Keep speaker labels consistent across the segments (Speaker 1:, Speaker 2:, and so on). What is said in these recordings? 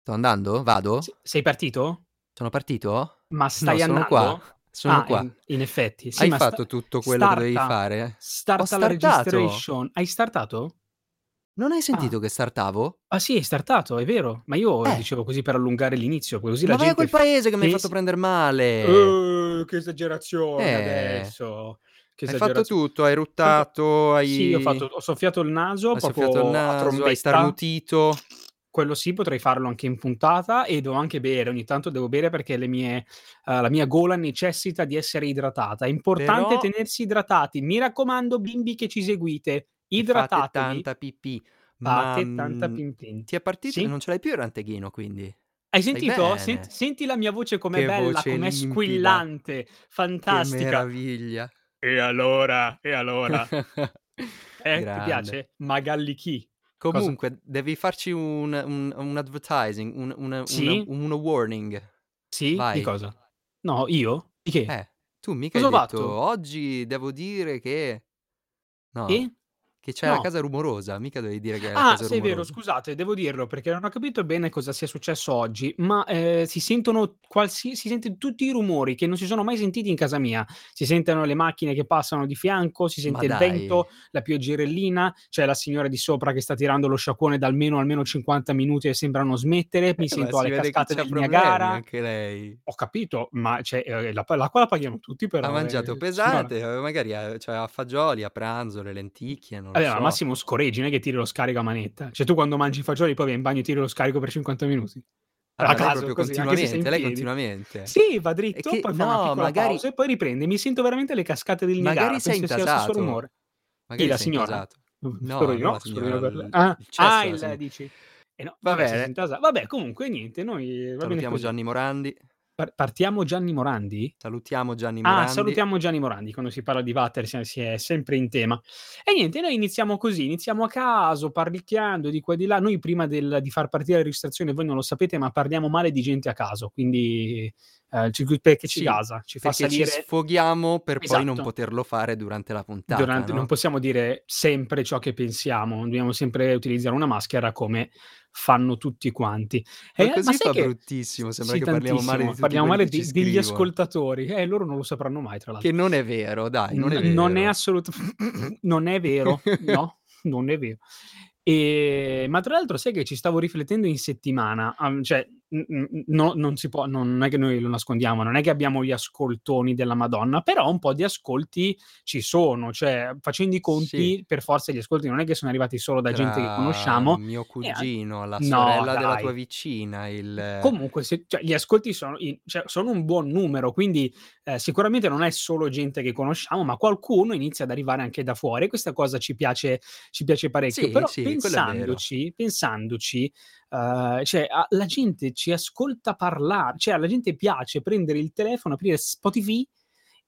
Speaker 1: Sto andando? Vado?
Speaker 2: S- sei partito?
Speaker 1: Sono partito?
Speaker 2: Ma stai
Speaker 1: no, sono
Speaker 2: andando?
Speaker 1: qua. Sono
Speaker 2: Ah,
Speaker 1: qua.
Speaker 2: In, in effetti. Sì,
Speaker 1: Hai
Speaker 2: ma
Speaker 1: fatto
Speaker 2: sta-
Speaker 1: tutto quello che dovevi
Speaker 2: starta.
Speaker 1: fare?
Speaker 2: Starta
Speaker 1: Ho
Speaker 2: la
Speaker 1: startato.
Speaker 2: registration. Hai startato?
Speaker 1: Non hai
Speaker 2: Ah.
Speaker 1: sentito che startavo?
Speaker 2: Ah sì, hai startato, è vero. Ma io
Speaker 1: Eh.
Speaker 2: dicevo così per allungare l'inizio, così
Speaker 1: Ma
Speaker 2: la
Speaker 1: vai a
Speaker 2: gente...
Speaker 1: quel paese che mi hai
Speaker 2: Sì,
Speaker 1: fatto
Speaker 2: sì.
Speaker 1: prendere male.
Speaker 2: Eh, che esagerazione
Speaker 1: Eh.
Speaker 2: adesso. Che
Speaker 1: Hai fatto
Speaker 2: esagerazione.
Speaker 1: tutto, hai
Speaker 2: Tanto-
Speaker 1: ruttato, hai,
Speaker 2: Sì, ho, fatto, ho soffiato il naso
Speaker 1: hai soffiato il
Speaker 2: proprio a
Speaker 1: naso, hai
Speaker 2: trombetta.
Speaker 1: starnutito.
Speaker 2: Quello sì, potrei farlo anche in puntata e devo anche bere. Ogni tanto devo bere perché le mie, eh, la mia gola necessita di essere idratata. È importante
Speaker 1: Però
Speaker 2: tenersi idratati. Mi raccomando, bimbi che ci seguite,
Speaker 1: e fate
Speaker 2: idratatevi.
Speaker 1: tanta pipì. Ma
Speaker 2: Fate tanta
Speaker 1: mm,
Speaker 2: pimpin.
Speaker 1: ti è partito?
Speaker 2: Sì?
Speaker 1: Non ce l'hai più il ranteghino, quindi. Stai
Speaker 2: Hai sentito? Sent-
Speaker 1: bene.
Speaker 2: senti la mia voce com'è
Speaker 1: Che
Speaker 2: bella,
Speaker 1: voce
Speaker 2: com'è
Speaker 1: limpida,
Speaker 2: squillante,
Speaker 1: che
Speaker 2: fantastica.
Speaker 1: meraviglia.
Speaker 2: E allora, e allora. Eh, ti
Speaker 1: Grande.
Speaker 2: piace? Magalli chi? Cosa?
Speaker 1: Comunque, devi farci un, un- un advertising, un, una- una-
Speaker 2: Sì?
Speaker 1: uno warning.
Speaker 2: Sì? Di
Speaker 1: Vai.
Speaker 2: cosa? No, io? Di che?
Speaker 1: Eh, tu mica hai
Speaker 2: Cosa ho
Speaker 1: detto
Speaker 2: fatto?
Speaker 1: oggi devo dire che. No,
Speaker 2: E?
Speaker 1: che c'è la
Speaker 2: No.
Speaker 1: casa rumorosa, mica dovevi dire che è la
Speaker 2: Ah,
Speaker 1: casa
Speaker 2: sì, è vero,
Speaker 1: rumorosa.
Speaker 2: scusate, devo dirlo perché non ho capito bene cosa sia successo oggi, ma eh, si sentono qualsi- si sentono tutti i rumori che non si sono mai sentiti in casa mia. Si sentono le macchine che passano di fianco, si
Speaker 1: Ma
Speaker 2: sente il
Speaker 1: dai,
Speaker 2: vento, la pioggerellina, c'è la signora di sopra che sta tirando lo sciacquone da almeno, almeno 50 minuti e sembra non smettere, mi
Speaker 1: eh, ma
Speaker 2: sento
Speaker 1: si
Speaker 2: alle
Speaker 1: vede che
Speaker 2: cascate
Speaker 1: c'ha
Speaker 2: del
Speaker 1: problemi eh.
Speaker 2: Niagara.
Speaker 1: anche lei.
Speaker 2: Ho capito, ma cioè, eh, la- l'acqua la paghiamo tutti
Speaker 1: Ha
Speaker 2: però,
Speaker 1: mangiato
Speaker 2: eh, signora.
Speaker 1: pesante, eh, magari ha- cioè, ha fagioli a pranzo, le lenticchie, non lo
Speaker 2: Vabbè, ma
Speaker 1: so.
Speaker 2: massimo scorreggi, non è che tiri lo scarico a manetta. Cioè, tu quando mangi i fagioli, poi vai in bagno e tiri lo scarico per 50 minuti.
Speaker 1: Ah,
Speaker 2: A
Speaker 1: ma lei
Speaker 2: caso,
Speaker 1: proprio
Speaker 2: così, anche se sei in
Speaker 1: continuamente, lei
Speaker 2: piedi.
Speaker 1: continuamente.
Speaker 2: Sì, va
Speaker 1: E
Speaker 2: dritto,
Speaker 1: che,
Speaker 2: poi fa una
Speaker 1: no,
Speaker 2: piccola
Speaker 1: magari,
Speaker 2: pausa e poi riprende. Mi sento veramente le cascate del
Speaker 1: magari
Speaker 2: Niagara.
Speaker 1: sei
Speaker 2: Penso sia lo stesso
Speaker 1: intasato.
Speaker 2: rumore. Chi,
Speaker 1: Magari
Speaker 2: la
Speaker 1: sei
Speaker 2: signora?
Speaker 1: intasato. No,
Speaker 2: Spero
Speaker 1: non
Speaker 2: di
Speaker 1: la
Speaker 2: no, spero di
Speaker 1: signora,
Speaker 2: no per lei.
Speaker 1: il
Speaker 2: Ah,
Speaker 1: il cesso
Speaker 2: ah,
Speaker 1: della
Speaker 2: il
Speaker 1: signora.
Speaker 2: dici. E no,
Speaker 1: Va
Speaker 2: vabbè, se sei in
Speaker 1: bene,
Speaker 2: tasa. Vabbè, comunque, niente, noi va bene
Speaker 1: salutiamo
Speaker 2: così.
Speaker 1: Gianni Morandi.
Speaker 2: Par- partiamo Gianni Morandi?
Speaker 1: Salutiamo Gianni
Speaker 2: Ah,
Speaker 1: Morandi.
Speaker 2: salutiamo Gianni Morandi, quando si parla di Vatter si, si è sempre in tema. E niente, noi iniziamo così, iniziamo a caso, parlicchiando di qua e di là. Noi prima del- di far partire la registrazione, voi non lo sapete, ma parliamo male di gente a caso, quindi eh, ci- perché ci
Speaker 1: Sì,
Speaker 2: gasa, ci fa
Speaker 1: perché ci
Speaker 2: salire...
Speaker 1: sfoghiamo per poi non
Speaker 2: Esatto,
Speaker 1: poterlo fare durante la puntata,
Speaker 2: durante, non
Speaker 1: no?
Speaker 2: possiamo dire sempre ciò che pensiamo, dobbiamo sempre utilizzare una maschera come fanno tutti quanti.
Speaker 1: Ma
Speaker 2: Eh, ma
Speaker 1: così
Speaker 2: sai
Speaker 1: fa
Speaker 2: che
Speaker 1: bruttissimo, sembra
Speaker 2: sì,
Speaker 1: che parliamo male di
Speaker 2: tantissimo,
Speaker 1: tutti
Speaker 2: parliamo
Speaker 1: quelli
Speaker 2: male
Speaker 1: che ci
Speaker 2: di- degli
Speaker 1: scrivono.
Speaker 2: ascoltatori e loro non lo sapranno mai,
Speaker 1: Che
Speaker 2: tra l'altro.
Speaker 1: non è vero, dai, non
Speaker 2: N-
Speaker 1: è
Speaker 2: non è
Speaker 1: vero.
Speaker 2: assolutamente non è vero, no, non è vero. E- ma tra l'altro sai che ci stavo riflettendo in settimana, am- cioè n- n- no, non si può, non, non è che noi lo nascondiamo, non è che abbiamo gli ascoltoni della Madonna, però un po' di ascolti ci sono, cioè facendo i
Speaker 1: Sì,
Speaker 2: conti per forza gli ascolti non è che sono arrivati solo da gente che
Speaker 1: tra
Speaker 2: conosciamo,
Speaker 1: mio
Speaker 2: e an-
Speaker 1: cugino, la
Speaker 2: no
Speaker 1: sorella della tua
Speaker 2: dai,
Speaker 1: vicina, il...
Speaker 2: comunque se- cioè, gli ascolti sono, in- cioè, sono un buon numero, quindi eh, sicuramente non è solo gente che conosciamo, ma qualcuno inizia ad arrivare anche da fuori. Questa cosa ci piace, ci piace parecchio,
Speaker 1: Sì,
Speaker 2: però
Speaker 1: sì, quello è vero.
Speaker 2: pensandoci, pensandoci eh, cioè, a- la gente ci ascolta parlare, cioè alla gente piace prendere il telefono, aprire Spotify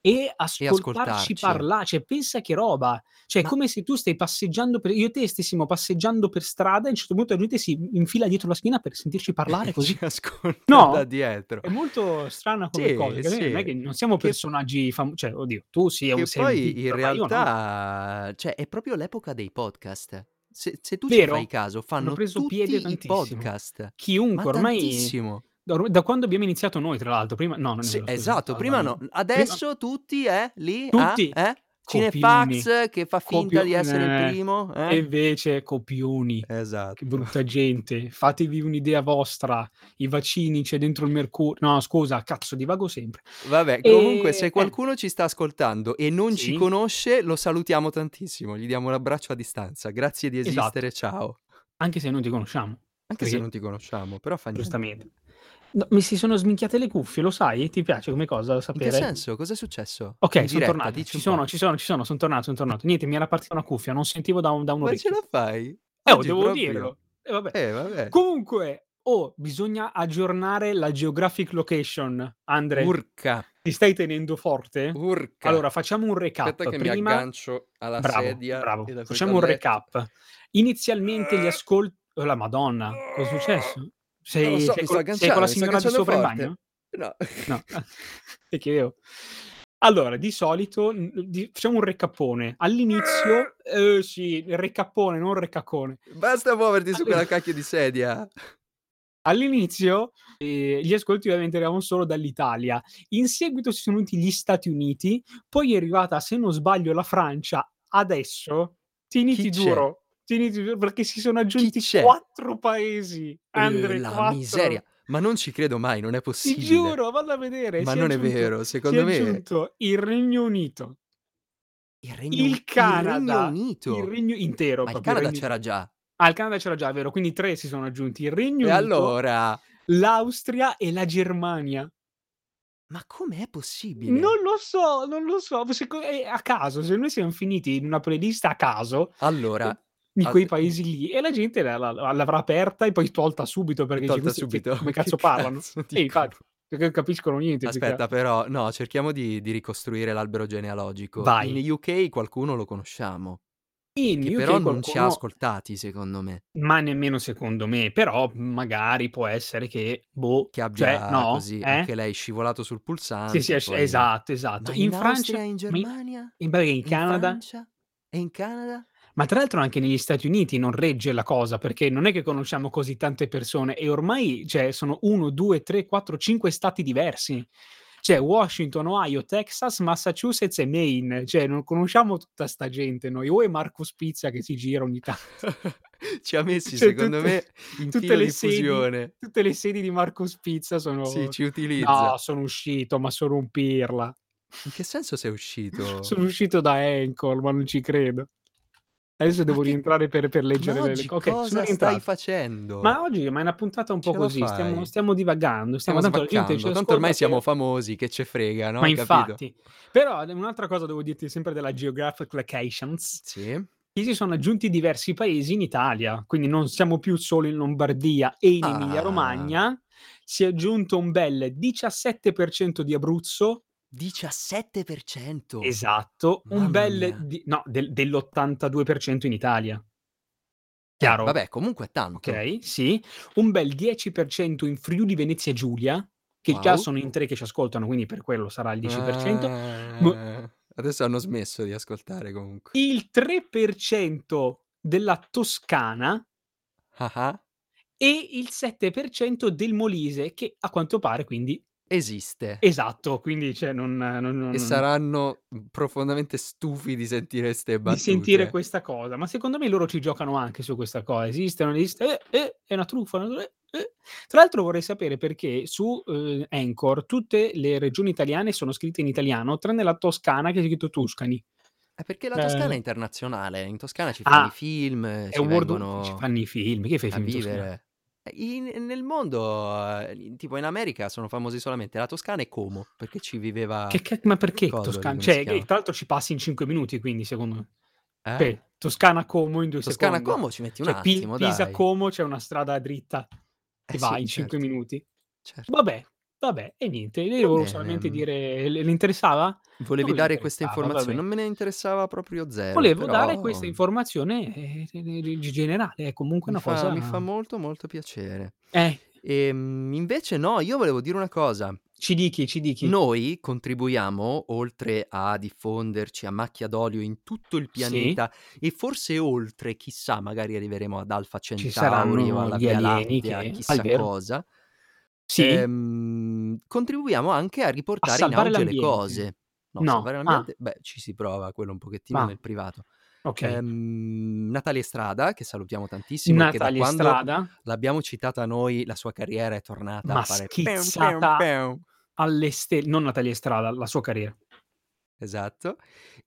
Speaker 2: e
Speaker 1: E
Speaker 2: ascoltarci
Speaker 1: ascoltarci.
Speaker 2: parlare, cioè pensa che roba, cioè è
Speaker 1: Ma
Speaker 2: come se tu stai passeggiando, per, io e te stessimo passeggiando per strada e a un certo punto la gente si infila dietro la schiena per sentirci parlare così.
Speaker 1: ci ascolta da
Speaker 2: No,
Speaker 1: dietro.
Speaker 2: è molto strana come cosa.
Speaker 1: Sì,
Speaker 2: che noi Non è
Speaker 1: sì.
Speaker 2: che non siamo
Speaker 1: Che
Speaker 2: personaggi famosi, cioè, oddio, tu sì, è un-
Speaker 1: Che
Speaker 2: sei un
Speaker 1: poi in
Speaker 2: Twitter, ma io no.
Speaker 1: realtà, cioè, è proprio l'epoca dei podcast. Se, se tu ci fai
Speaker 2: Vero?
Speaker 1: caso,
Speaker 2: Hanno
Speaker 1: fanno
Speaker 2: preso piede
Speaker 1: tutti i
Speaker 2: tantissimo.
Speaker 1: podcast. Ma
Speaker 2: Chiunque ormai,
Speaker 1: tantissimo.
Speaker 2: da, or- da quando abbiamo iniziato noi, tra l'altro, prima, no, non è
Speaker 1: Sì,
Speaker 2: vero, scusa,
Speaker 1: esatto,
Speaker 2: ho
Speaker 1: prima no.
Speaker 2: sbagliato. Prima,
Speaker 1: Adesso tutti, eh, lì, ah,
Speaker 2: tutti
Speaker 1: eh,
Speaker 2: copioni,
Speaker 1: Cinefax che fa finta di essere il
Speaker 2: copioni,
Speaker 1: primo,
Speaker 2: e
Speaker 1: eh?
Speaker 2: invece copioni. Che
Speaker 1: Esatto.
Speaker 2: brutta gente, fatevi un'idea vostra. I vaccini c'è dentro il mercurio. No, scusa, cazzo, divago sempre.
Speaker 1: Vabbè, comunque, se
Speaker 2: E eh,
Speaker 1: qualcuno ci sta ascoltando e non ci
Speaker 2: sì,
Speaker 1: conosce, lo salutiamo tantissimo. Gli diamo un abbraccio a distanza. Grazie di
Speaker 2: esatto.
Speaker 1: esistere, ciao.
Speaker 2: anche se non ti conosciamo,
Speaker 1: Anche se non
Speaker 2: perché
Speaker 1: ti conosciamo, però fa niente.
Speaker 2: giustamente. No, mi si sono sminchiate le cuffie, lo sai? Ti piace come cosa
Speaker 1: In che
Speaker 2: sapere?
Speaker 1: senso? Cos'è successo? In
Speaker 2: Ok, sono
Speaker 1: diretta,
Speaker 2: tornate.
Speaker 1: dici
Speaker 2: Ci
Speaker 1: un po'.
Speaker 2: sono, ci sono, ci sono, sono tornato, sono tornato. Niente, mi era partita una cuffia, non sentivo da un, da un
Speaker 1: Ma ce
Speaker 2: orecchio.
Speaker 1: la fai?
Speaker 2: Eh, oh,
Speaker 1: Oggi
Speaker 2: devo
Speaker 1: proprio.
Speaker 2: dirlo. E vabbè.
Speaker 1: Eh, vabbè.
Speaker 2: Comunque, oh, bisogna aggiornare la geographic location, Andre.
Speaker 1: Urca,
Speaker 2: Ti stai tenendo forte?
Speaker 1: urca.
Speaker 2: Allora, facciamo un
Speaker 1: Aspetta
Speaker 2: recap.
Speaker 1: che mi
Speaker 2: Prima
Speaker 1: aggancio alla
Speaker 2: Bravo,
Speaker 1: sedia e
Speaker 2: bravo.
Speaker 1: da quel
Speaker 2: Facciamo un
Speaker 1: colletto.
Speaker 2: recap. Inizialmente gli
Speaker 1: Eh,
Speaker 2: ascolti. Oh, la Madonna, cosa è
Speaker 1: ah,
Speaker 2: successo?
Speaker 1: Non lo
Speaker 2: Sei,
Speaker 1: so,
Speaker 2: sei
Speaker 1: mi sto
Speaker 2: col- sei con la
Speaker 1: agganciando, mi sto
Speaker 2: signora di
Speaker 1: agganciando
Speaker 2: sopra in
Speaker 1: forte.
Speaker 2: bagno?
Speaker 1: No.
Speaker 2: No, ti chiedevo. Allora, di solito n- di- facciamo un recappone. All'inizio, eh, sì, il recappone, non il recaccone.
Speaker 1: Basta muoverti su
Speaker 2: Alle-
Speaker 1: quella cacchio di sedia.
Speaker 2: all'inizio eh, gli ascolti ovviamente arrivavano solo dall'Italia, in seguito si sono venuti gli Stati Uniti, poi è arrivata, se non sbaglio, la Francia, adesso
Speaker 1: Chi
Speaker 2: tieniti
Speaker 1: c'è?
Speaker 2: duro, tieniti duro perché si sono aggiunti
Speaker 1: c'è?
Speaker 2: quattro paesi. Andre,
Speaker 1: Eh, la
Speaker 2: quattro.
Speaker 1: miseria. Ma non ci credo mai, non è
Speaker 2: Ti
Speaker 1: possibile.
Speaker 2: giuro, vado a vedere.
Speaker 1: Ma
Speaker 2: si
Speaker 1: non è
Speaker 2: aggiunto-
Speaker 1: vero,
Speaker 2: Si è
Speaker 1: secondo me
Speaker 2: aggiunto il Regno Unito,
Speaker 1: il Regno,
Speaker 2: il Canada,
Speaker 1: Regno Unito.
Speaker 2: il Regno
Speaker 1: Esatto.
Speaker 2: intero.
Speaker 1: Ma il
Speaker 2: proprio,
Speaker 1: Canada
Speaker 2: Regno-
Speaker 1: c'era già.
Speaker 2: Ah, il Canada c'era già, vero? Quindi tre si sono aggiunti: il Regno
Speaker 1: E
Speaker 2: Unito,
Speaker 1: allora,
Speaker 2: l'Austria e la Germania.
Speaker 1: ma com'è possibile?
Speaker 2: Non lo so, non lo so. seco- è a caso, se noi siamo finiti in una playlist a caso
Speaker 1: Allora,
Speaker 2: di
Speaker 1: Ah,
Speaker 2: quei
Speaker 1: sì.
Speaker 2: paesi lì e la gente la- la- l'avrà aperta e poi tolta subito perché dice,
Speaker 1: tolta
Speaker 2: "Questi che-
Speaker 1: subito.
Speaker 2: come
Speaker 1: che
Speaker 2: cazzo parlano?
Speaker 1: cazzo
Speaker 2: Sì,
Speaker 1: dicono?
Speaker 2: infatti, perché non capiscono niente. più che
Speaker 1: Aspetta, però, no, cerchiamo di, di ricostruire l'albero genealogico.
Speaker 2: Vai.
Speaker 1: In UK qualcuno lo conosciamo,
Speaker 2: In
Speaker 1: che
Speaker 2: UK
Speaker 1: però non ci ha
Speaker 2: qualcuno-
Speaker 1: ascoltati, secondo me.
Speaker 2: ma nemmeno secondo me, però magari può essere che, boh,
Speaker 1: Che abbia
Speaker 2: cioè, no,
Speaker 1: così
Speaker 2: eh?
Speaker 1: anche lei scivolato sul pulsante.
Speaker 2: Sì, sì, es-
Speaker 1: poi-
Speaker 2: esatto, esatto.
Speaker 1: Ma
Speaker 2: in,
Speaker 1: in,
Speaker 2: Francia,
Speaker 1: Austria, in
Speaker 2: ma in,
Speaker 1: Germania,
Speaker 2: in Belgio, in
Speaker 1: in
Speaker 2: Canada,
Speaker 1: Francia e in Canada?
Speaker 2: ma tra l'altro anche negli Stati Uniti non regge la cosa perché non è che conosciamo così tante persone e ormai cioè, sono 1, 2, 3, 4, 5 stati diversi. Cioè Washington, Ohio, Texas, Massachusetts e Maine. Cioè non conosciamo tutta sta gente noi. O è Marco Spizia che si gira ogni tanto.
Speaker 1: ci ha messi,
Speaker 2: Cioè,
Speaker 1: secondo
Speaker 2: tutte-
Speaker 1: me, in
Speaker 2: tutte
Speaker 1: filo
Speaker 2: le
Speaker 1: di
Speaker 2: sedi.
Speaker 1: fusione.
Speaker 2: Tutte le sedi di Marco Spizia sono...
Speaker 1: Sì, ci utilizza.
Speaker 2: No, sono uscito, ma sono un pirla.
Speaker 1: In che senso sei uscito?
Speaker 2: Sono uscito da Anchor, ma non ci credo. Adesso devo
Speaker 1: che-
Speaker 2: rientrare per, per leggere
Speaker 1: Ma
Speaker 2: le-
Speaker 1: oggi
Speaker 2: le cose. Ok, sono
Speaker 1: cosa stai
Speaker 2: rientrato.
Speaker 1: facendo?
Speaker 2: Ma oggi ma è una puntata un po'
Speaker 1: Ce la
Speaker 2: così, stiamo,
Speaker 1: fai?
Speaker 2: stiamo divagando, stiamo
Speaker 1: Stiamo
Speaker 2: tanto la gente
Speaker 1: sbaccando,
Speaker 2: ci
Speaker 1: tanto ormai
Speaker 2: ascolta
Speaker 1: siamo
Speaker 2: per-
Speaker 1: famosi, che ce frega, no?
Speaker 2: Ma
Speaker 1: Capito?
Speaker 2: infatti, però un'altra cosa devo dirti sempre della geographic locations,
Speaker 1: Sì.
Speaker 2: che si sono aggiunti diversi paesi in Italia, quindi non siamo più solo in Lombardia e in
Speaker 1: Ah.
Speaker 2: Emilia Romagna, si è aggiunto un bel 17% di Abruzzo,
Speaker 1: 17%.
Speaker 2: esatto, un
Speaker 1: Oh, Mamma
Speaker 2: bel
Speaker 1: mia.
Speaker 2: di- no, del- dell'82% in Italia.
Speaker 1: Eh,
Speaker 2: Chiaro?
Speaker 1: vabbè, comunque è tanto.
Speaker 2: Ok, sì, un bel 10% in Friuli Venezia Giulia, che già
Speaker 1: Wow.
Speaker 2: sono in tre che ci ascoltano, quindi per quello sarà il 10%.
Speaker 1: Ah, Adesso hanno smesso di ascoltare comunque.
Speaker 2: Il 3% della Toscana
Speaker 1: Ah ah.
Speaker 2: e il 7% del Molise, che a quanto pare quindi
Speaker 1: Esiste. E,
Speaker 2: esatto, quindi cioè, non, non- non-
Speaker 1: saranno profondamente stufi di sentire ste
Speaker 2: di
Speaker 1: battute.
Speaker 2: sentire questa cosa, ma secondo me loro ci giocano anche su questa cosa, esiste, non esiste, eh, eh, è una truffa. non- eh, eh. Tra l'altro vorrei sapere perché su eh, Anchor tutte le regioni italiane sono scritte in italiano, tranne la Toscana che è scritto Tuscani.
Speaker 1: È perché la
Speaker 2: Eh.
Speaker 1: Toscana è internazionale. In Toscana ci fanno i
Speaker 2: Ah,
Speaker 1: film, eh,
Speaker 2: è
Speaker 1: ci
Speaker 2: un world ci
Speaker 1: vengono
Speaker 2: fanno i film, che fai i
Speaker 1: a
Speaker 2: film in Toscana?
Speaker 1: vivere. Eh, in- nel mondo, eh, in- tipo in America, sono famosi solamente la Toscana e Como, perché ci viveva...
Speaker 2: Che ca- ma perché
Speaker 1: Coso lì,
Speaker 2: Toscana?
Speaker 1: come si
Speaker 2: Cioè,
Speaker 1: chiama?
Speaker 2: che tra l'altro ci passi in 5 minuti, quindi secondo me.
Speaker 1: Eh?
Speaker 2: Cioè, Toscana Como in due
Speaker 1: Toscana a
Speaker 2: secondi.
Speaker 1: Como ci metti un
Speaker 2: Cioè, Pi-
Speaker 1: attimo,
Speaker 2: Pisa
Speaker 1: dai.
Speaker 2: Como c'è una strada dritta
Speaker 1: Eh sì,
Speaker 2: che va in 5
Speaker 1: certo,
Speaker 2: minuti.
Speaker 1: certo.
Speaker 2: Vabbè, vabbè, e niente. Io volevo
Speaker 1: bene. mm.
Speaker 2: solamente dire, le, le interessava?
Speaker 1: Volevi
Speaker 2: Non le
Speaker 1: dare questa
Speaker 2: interessava, va
Speaker 1: informazione?
Speaker 2: bene.
Speaker 1: Non me ne interessava proprio zero,
Speaker 2: Volevo
Speaker 1: Eh, però
Speaker 2: dare questa informazione eh, eh, generale, è comunque
Speaker 1: mi
Speaker 2: una
Speaker 1: fa,
Speaker 2: cosa...
Speaker 1: mi fa molto molto piacere.
Speaker 2: Eh,
Speaker 1: Ehm, invece no, io volevo dire una cosa.
Speaker 2: ci dichi, ci dichi.
Speaker 1: Noi contribuiamo, oltre a diffonderci a macchia d'olio in tutto il
Speaker 2: Sì,
Speaker 1: pianeta e forse oltre, chissà, magari arriveremo ad Alfa
Speaker 2: ci
Speaker 1: Centauri o
Speaker 2: saranno
Speaker 1: alla
Speaker 2: gli
Speaker 1: Via
Speaker 2: alieni
Speaker 1: Lattea,
Speaker 2: che... Ah, è
Speaker 1: chissà
Speaker 2: vero.
Speaker 1: cosa,
Speaker 2: Sì,
Speaker 1: ehm, contribuiamo anche a
Speaker 2: a
Speaker 1: riportare in
Speaker 2: salvare
Speaker 1: auge le
Speaker 2: l'ambiente.
Speaker 1: cose. No,
Speaker 2: No,
Speaker 1: salvare
Speaker 2: ah,
Speaker 1: l'ambiente? Beh, ci si prova, quello un pochettino
Speaker 2: ma
Speaker 1: nel privato.
Speaker 2: ok.
Speaker 1: Ehm, Natalia Strada, che salutiamo tantissimo e che da
Speaker 2: Natalia
Speaker 1: quando
Speaker 2: Strada,
Speaker 1: l'abbiamo citata noi, la sua carriera è tornata a
Speaker 2: ma
Speaker 1: fare... pam, pam,
Speaker 2: schizzata
Speaker 1: pam.
Speaker 2: alle stelle, non Natalia Strada, la sua carriera.
Speaker 1: Esatto.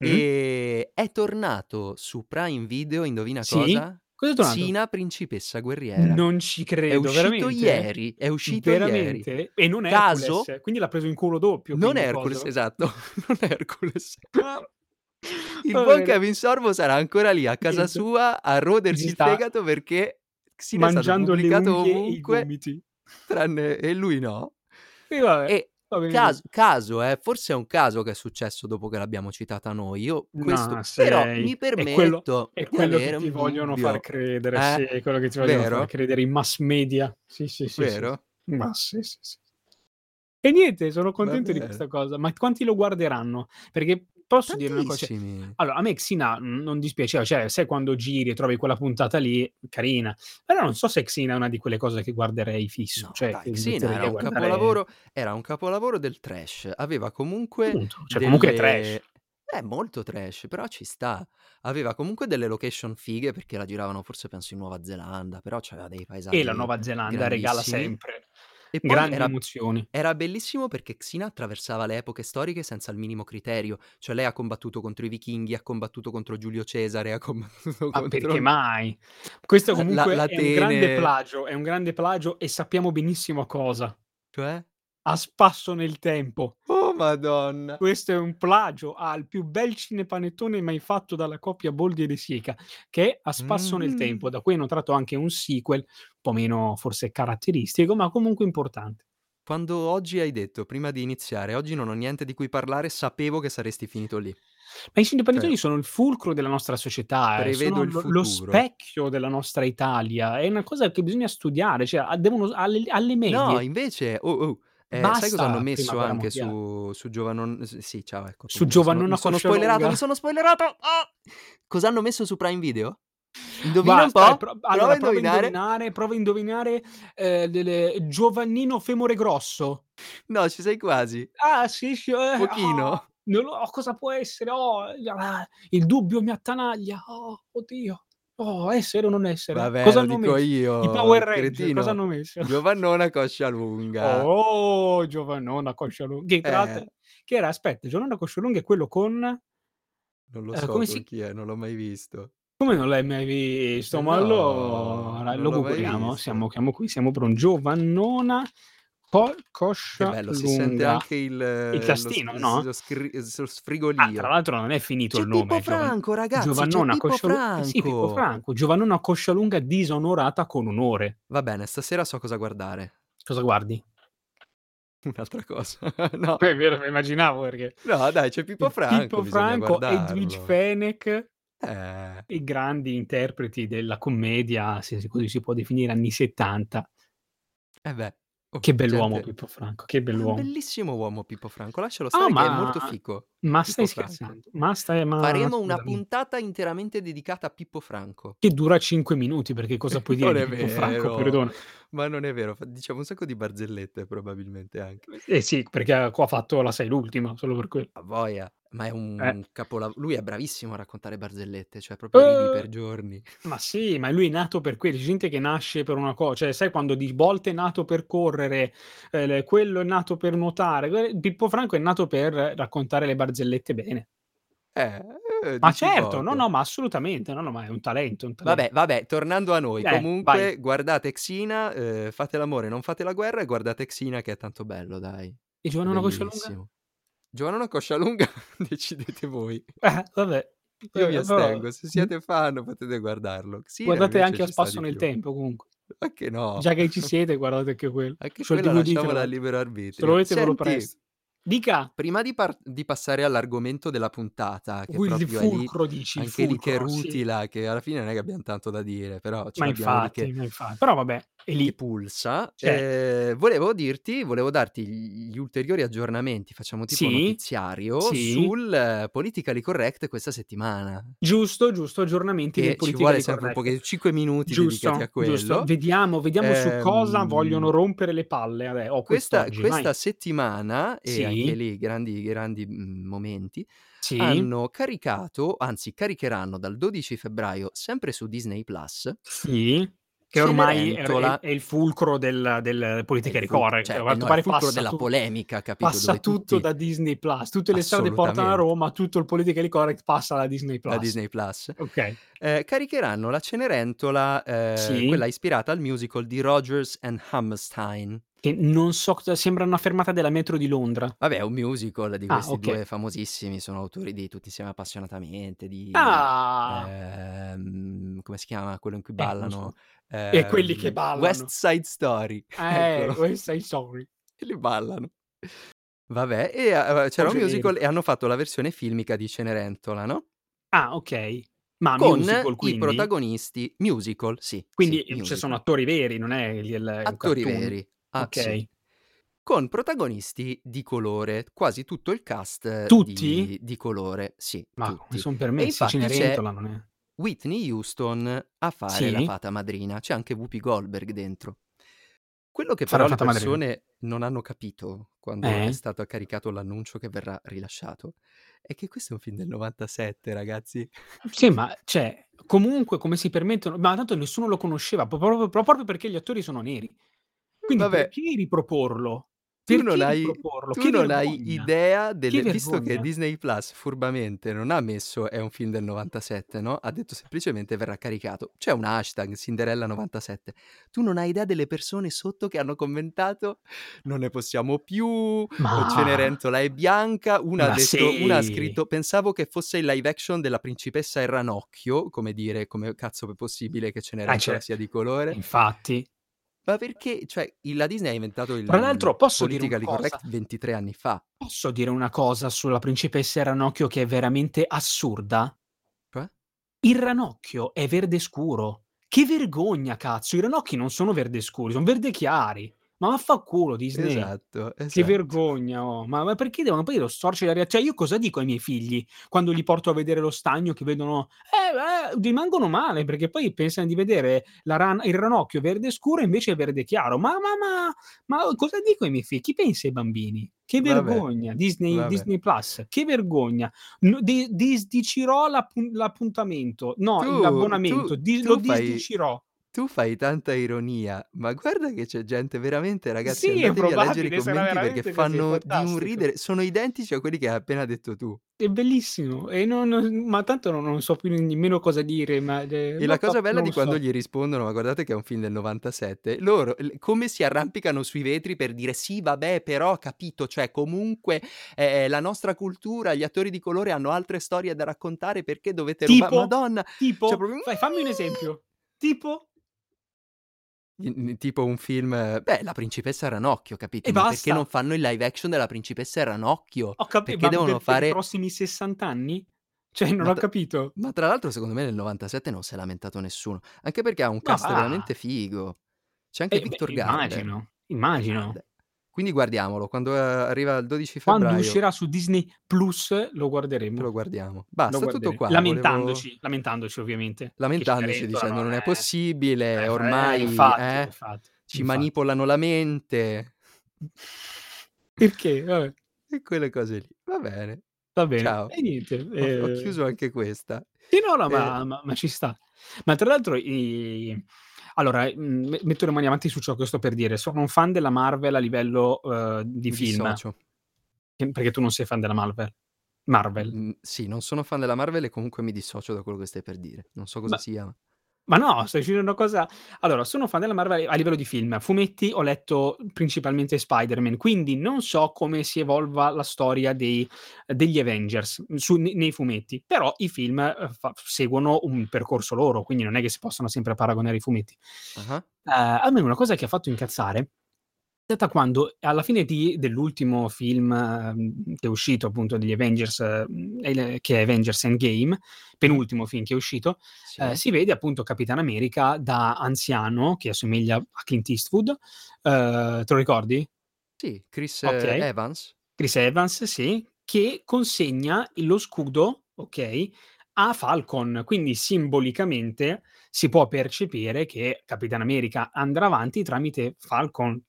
Speaker 2: Mm?
Speaker 1: E è tornato su Prime Video, indovina
Speaker 2: Sì?
Speaker 1: cosa?
Speaker 2: Cosa è tornato?
Speaker 1: Sina, principessa guerriera.
Speaker 2: Non ci
Speaker 1: È
Speaker 2: credo,
Speaker 1: uscito
Speaker 2: veramente?
Speaker 1: ieri, è uscito ieri.
Speaker 2: Veramente? E non
Speaker 1: Caso?
Speaker 2: Hercules, quindi l'ha preso in culo doppio,
Speaker 1: Non
Speaker 2: quindi
Speaker 1: Hercules,
Speaker 2: cosa? Ah.
Speaker 1: esatto, non Hercules. Il
Speaker 2: Va
Speaker 1: buon
Speaker 2: bene,
Speaker 1: Kevin Sorbo sarà ancora lì a casa
Speaker 2: niente.
Speaker 1: sua a
Speaker 2: Si
Speaker 1: rodersi il
Speaker 2: sta
Speaker 1: fegato perché Xina è stato
Speaker 2: mangiando le
Speaker 1: pubblicato
Speaker 2: unghie e i
Speaker 1: ovunque,
Speaker 2: gomiti. Eh.
Speaker 1: tranne e lui no.
Speaker 2: E vabbè,
Speaker 1: E
Speaker 2: va bene
Speaker 1: caso,
Speaker 2: così.
Speaker 1: caso, eh, forse è un caso che è successo dopo che l'abbiamo citata noi. Io questo,
Speaker 2: No,
Speaker 1: però
Speaker 2: sei...
Speaker 1: mi
Speaker 2: È quello,
Speaker 1: permetto
Speaker 2: è
Speaker 1: di
Speaker 2: quello che
Speaker 1: avere
Speaker 2: ti
Speaker 1: un
Speaker 2: vogliono far
Speaker 1: dubbio.
Speaker 2: credere, sì,
Speaker 1: Eh,
Speaker 2: è quello che ti vogliono far
Speaker 1: vero?
Speaker 2: credere i mass media. Sì, sì, sì, sì.
Speaker 1: Vero?
Speaker 2: Ma sì, sì, sì. E niente, sono
Speaker 1: Va
Speaker 2: contento di
Speaker 1: bene.
Speaker 2: questa cosa, ma quanti lo guarderanno? Perché posso dire una cosa? Cioè, allora, a me Xina mh, non dispiaceva, cioè, sai quando giri e trovi quella puntata lì, carina. Però non so se Xina è una di quelle cose che guarderei fisso.
Speaker 1: No,
Speaker 2: cioè,
Speaker 1: dai,
Speaker 2: che
Speaker 1: Xena
Speaker 2: inizierei
Speaker 1: era
Speaker 2: a
Speaker 1: un,
Speaker 2: guardare-
Speaker 1: capolavoro, era un capolavoro del trash. Aveva comunque.
Speaker 2: Appunto, cioè, comunque è
Speaker 1: delle-
Speaker 2: trash.
Speaker 1: È molto trash, però ci sta. Aveva comunque delle location fighe perché la giravano forse penso in Nuova Zelanda, però c'aveva dei paesaggi.
Speaker 2: E la Nuova Zelanda regala
Speaker 1: grandissimi.
Speaker 2: sempre
Speaker 1: E poi
Speaker 2: grandi
Speaker 1: era,
Speaker 2: emozioni.
Speaker 1: era bellissimo perché Xena attraversava le epoche storiche senza il minimo criterio. Cioè lei ha combattuto contro i vichinghi, ha combattuto contro Giulio Cesare, ha combattuto
Speaker 2: Ma
Speaker 1: contro... Eh,
Speaker 2: perché mai? Questo
Speaker 1: La-
Speaker 2: comunque
Speaker 1: la-
Speaker 2: è un grande
Speaker 1: l'Atene.
Speaker 2: plagio, è un grande plagio e sappiamo benissimo cosa.
Speaker 1: Cioè?
Speaker 2: A spasso nel tempo.
Speaker 1: Oh madonna!
Speaker 2: Questo è un plagio al più bel cinepanettone mai fatto dalla coppia Boldi e De Sica, che è a spasso nel
Speaker 1: Mm.
Speaker 2: tempo. Da cui hanno tratto anche un sequel, un po' meno forse caratteristico, ma comunque importante.
Speaker 1: Quando oggi hai detto, prima di iniziare, oggi non ho niente di cui parlare, sapevo che saresti finito lì.
Speaker 2: Ma i cinepanettoni
Speaker 1: Cioè-
Speaker 2: sono il fulcro della nostra società, eh,
Speaker 1: Prevedo
Speaker 2: sono
Speaker 1: il
Speaker 2: lo, lo
Speaker 1: futuro.
Speaker 2: specchio della nostra Italia, è una cosa che bisogna studiare, cioè a- devono, alle, alle
Speaker 1: No,
Speaker 2: medie.
Speaker 1: invece, oh, oh, eh, sai cosa hanno
Speaker 2: Basta prima
Speaker 1: messo
Speaker 2: guerra
Speaker 1: anche
Speaker 2: mondiale.
Speaker 1: su, su Giovannon... s- Sì, ciao, ecco. comunque,
Speaker 2: Su
Speaker 1: mi sono,
Speaker 2: Giovannona
Speaker 1: mi sono spoilerato, mi
Speaker 2: Cosciolonga.
Speaker 1: sono spoilerato! Ah! Cosa hanno messo su Prime Video? Indovina
Speaker 2: Basta, dai,
Speaker 1: un po'?
Speaker 2: pro-
Speaker 1: prova a
Speaker 2: allora prova a
Speaker 1: indovinare.
Speaker 2: indovinare, prova a indovinare eh, delle- Giovannino Femore Grosso.
Speaker 1: No, ci sei quasi.
Speaker 2: Ah, sì, sì, eh,
Speaker 1: Pochino.
Speaker 2: ah, non lo- oh, cosa può essere? Oh, ah, il dubbio mi attanaglia. Oh, oddio. Oh, essere o non essere?
Speaker 1: Vabbè,
Speaker 2: cosa
Speaker 1: lo
Speaker 2: hanno
Speaker 1: dico
Speaker 2: messo?
Speaker 1: io,
Speaker 2: I Power Ranger,
Speaker 1: cretino.
Speaker 2: cosa hanno messo?
Speaker 1: Giovannona coscia lunga.
Speaker 2: Oh, Giovannona Coscialunghi. Che, tra l'altro-
Speaker 1: Eh,
Speaker 2: che era, aspetta, Giovannona Coscialunghi è quello con...
Speaker 1: non lo
Speaker 2: eh,
Speaker 1: so
Speaker 2: come,
Speaker 1: con
Speaker 2: si,
Speaker 1: chi è, non l'ho mai visto.
Speaker 2: come non l'hai mai visto?
Speaker 1: Eh
Speaker 2: Ma
Speaker 1: No,
Speaker 2: allora,
Speaker 1: non
Speaker 2: lo
Speaker 1: l'ho mai
Speaker 2: googliamo. Siamo,
Speaker 1: visto.
Speaker 2: siamo qui, siamo pronti. Giovannona Co-
Speaker 1: Che bello, si sente
Speaker 2: Coscialunga.
Speaker 1: anche il,
Speaker 2: Il
Speaker 1: eh, lo,
Speaker 2: tastino,
Speaker 1: scri-
Speaker 2: no?
Speaker 1: lo scri- lo
Speaker 2: Ah, tra
Speaker 1: sfrigolio.
Speaker 2: l'altro non è finito il
Speaker 1: C'è Pippo
Speaker 2: nome. Giovan-
Speaker 1: Franco, ragazzi, c'è
Speaker 2: Giovannona
Speaker 1: Pippo
Speaker 2: Coscialunga. Eh sì, Pippo
Speaker 1: Franco.
Speaker 2: Franco. Giovannona Coscialunga disonorata con onore.
Speaker 1: Va bene, stasera so cosa guardare.
Speaker 2: Cosa guardi?
Speaker 1: Un'altra cosa. no,
Speaker 2: È Eh, vero, mi immaginavo perché...
Speaker 1: no, dai, c'è Pippo Franco,
Speaker 2: Pippo
Speaker 1: bisogna
Speaker 2: Franco, Edwidge
Speaker 1: guardarlo.
Speaker 2: Fenech...
Speaker 1: Eh,
Speaker 2: i grandi interpreti della commedia, se se così si può definire, anni 70.
Speaker 1: eh beh, oh,
Speaker 2: Che bell'uomo
Speaker 1: gente.
Speaker 2: Pippo Franco, che
Speaker 1: È un
Speaker 2: bell'uomo.
Speaker 1: bellissimo uomo Pippo Franco, lascialo
Speaker 2: Ah,
Speaker 1: stare che è molto
Speaker 2: ma,
Speaker 1: fico.
Speaker 2: ma
Speaker 1: Pippo
Speaker 2: stai
Speaker 1: Franco.
Speaker 2: scherzando? Ma stai,
Speaker 1: Ah,
Speaker 2: ma
Speaker 1: Faremo una
Speaker 2: scusami.
Speaker 1: puntata interamente dedicata a Pippo Franco.
Speaker 2: Che dura 5 minuti, perché cosa puoi dire
Speaker 1: Non
Speaker 2: di
Speaker 1: è
Speaker 2: Pippo Franco,
Speaker 1: vero,
Speaker 2: perdona?
Speaker 1: ma non è vero, fa- diciamo un sacco di barzellette probabilmente anche.
Speaker 2: Eh sì, perché qua ha fatto la sei l'ultima, solo per quello.
Speaker 1: A voglia, ma è
Speaker 2: Eh.
Speaker 1: un capolavoro. Lui è bravissimo a raccontare barzellette, cioè proprio ridi
Speaker 2: Eh,
Speaker 1: per giorni.
Speaker 2: Ma sì, ma lui è nato per quello, c'è gente che nasce per una cosa, cioè sai quando di volte è nato per correre, eh, le- quello è nato per nuotare, que- Pippo Franco è nato per raccontare le barzellette bene.
Speaker 1: Eh, eh,
Speaker 2: Ma
Speaker 1: dici
Speaker 2: certo, no,
Speaker 1: poco.
Speaker 2: no, ma assolutamente, no, no, ma è un talento, un
Speaker 1: Vabbè,
Speaker 2: talento.
Speaker 1: vabbè, tornando a noi,
Speaker 2: Eh, vai.
Speaker 1: comunque guardate Xina, eh, fate l'amore, non fate la guerra e guardate Xina che è tanto bello, dai.
Speaker 2: E
Speaker 1: È
Speaker 2: Giovanna Coscia Lunga?
Speaker 1: bellissimo. Giovanna Coscialunga, decidete voi.
Speaker 2: Eh, vabbè,
Speaker 1: Io mi
Speaker 2: vabbè, però
Speaker 1: astengo, se
Speaker 2: mm,
Speaker 1: siete fan potete guardarlo. Xina
Speaker 2: guardate
Speaker 1: invece
Speaker 2: anche a
Speaker 1: ci sta di
Speaker 2: spasso nel
Speaker 1: più.
Speaker 2: tempo comunque.
Speaker 1: Ma che no?
Speaker 2: Già che ci siete, guardate anche quello.
Speaker 1: Oh. Anche
Speaker 2: C'ho il
Speaker 1: quella
Speaker 2: DVD, tra
Speaker 1: lasciamola al
Speaker 2: l'altro.
Speaker 1: libero
Speaker 2: Se lo
Speaker 1: arbitrio.
Speaker 2: volete ve lo
Speaker 1: Senti,
Speaker 2: presto. Dica,
Speaker 1: prima di, par- di passare all'argomento della puntata, che
Speaker 2: ui, il
Speaker 1: proprio è lì,
Speaker 2: fulcro dici, il
Speaker 1: anche lì che
Speaker 2: fulcro, sì.
Speaker 1: rutila, che alla fine non è che abbiamo tanto da dire, però ce
Speaker 2: Ma
Speaker 1: l'abbiamo lì che,
Speaker 2: infatti, ma infatti. Però vabbè, è
Speaker 1: che
Speaker 2: lì,
Speaker 1: pulsa.
Speaker 2: c'è.
Speaker 1: Eh, volevo dirti, volevo darti gli gli ulteriori aggiornamenti, facciamo tipo
Speaker 2: Sì,
Speaker 1: notiziario,
Speaker 2: sì,
Speaker 1: sul eh, Politically Correct questa settimana,
Speaker 2: giusto, giusto, aggiornamenti del
Speaker 1: che ci vuole
Speaker 2: Politically
Speaker 1: sempre un po'
Speaker 2: Correct.
Speaker 1: che 5 minuti dedicati a
Speaker 2: Giusto, giusto.
Speaker 1: quello.
Speaker 2: Vediamo, vediamo su cosa vogliono
Speaker 1: Ehm,
Speaker 2: rompere le palle. Vabbè, ho
Speaker 1: questa,
Speaker 2: quest'oggi, vai.
Speaker 1: questa settimana, e anche
Speaker 2: Sì,
Speaker 1: lì grandi, grandi mm, momenti,
Speaker 2: sì,
Speaker 1: hanno caricato, anzi caricheranno dal 12 febbraio, sempre su Disney Plus,
Speaker 2: sì. Che ormai è, è-
Speaker 1: Cenerentola
Speaker 2: è il fulcro del, del
Speaker 1: è il
Speaker 2: politically
Speaker 1: fulcro,
Speaker 2: correct.
Speaker 1: cioè,
Speaker 2: A
Speaker 1: eh
Speaker 2: quanto
Speaker 1: no, è il
Speaker 2: pare
Speaker 1: fulcro
Speaker 2: passa,
Speaker 1: della
Speaker 2: tu-
Speaker 1: polemica, capito?
Speaker 2: passa
Speaker 1: Dove
Speaker 2: tutto
Speaker 1: tutti,
Speaker 2: da Disney Plus. Tutte le strade portano a
Speaker 1: assolutamente,
Speaker 2: Roma, tutto il politically correct passa alla Disney
Speaker 1: la
Speaker 2: Plus.
Speaker 1: Disney Plus,
Speaker 2: Ok,
Speaker 1: eh, caricheranno la Cenerentola, eh,
Speaker 2: sì.
Speaker 1: quella ispirata al musical di Rogers and Hammerstein.
Speaker 2: Che non so, cosa- sembra una fermata della metro di Londra.
Speaker 1: Vabbè, è un musical di
Speaker 2: Ah,
Speaker 1: questi
Speaker 2: ok.
Speaker 1: due famosissimi, sono autori di Tutti insieme appassionatamente, di...
Speaker 2: Ah,
Speaker 1: eh, ehm, come si chiama quello in cui
Speaker 2: eh, non so.
Speaker 1: ballano?
Speaker 2: E quelli che
Speaker 1: Ehm, West
Speaker 2: ballano.
Speaker 1: Side Story,
Speaker 2: Eh,
Speaker 1: eccolo,
Speaker 2: questo è il sorry.
Speaker 1: e li ballano. Vabbè, e eh,
Speaker 2: po'
Speaker 1: c'era un musical
Speaker 2: generico.
Speaker 1: e hanno fatto la versione filmica di Cenerentola, no?
Speaker 2: Ah, ok. Ma
Speaker 1: Con
Speaker 2: Ah, musical
Speaker 1: i
Speaker 2: quindi?
Speaker 1: protagonisti musical, sì, sì,
Speaker 2: Quindi eh, cioè,
Speaker 1: musical.
Speaker 2: sono attori veri, non è il, il- un
Speaker 1: Attori
Speaker 2: cartoon.
Speaker 1: veri, ah sì.
Speaker 2: Ok.
Speaker 1: con protagonisti di colore, quasi tutto il cast eh,
Speaker 2: Tutti?
Speaker 1: Di, di colore, sì,
Speaker 2: Ma come
Speaker 1: tutti.
Speaker 2: sono
Speaker 1: E
Speaker 2: permessi?
Speaker 1: infatti c'è-
Speaker 2: Cenerentola non è.
Speaker 1: Whitney Houston a fare
Speaker 2: Sì.
Speaker 1: la fata madrina, c'è anche Whoopi Goldberg dentro. Quello che però
Speaker 2: Farà la
Speaker 1: le
Speaker 2: fata madrina.
Speaker 1: persone non hanno capito quando
Speaker 2: Eh?
Speaker 1: è stato caricato l'annuncio che verrà rilasciato è che questo è un film del 97, ragazzi.
Speaker 2: Sì, ma cioè, comunque come si permettono, ma tanto nessuno lo conosceva pro- proprio, pro- proprio perché gli attori sono neri. Quindi
Speaker 1: Vabbè.
Speaker 2: perché riproporlo?
Speaker 1: Tu
Speaker 2: Perché
Speaker 1: non hai,
Speaker 2: riproporlo?
Speaker 1: tu
Speaker 2: Che
Speaker 1: non hai
Speaker 2: vergogna.
Speaker 1: idea delle...
Speaker 2: Che
Speaker 1: Visto che
Speaker 2: vergogna.
Speaker 1: Disney Plus furbamente non ha messo è un film del 97, no? Ha detto semplicemente verrà caricato. C'è un hashtag Cinderella97. Tu non hai idea delle persone sotto che hanno commentato non ne possiamo più,
Speaker 2: Ma
Speaker 1: Cenerentola è bianca, una ha,
Speaker 2: Ah. Ma
Speaker 1: detto-
Speaker 2: sì.
Speaker 1: una ha scritto pensavo che fosse il live action della principessa e il ranocchio, come dire, come cazzo è possibile che Cenerentola
Speaker 2: certo.
Speaker 1: sia di colore?
Speaker 2: infatti,
Speaker 1: Ma perché, cioè, il- la Disney ha inventato il
Speaker 2: Tra l'altro, posso dire una
Speaker 1: politically
Speaker 2: cosa?
Speaker 1: correct 23 anni fa,
Speaker 2: posso dire una cosa sulla principessa e il Ranocchio che è veramente assurda?
Speaker 1: cioè?
Speaker 2: Il ranocchio è verde scuro. Che vergogna, cazzo! I ranocchi non sono verde scuri, sono verde chiari. Ma vaffanculo Disney.
Speaker 1: Esatto,
Speaker 2: Che
Speaker 1: esatto.
Speaker 2: vergogna, oh. ma, ma perché devono poi lo storcere la realtà? Cioè, io cosa dico ai miei figli quando li porto a vedere lo stagno che vedono? Eh, eh, rimangono male perché poi pensano di vedere la ran- il ranocchio verde scuro e invece è verde chiaro. Ma, ma, ma, ma cosa dico ai miei figli? Chi pensa ai bambini? Che
Speaker 1: Vabbè,
Speaker 2: vergogna, Disney,
Speaker 1: vabbè.
Speaker 2: Disney Plus, che vergogna. No, di- disdicirò l'appun- l'appuntamento, no,
Speaker 1: Tu-
Speaker 2: l'abbonamento,
Speaker 1: tu-
Speaker 2: Di-
Speaker 1: tu
Speaker 2: lo
Speaker 1: fai-
Speaker 2: disdicirò.
Speaker 1: Tu fai tanta ironia, ma guarda che c'è gente veramente, ragazzi,
Speaker 2: Sì, è
Speaker 1: andatevi a leggere i
Speaker 2: probabile, sarà
Speaker 1: commenti perché
Speaker 2: veramente così, è
Speaker 1: fanno di un
Speaker 2: fantastico.
Speaker 1: ridere, sono identici a quelli che hai appena detto tu.
Speaker 2: È bellissimo, e non- non- ma tanto non, non so più nemmeno cosa dire. Ma, eh,
Speaker 1: E
Speaker 2: ma
Speaker 1: la cosa
Speaker 2: fa-
Speaker 1: bella
Speaker 2: non
Speaker 1: di
Speaker 2: lo
Speaker 1: quando
Speaker 2: so.
Speaker 1: gli rispondono, ma guardate che è un film del 97, loro l- come si arrampicano sui vetri per dire sì, vabbè, però ho capito, cioè comunque eh, la nostra cultura, gli attori di colore hanno altre storie da raccontare perché dovete rubare...
Speaker 2: Tipo?
Speaker 1: Madonna!
Speaker 2: Tipo,
Speaker 1: Cioè, proprio-
Speaker 2: fai- fammi un esempio. Tipo,
Speaker 1: In- in- tipo un film, eh, beh, la principessa Ranocchio, capito?
Speaker 2: E
Speaker 1: Ma
Speaker 2: basta.
Speaker 1: perché non fanno il live action della principessa Ranocchio?
Speaker 2: ho capito,
Speaker 1: Perché
Speaker 2: ma
Speaker 1: devono
Speaker 2: per, per i
Speaker 1: fare...
Speaker 2: prossimi 60 anni? Cioè, non
Speaker 1: Ma
Speaker 2: ho
Speaker 1: tra-
Speaker 2: capito.
Speaker 1: Ma tra l'altro, secondo me nel 97 non si è lamentato nessuno, anche perché ha un
Speaker 2: Ma
Speaker 1: cast
Speaker 2: va.
Speaker 1: veramente figo. C'è anche
Speaker 2: Eh, beh,
Speaker 1: Victor Garber.
Speaker 2: immagino, immagino.
Speaker 1: Grande. Quindi guardiamolo, quando eh, arriva il 12
Speaker 2: Quando
Speaker 1: febbraio
Speaker 2: uscirà su Disney Plus lo guarderemo.
Speaker 1: lo guardiamo. Basta,
Speaker 2: Lo
Speaker 1: tutto
Speaker 2: guarderemo.
Speaker 1: qua.
Speaker 2: Lamentandoci,
Speaker 1: volevo-
Speaker 2: lamentandoci ovviamente.
Speaker 1: Lamentandoci
Speaker 2: Che Cenerentola
Speaker 1: dicendo non è
Speaker 2: eh,
Speaker 1: possibile,
Speaker 2: eh,
Speaker 1: ormai
Speaker 2: infatti,
Speaker 1: eh,
Speaker 2: infatti,
Speaker 1: ci
Speaker 2: infatti.
Speaker 1: manipolano la mente
Speaker 2: Perché? Vabbè,
Speaker 1: e quelle cose lì. Va bene,
Speaker 2: va bene.
Speaker 1: Ciao.
Speaker 2: E niente.
Speaker 1: ho, ho
Speaker 2: eh,
Speaker 1: chiuso anche questa.
Speaker 2: Sì, no, no,
Speaker 1: Eh,
Speaker 2: ma, ma- ma ci sta. Ma tra l'altro, i- allora, eh, m- metto le mani avanti su ciò che sto per dire. Sono un fan della Marvel a livello eh, di
Speaker 1: mi
Speaker 2: film,
Speaker 1: dissocio.
Speaker 2: che- perché tu non sei fan della Marvel. Marvel.
Speaker 1: Mm, Sì, non sono fan della Marvel e comunque mi dissocio da quello che stai per dire. Non so cosa
Speaker 2: Ma-
Speaker 1: sia.
Speaker 2: Ma no, stai dicendo una cosa... Allora, sono fan della Marvel a livello di film. Fumetti ho letto principalmente Spider-Man, quindi non so come si evolva la storia dei- degli Avengers su- nei nei fumetti, però i film eh, fa- seguono un percorso loro, quindi non è che si possono sempre paragonare i fumetti.
Speaker 1: Ah,
Speaker 2: Eh, a me una cosa che ha fatto incazzare è stata quando alla fine di- dell'ultimo film ehm, che è uscito appunto degli Avengers ehm, eh, che è Avengers Endgame penultimo film che è uscito
Speaker 1: Sì.
Speaker 2: eh, si vede appunto Capitan America da anziano che assomiglia a Clint Eastwood eh, te lo ricordi?
Speaker 1: Sì, Chris
Speaker 2: Ok.
Speaker 1: eh, Evans.
Speaker 2: Chris Evans, sì, che consegna lo scudo, ok, a Falcon. Quindi simbolicamente si può percepire che Capitan America andrà avanti tramite Falcon,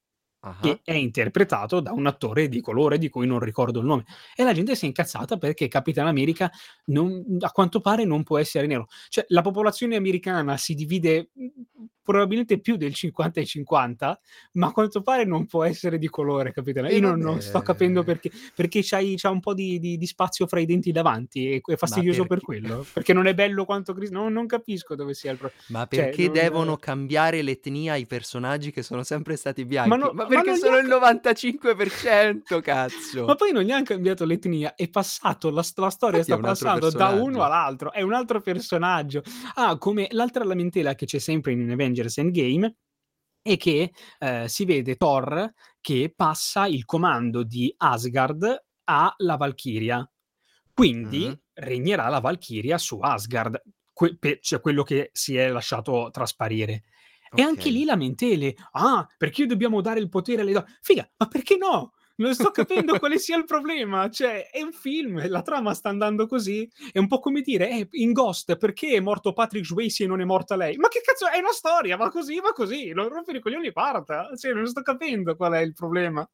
Speaker 1: Ah,
Speaker 2: che è interpretato da un attore di colore di cui non ricordo il nome. E la gente si è incazzata perché Capitan America non- a quanto pare non può essere nero. Cioè la popolazione americana si divide mh, probabilmente più del 50 e 50, ma a quanto pare non può essere di colore Capitan
Speaker 1: E
Speaker 2: Io non,
Speaker 1: vabbè.
Speaker 2: non sto capendo perché, perché c'hai, c'ha un po' di, di- di spazio fra i denti davanti e è
Speaker 1: Ma
Speaker 2: fastidioso per
Speaker 1: perché-
Speaker 2: quello, perché non è bello quanto Chris... no, non capisco dove sia il problema.
Speaker 1: Ma
Speaker 2: Cioè,
Speaker 1: perché
Speaker 2: non-
Speaker 1: devono cambiare l'etnia ai personaggi che sono sempre stati bianchi?
Speaker 2: Ma
Speaker 1: Ma,
Speaker 2: no- ma
Speaker 1: perché
Speaker 2: non li
Speaker 1: sono
Speaker 2: ha-
Speaker 1: il 95%, cazzo!
Speaker 2: Ma poi non gli hanno cambiato l'etnia, è passato, la, st- la storia
Speaker 1: Infatti è
Speaker 2: sta
Speaker 1: un altro
Speaker 2: passando da uno
Speaker 1: personaggio.
Speaker 2: all'altro, è un altro personaggio. Ah, come l'altra lamentela che c'è sempre in Avengers Endgame è che eh, si vede Thor che passa il comando di Asgard alla Valchiria. Quindi
Speaker 1: Mhm.
Speaker 2: regnerà la Valchiria su Asgard, que- pe- cioè quello che si è lasciato trasparire. E anche
Speaker 1: Okay.
Speaker 2: lì lamentele. "Ah, perché dobbiamo dare il potere alle donne?" Figa, ma perché no? Non sto capendo quale sia il problema. Cioè, è un film, la trama sta andando così. È un po' come dire, eh, in Ghost, perché è morto Patrick Swayze e non è morta lei? Ma che cazzo, è una storia, va così, va così. Non rompere i coglioni e parta. Cioè, non sto capendo qual è il problema.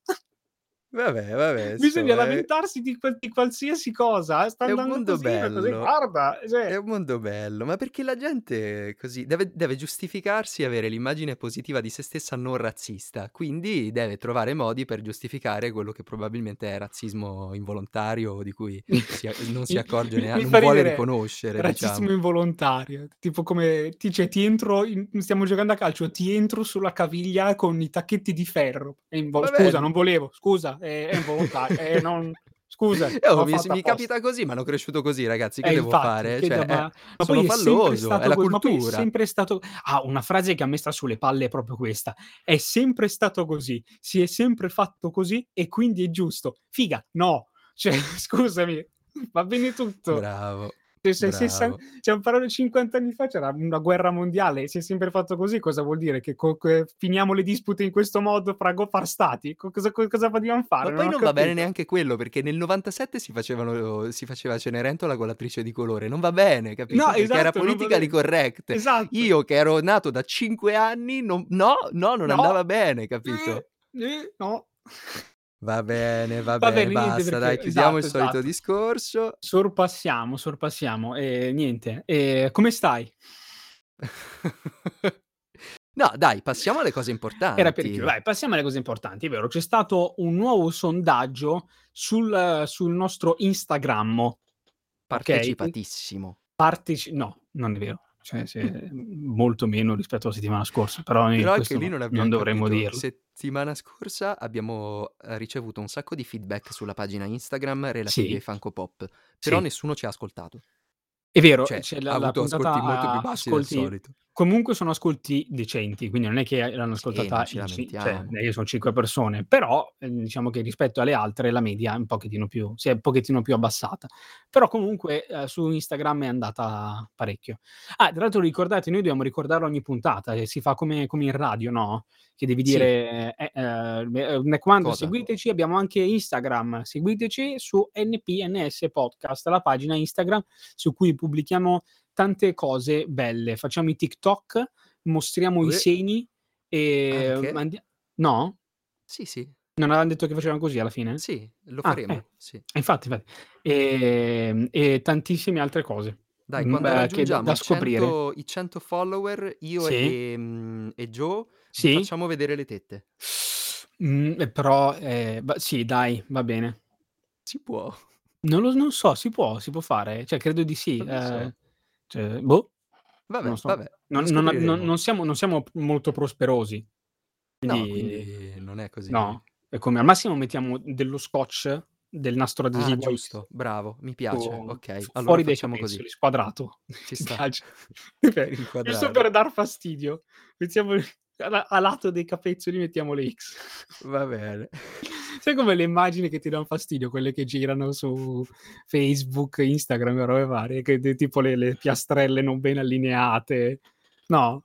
Speaker 1: Vabbè, vabbè, eh,
Speaker 2: Bisogna
Speaker 1: insomma, è
Speaker 2: lamentarsi di, qual- di qualsiasi cosa. eh, Sta
Speaker 1: è un
Speaker 2: andando
Speaker 1: mondo
Speaker 2: così, va così,
Speaker 1: bello.
Speaker 2: guarda.
Speaker 1: È
Speaker 2: Cioè,
Speaker 1: un mondo bello, ma perché la gente così deve, deve giustificarsi e avere l'immagine positiva di se stessa non razzista, quindi deve trovare modi per giustificare quello che probabilmente è razzismo involontario di cui si a- non si
Speaker 2: mi,
Speaker 1: accorge
Speaker 2: mi-
Speaker 1: neanche,
Speaker 2: mi
Speaker 1: non
Speaker 2: fa
Speaker 1: vuole
Speaker 2: ridere
Speaker 1: riconoscere,
Speaker 2: razzismo
Speaker 1: diciamo.
Speaker 2: involontario tipo come ti, cioè, ti entro in- stiamo giocando a calcio ti entro sulla caviglia con i tacchetti di ferro È invo-
Speaker 1: Vabbè,
Speaker 2: scusa non volevo scusa è, è involontario eh, non- scusa
Speaker 1: Oh,
Speaker 2: l'ho
Speaker 1: mi,
Speaker 2: fatto
Speaker 1: mi
Speaker 2: apposta
Speaker 1: capita così, ma hanno cresciuto così, ragazzi,
Speaker 2: eh,
Speaker 1: che devo
Speaker 2: infatti,
Speaker 1: fare?
Speaker 2: che
Speaker 1: Cioè,
Speaker 2: da-
Speaker 1: è-
Speaker 2: ma, ma
Speaker 1: sono
Speaker 2: poi è sempre
Speaker 1: falloso, è
Speaker 2: stato
Speaker 1: la
Speaker 2: così. Ma poi è
Speaker 1: cultura.
Speaker 2: sempre stato. Ah, una frase che ha messo sulle palle è proprio questa: è sempre stato così, si è sempre fatto così e quindi è giusto. Figa, no, cioè, scusami, va bene tutto.
Speaker 1: Bravo,
Speaker 2: Se, se, se,
Speaker 1: bravo.
Speaker 2: c'è Cioè, parole 50 anni fa, c'era una guerra mondiale, e si è sempre fatto così. Cosa vuol dire? Che co- che finiamo le dispute in questo modo fra, go- fra stati? Co- cosa, co- cosa vogliamo
Speaker 1: Ma
Speaker 2: fare?
Speaker 1: poi
Speaker 2: Non ho
Speaker 1: non va bene
Speaker 2: capito.
Speaker 1: neanche quello, perché nel 97 si, facevano, si faceva Cenerentola con l'attrice di colore. Non va bene,
Speaker 2: No,
Speaker 1: capito? Perché era
Speaker 2: esatto, non va
Speaker 1: politica di
Speaker 2: bene.
Speaker 1: correct.
Speaker 2: Esatto.
Speaker 1: Io che ero nato da 5 anni, non- no, no, non
Speaker 2: No,
Speaker 1: andava bene, capito?
Speaker 2: eh, eh, no.
Speaker 1: Va bene, va
Speaker 2: Va
Speaker 1: bene,
Speaker 2: bene, niente
Speaker 1: basta, dai,
Speaker 2: perché...
Speaker 1: chiudiamo il
Speaker 2: Esatto,
Speaker 1: solito
Speaker 2: esatto.
Speaker 1: discorso.
Speaker 2: Sorpassiamo, sorpassiamo. E niente. Eh, come stai?
Speaker 1: No, dai, passiamo alle cose
Speaker 2: Era per chiudere.
Speaker 1: importanti.
Speaker 2: Vai, passiamo alle cose importanti, vero? C'è stato un nuovo sondaggio sul, eh, sul nostro Instagram, ok?
Speaker 1: Partecipatissimo.
Speaker 2: Parteci- no, non è vero. Cioè, se- molto meno rispetto alla settimana scorsa, però eh,
Speaker 1: Mm. Però anche
Speaker 2: questo
Speaker 1: lì
Speaker 2: no,
Speaker 1: non
Speaker 2: non
Speaker 1: abbiamo
Speaker 2: dovremmo
Speaker 1: capito.
Speaker 2: dirlo.
Speaker 1: Settimana scorsa abbiamo eh, ricevuto un sacco di feedback sulla pagina Instagram relativi ai
Speaker 2: Sì,
Speaker 1: Funko Pop, però
Speaker 2: sì.
Speaker 1: nessuno ci ha ascoltato.
Speaker 2: È vero,
Speaker 1: Cioè,
Speaker 2: c'è
Speaker 1: ha
Speaker 2: la, la
Speaker 1: avuto ascolti
Speaker 2: puntata
Speaker 1: molto più
Speaker 2: a
Speaker 1: bassi del
Speaker 2: ascolti.
Speaker 1: solito.
Speaker 2: Comunque sono ascolti decenti, quindi non è che l'hanno
Speaker 1: Sì, non
Speaker 2: ascoltata
Speaker 1: ci
Speaker 2: in ci- cioè,
Speaker 1: lamentiamo.
Speaker 2: io sono cinque persone, però eh, diciamo che rispetto alle altre la media è un pochettino più, si è un pochettino più abbassata. Però comunque eh, su Instagram è andata parecchio. Ah, tra l'altro ricordate, noi dobbiamo ricordarlo ogni puntata, eh, si fa come, come in radio, no? Che devi
Speaker 1: Sì,
Speaker 2: dire, eh, eh, eh, ne- quando
Speaker 1: cosa?
Speaker 2: seguiteci abbiamo anche Instagram, seguiteci su NPNS Podcast, la pagina Instagram su cui pubblichiamo tante cose belle. Facciamo i TikTok, mostriamo i
Speaker 1: Eh,
Speaker 2: segni e
Speaker 1: anche?
Speaker 2: mandi- no?
Speaker 1: Sì, sì,
Speaker 2: Non avevano detto che facevano così alla fine?
Speaker 1: sì, lo
Speaker 2: Ah, eh.
Speaker 1: faremo, sì.
Speaker 2: Infatti, infatti. E, e tantissime altre cose
Speaker 1: Dai,
Speaker 2: mm,
Speaker 1: quando
Speaker 2: eh, che da,
Speaker 1: raggiungiamo
Speaker 2: da
Speaker 1: i
Speaker 2: scoprire.
Speaker 1: 100, i 100 follower, io
Speaker 2: Sì,
Speaker 1: e, mm, e Joe vi
Speaker 2: sì.
Speaker 1: facciamo vedere le tette.
Speaker 2: Mm, eh, però, eh, va- sì, dai, va bene.
Speaker 1: Si può,
Speaker 2: Non lo non so, si può, si può fare? Cioè, credo di sì.
Speaker 1: non lo so.
Speaker 2: eh, cioè, boh, non
Speaker 1: Vabbè,
Speaker 2: so.
Speaker 1: vabbè, lo
Speaker 2: Non, non ab- non-
Speaker 1: scopriremo.
Speaker 2: non siamo, non siamo molto prosperosi,
Speaker 1: No,
Speaker 2: quindi
Speaker 1: quindi non è così...
Speaker 2: no. È come al massimo mettiamo dello scotch, del nastro
Speaker 1: Ah,
Speaker 2: adesivo X
Speaker 1: giusto, bravo, mi piace.
Speaker 2: su-
Speaker 1: Ok,
Speaker 2: fu-
Speaker 1: allora
Speaker 2: fuori dai
Speaker 1: facciamo così.
Speaker 2: capezzoli, squadrato.
Speaker 1: Ci sta.
Speaker 2: Mi piace. Mi piace. Giusto
Speaker 1: Inquadrato.
Speaker 2: per dar fastidio. Mettiamo a, a lato dei capezzoli mettiamo le X.
Speaker 1: Va bene.
Speaker 2: Sai come le immagini che ti danno fastidio, quelle che girano su Facebook, Instagram e robe varie, che de- tipo le, le piastrelle non ben allineate. No?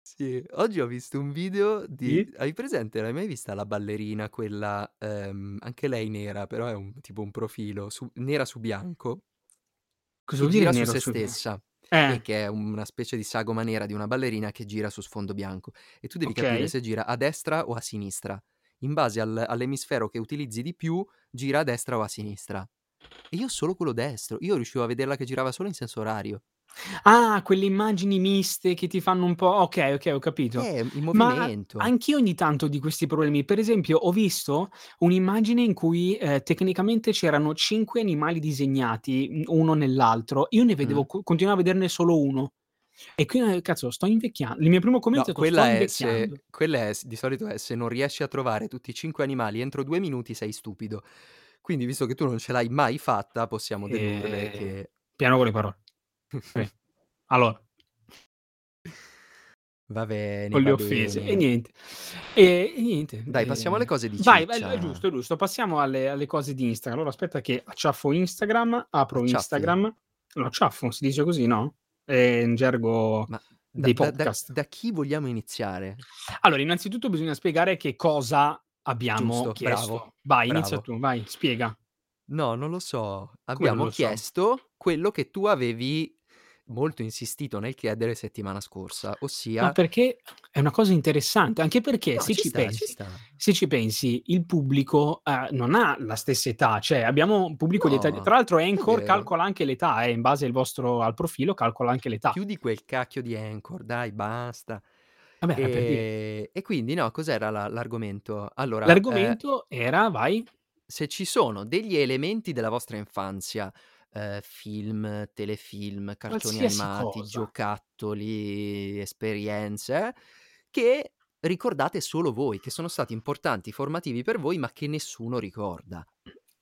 Speaker 1: Sì, oggi ho visto un video di...
Speaker 2: Sì?
Speaker 1: Hai presente, l'hai mai vista la ballerina, quella... ehm, anche lei nera, però è un, tipo un profilo, su- nera su bianco,
Speaker 2: Cosa
Speaker 1: che
Speaker 2: vuol
Speaker 1: gira
Speaker 2: dire
Speaker 1: su
Speaker 2: nero
Speaker 1: se
Speaker 2: su bianco?
Speaker 1: stessa e
Speaker 2: Eh,
Speaker 1: che è una specie di sagoma nera di una ballerina che gira su sfondo bianco. E tu devi capire
Speaker 2: ok.
Speaker 1: se gira a destra o a sinistra. In base al- all'emisfero che utilizzi di più, gira a destra o a sinistra. E io solo quello destro. Io riuscivo a vederla che girava solo in senso orario.
Speaker 2: Ah, quelle immagini miste che ti fanno un po'. Ok, ok, ho capito.
Speaker 1: Eh, in
Speaker 2: Ma
Speaker 1: movimento.
Speaker 2: anch'io ogni tanto di questi problemi. Per esempio, ho visto un'immagine in cui eh, tecnicamente c'erano cinque animali disegnati mh, uno nell'altro. Io ne vedevo,
Speaker 1: Mm.
Speaker 2: co- continuavo a vederne solo uno. E quindi, eh, cazzo, sto invecchiando. Il mio primo commento
Speaker 1: No,
Speaker 2: è stato: Sto
Speaker 1: quella è se.
Speaker 2: invecchiando.
Speaker 1: Quella è, s- di solito è se non riesci a trovare tutti i cinque animali entro due minuti sei stupido. Quindi, visto che tu non ce l'hai mai fatta, possiamo dedurre
Speaker 2: Eh,
Speaker 1: che.
Speaker 2: Piano con le parole. Sì. Allora,
Speaker 1: Va bene,
Speaker 2: con le
Speaker 1: va
Speaker 2: offese e
Speaker 1: bene.
Speaker 2: niente. E, e niente.
Speaker 1: Dai, passiamo alle
Speaker 2: eh.
Speaker 1: cose di
Speaker 2: Vai, vai, è
Speaker 1: Ciccia.
Speaker 2: giusto, è giusto. Passiamo alle, alle cose di Instagram. Allora, aspetta che acciaffo Instagram, apro
Speaker 1: Acciaffi?
Speaker 2: Instagram. Lo acciaffo, si dice così, no? È in gergo
Speaker 1: Ma Da,
Speaker 2: dei
Speaker 1: da- da-
Speaker 2: podcast.
Speaker 1: da chi vogliamo iniziare?
Speaker 2: Allora, innanzitutto bisogna spiegare che cosa abbiamo
Speaker 1: Giusto,
Speaker 2: chiesto.
Speaker 1: bravo,
Speaker 2: vai,
Speaker 1: bravo.
Speaker 2: inizia tu, vai, spiega.
Speaker 1: No, non lo so. Abbiamo
Speaker 2: non lo so?
Speaker 1: chiesto quello che tu avevi molto insistito nel chiedere settimana scorsa, ossia...
Speaker 2: Ma perché è una cosa interessante, anche perché
Speaker 1: No,
Speaker 2: se ci,
Speaker 1: sta,
Speaker 2: pensi,
Speaker 1: sta.
Speaker 2: se ci pensi, il pubblico eh, non ha la stessa età, cioè abbiamo un pubblico di età.
Speaker 1: No,
Speaker 2: Tra l'altro,
Speaker 1: è
Speaker 2: Anchor
Speaker 1: vero.
Speaker 2: calcola anche l'età, eh, in base al vostro al profilo, calcola anche l'età.
Speaker 1: Chiudi quel cacchio di Anchor, dai, basta.
Speaker 2: Vabbè, era Ah, per dire.
Speaker 1: E, e quindi, no, cos'era la- l'argomento? Allora, eh,
Speaker 2: L'argomento era, vai,
Speaker 1: se ci sono degli elementi della vostra infanzia, eh, film, telefilm, cartoni
Speaker 2: Qualsiasi
Speaker 1: animati,
Speaker 2: cosa.
Speaker 1: giocattoli, esperienze, che ricordate solo voi, che sono stati importanti, formativi per voi, ma che nessuno ricorda.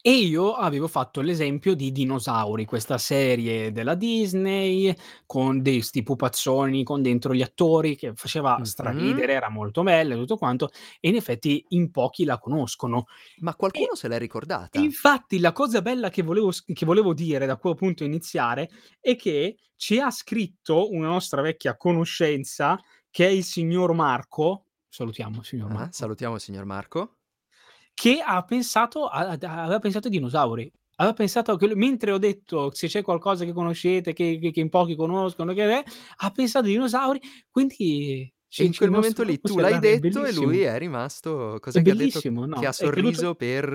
Speaker 2: E io avevo fatto l'esempio di Dinosauri, questa serie della Disney con dei sti pupazzoni con dentro gli attori che faceva
Speaker 1: Mhm.
Speaker 2: straridere, era molto bella e tutto quanto, e in effetti in pochi la conoscono.
Speaker 1: Ma qualcuno se l'è ricordata?
Speaker 2: E infatti la cosa bella che volevo, s- che volevo dire, da cui appunto iniziare, è che ci ha scritto una nostra vecchia conoscenza che è il signor Marco, salutiamo il signor
Speaker 1: Ah,
Speaker 2: Marco,
Speaker 1: salutiamo il signor Marco.
Speaker 2: che ha pensato a- ad- aveva pensato ai dinosauri. Aveva pensato a quello- mentre ho detto se c'è qualcosa che conoscete, che, che- che in pochi conoscono, che è, ha pensato ai dinosauri. Quindi
Speaker 1: E in quel momento lì tu l'hai detto e lui
Speaker 2: è,
Speaker 1: è rimasto.
Speaker 2: è
Speaker 1: Cos'è che ha detto?
Speaker 2: bellissimo, no?
Speaker 1: Che ha
Speaker 2: È creduto-
Speaker 1: sorriso per.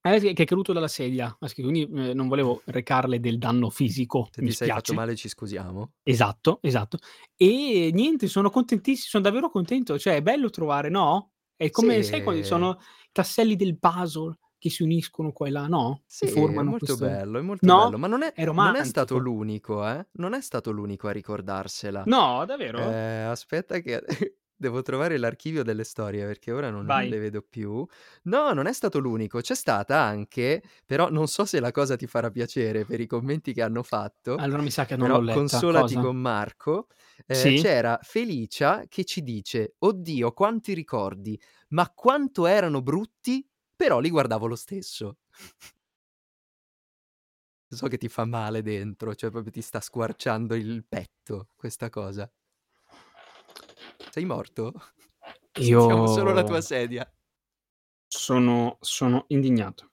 Speaker 2: eh, sì, che è caduto dalla sedia, ha scritto, quindi eh, non volevo recarle del danno fisico,
Speaker 1: Se
Speaker 2: mi
Speaker 1: ti sei fatto
Speaker 2: spiace.
Speaker 1: male, ci scusiamo.
Speaker 2: Esatto, esatto. E niente, sono contentissimo, sono davvero contento, cioè è bello trovare, no? È come, sai, quando
Speaker 1: Sì.
Speaker 2: sono i tasselli del puzzle che si uniscono qua e là, no?
Speaker 1: Sì,
Speaker 2: E
Speaker 1: è
Speaker 2: formano
Speaker 1: molto
Speaker 2: questo...
Speaker 1: bello, è molto
Speaker 2: No,
Speaker 1: bello. Ma non è,
Speaker 2: è
Speaker 1: non è stato
Speaker 2: romantico.
Speaker 1: l'unico, eh? Non è stato l'unico a ricordarsela.
Speaker 2: No, davvero?
Speaker 1: Eh, aspetta che devo trovare l'archivio delle storie perché ora non
Speaker 2: Vai.
Speaker 1: le vedo più. No, non è stato l'unico, c'è stata anche, però non so se la cosa ti farà piacere per i commenti che hanno fatto,
Speaker 2: Allora mi sa che non l'ho
Speaker 1: però
Speaker 2: letta.
Speaker 1: consolati
Speaker 2: Cosa?
Speaker 1: con Marco. Eh,
Speaker 2: Sì?
Speaker 1: c'era Felicia che ci dice, oddio, quanti ricordi, ma quanto erano brutti, però li guardavo lo stesso. So che ti fa male dentro, cioè proprio ti sta squarciando il petto questa cosa. Sei morto? Sentiamo solo la tua
Speaker 2: Io
Speaker 1: sedia.
Speaker 2: sono, sono indignato.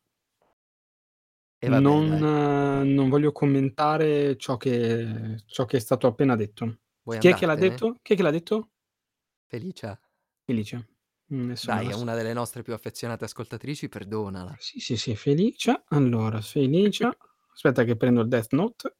Speaker 1: E va bene,
Speaker 2: non,
Speaker 1: dai.
Speaker 2: eh, non voglio commentare ciò che, ciò che è stato appena detto.
Speaker 1: Vuoi
Speaker 2: Chi è che l'ha
Speaker 1: andartene?
Speaker 2: detto? Chi è che l'ha detto?
Speaker 1: Felicia.
Speaker 2: Felice. Mm, Adesso me
Speaker 1: Dai,
Speaker 2: la
Speaker 1: è
Speaker 2: so.
Speaker 1: una delle nostre più affezionate ascoltatrici, perdonala.
Speaker 2: Sì, sì, sì, Felicia. Allora, Felicia. Aspetta che prendo il Death Note.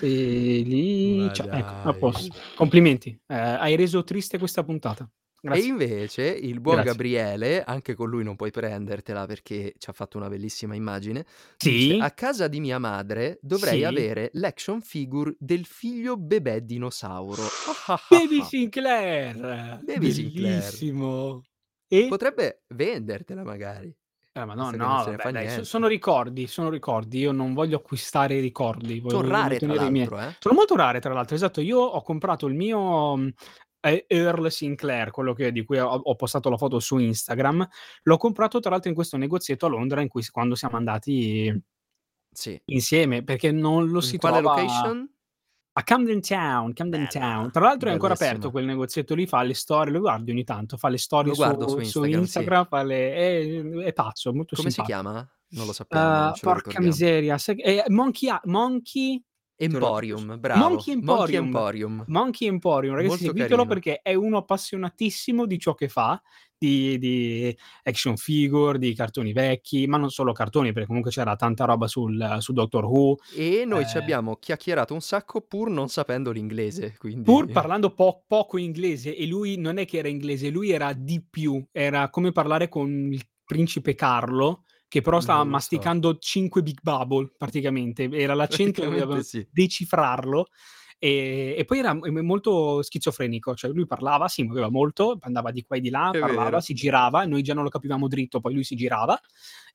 Speaker 1: Ma
Speaker 2: Felicia. Ecco, a
Speaker 1: dai.
Speaker 2: posto. Complimenti. eh, hai reso triste questa puntata.
Speaker 1: E
Speaker 2: Grazie.
Speaker 1: invece il buon
Speaker 2: Grazie.
Speaker 1: Gabriele, anche con lui non puoi prendertela perché ci ha fatto una bellissima immagine, dice
Speaker 2: Sì,
Speaker 1: a casa di mia madre dovrei
Speaker 2: sì.
Speaker 1: avere l'action figure del figlio bebè dinosauro. Ah, ah, ah,
Speaker 2: Baby
Speaker 1: ah.
Speaker 2: Sinclair.
Speaker 1: Baby Sinclair.
Speaker 2: Bellissimo. E
Speaker 1: Potrebbe vendertela magari,
Speaker 2: Eh, ma no,
Speaker 1: visto che non
Speaker 2: no,
Speaker 1: se ne fa
Speaker 2: vabbè, dai, so- sono
Speaker 1: niente.
Speaker 2: ricordi, sono ricordi. Io non voglio acquistare ricordi, voglio,
Speaker 1: Sono
Speaker 2: voglio
Speaker 1: rare, tra
Speaker 2: tenere i miei.
Speaker 1: l'altro, eh.
Speaker 2: Sono molto rare, tra l'altro, esatto. Io ho comprato il mio mh, eh, Earl Sinclair, quello che- di cui ho, ho postato la foto su Instagram. L'ho comprato, tra l'altro, in questo negozietto a Londra, in cui quando siamo andati
Speaker 1: Sì.
Speaker 2: insieme, perché non lo
Speaker 1: In
Speaker 2: si
Speaker 1: quale
Speaker 2: trova
Speaker 1: location?
Speaker 2: a Camden Town, Camden Town.
Speaker 1: Bella,
Speaker 2: Tra l'altro è ancora aperto
Speaker 1: bellissima.
Speaker 2: quel negozietto lì, fa le storie, lo guardi ogni tanto, fa le storie
Speaker 1: Lo guardo su
Speaker 2: su, su
Speaker 1: Instagram, sì.
Speaker 2: Instagram, fa le- è, è pazzo, è molto
Speaker 1: Come si
Speaker 2: simpatico.
Speaker 1: chiama? Non lo sappiamo, non
Speaker 2: Uh,
Speaker 1: ce lo
Speaker 2: porca
Speaker 1: ricordiamo.
Speaker 2: miseria, sai che- eh, Monkey, A- Monkey, te lo racconto adesso.
Speaker 1: Emporium, bravo.
Speaker 2: Monkey
Speaker 1: Monkey
Speaker 2: Emporium.
Speaker 1: Emporium.
Speaker 2: Monkey Emporium, ragazzi,
Speaker 1: Molto
Speaker 2: seguitelo
Speaker 1: carino.
Speaker 2: perché è uno appassionatissimo di ciò che fa, di, di action figure, di cartoni vecchi, ma non solo cartoni, perché comunque c'era tanta roba sul, su Doctor Who.
Speaker 1: E noi ci
Speaker 2: eh,
Speaker 1: abbiamo chiacchierato un sacco pur non sapendo l'inglese,
Speaker 2: pur
Speaker 1: quindi...
Speaker 2: parlando po- poco inglese, e lui non è che era inglese, lui era di più, era come parlare con il principe Carlo, che però stava
Speaker 1: Non lo so.
Speaker 2: masticando 5 Big Bubble praticamente, era l'accento che
Speaker 1: Praticamente
Speaker 2: doveva
Speaker 1: sì.
Speaker 2: decifrarlo. E, e poi era m- molto schizofrenico, cioè lui parlava, si muoveva molto, andava di qua e di là,
Speaker 1: È
Speaker 2: parlava,
Speaker 1: vero.
Speaker 2: si girava, noi già non lo capivamo dritto, poi lui si girava
Speaker 1: Ma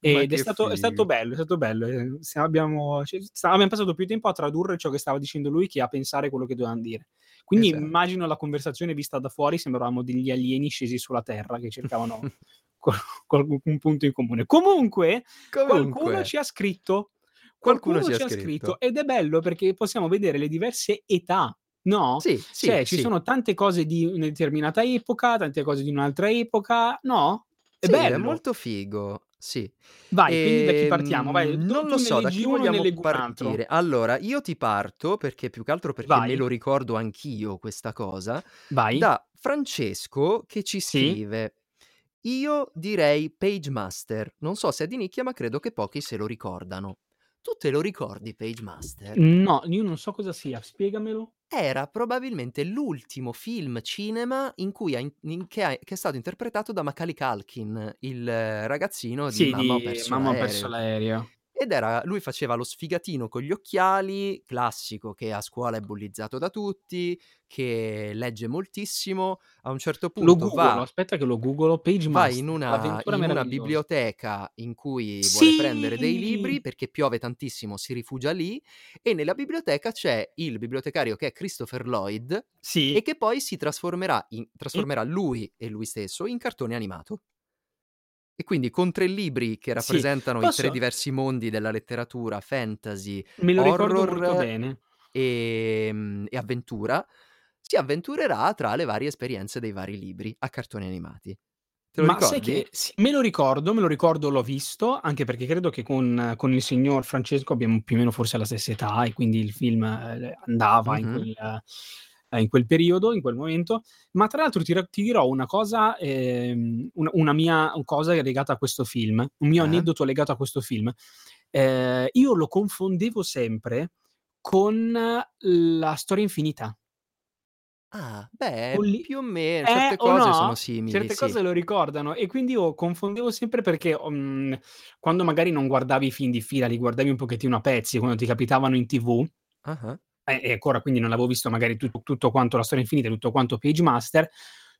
Speaker 2: ed è
Speaker 1: che
Speaker 2: stato, è stato
Speaker 1: figo.
Speaker 2: bello, è stato bello. eh, se Abbiamo, cioè, sta- abbiamo passato più tempo a tradurre ciò che stava dicendo lui che a pensare quello che dovevamo dire. Quindi
Speaker 1: Esatto.
Speaker 2: immagino la conversazione vista da fuori, sembravamo degli alieni scesi sulla Terra che cercavano qual- qual- un punto in comune. Comunque, qualcuno
Speaker 1: Comunque,
Speaker 2: ci ha scritto,
Speaker 1: qualcuno
Speaker 2: qualcuno
Speaker 1: ci ha
Speaker 2: ci ha scritto
Speaker 1: scritto.
Speaker 2: ed è bello perché possiamo vedere le diverse età No?
Speaker 1: Sì, sì,
Speaker 2: Cioè, ci
Speaker 1: sì.
Speaker 2: sono tante cose di una determinata epoca, tante cose di un'altra epoca, no? È
Speaker 1: Sì,
Speaker 2: bello.
Speaker 1: è molto figo. Sì.
Speaker 2: Vai, quindi da chi
Speaker 1: Ehm,
Speaker 2: partiamo? Vai, tu-
Speaker 1: non
Speaker 2: tu
Speaker 1: lo
Speaker 2: ne
Speaker 1: so, da
Speaker 2: leggi
Speaker 1: chi
Speaker 2: uno, ne
Speaker 1: vogliamo
Speaker 2: leggo un altro.
Speaker 1: partire. Allora, io ti parto perché più che altro perché me
Speaker 2: Vai,
Speaker 1: lo ricordo anch'io questa cosa,
Speaker 2: vai.
Speaker 1: da Francesco che ci
Speaker 2: Sì?
Speaker 1: scrive. Io direi Pagemaster. Non so se è di nicchia, ma credo che pochi se lo ricordano. Tu te lo ricordi Pagemaster?
Speaker 2: No, io non so cosa sia, spiegamelo.
Speaker 1: Era probabilmente l'ultimo film cinema in cui ha in- in- che, ha- che è stato interpretato da Macaulay Culkin, il eh, ragazzino di
Speaker 2: Sì,
Speaker 1: Mamma ho
Speaker 2: di
Speaker 1: perso
Speaker 2: Mamma ho perso
Speaker 1: l'aereo.
Speaker 2: l'aereo.
Speaker 1: Ed era, lui faceva lo sfigatino con gli occhiali, classico che a scuola è bullizzato da tutti, che legge moltissimo, a un certo
Speaker 2: Lo
Speaker 1: punto
Speaker 2: googolo,
Speaker 1: va,
Speaker 2: aspetta che lo googolo, Page
Speaker 1: va in,
Speaker 2: Master,
Speaker 1: una,
Speaker 2: l'avventura
Speaker 1: in una
Speaker 2: meravigliosa.
Speaker 1: biblioteca in cui vuole prendere dei
Speaker 2: Sì!
Speaker 1: libri perché piove tantissimo, si rifugia lì e nella biblioteca c'è il bibliotecario che è Christopher Lloyd e
Speaker 2: Sì.
Speaker 1: che poi si trasformerà, in-
Speaker 2: E-
Speaker 1: trasformerà lui e lui stesso in cartone animato. E quindi con tre libri che
Speaker 2: Sì,
Speaker 1: rappresentano i tre
Speaker 2: posso...
Speaker 1: diversi mondi della letteratura, fantasy,
Speaker 2: Me lo ricordo molto
Speaker 1: horror
Speaker 2: bene.
Speaker 1: e, mm, e avventura, si avventurerà tra le varie esperienze dei vari libri a cartoni animati. Te lo
Speaker 2: Ma sai
Speaker 1: ricordi?
Speaker 2: che sì, me lo ricordo, me lo ricordo, l'ho visto, anche perché credo che con, con il signor Francesco abbiamo più o meno forse la stessa età e quindi il film eh, andava in
Speaker 1: Mhm.
Speaker 2: quel, eh, in quel periodo, in quel momento. Ma tra l'altro ti, ra- ti dirò una cosa, ehm, una, una mia cosa legata a questo film, un mio
Speaker 1: Ah,
Speaker 2: aneddoto legato a questo film. Eh, io lo confondevo sempre con eh, la storia infinita.
Speaker 1: Ah, beh,
Speaker 2: Colli-
Speaker 1: più o meno,
Speaker 2: eh
Speaker 1: certe
Speaker 2: o
Speaker 1: cose sono
Speaker 2: no?
Speaker 1: simili,
Speaker 2: Certe
Speaker 1: sì.
Speaker 2: cose lo ricordano e quindi io confondevo sempre perché mm, quando magari non guardavi i film di fila, li guardavi un pochettino a pezzi quando ti capitavano in tv,
Speaker 1: Ah, ah.
Speaker 2: eh, e ancora quindi non avevo visto magari tut- tutto quanto la storia infinita, tutto quanto Page Master,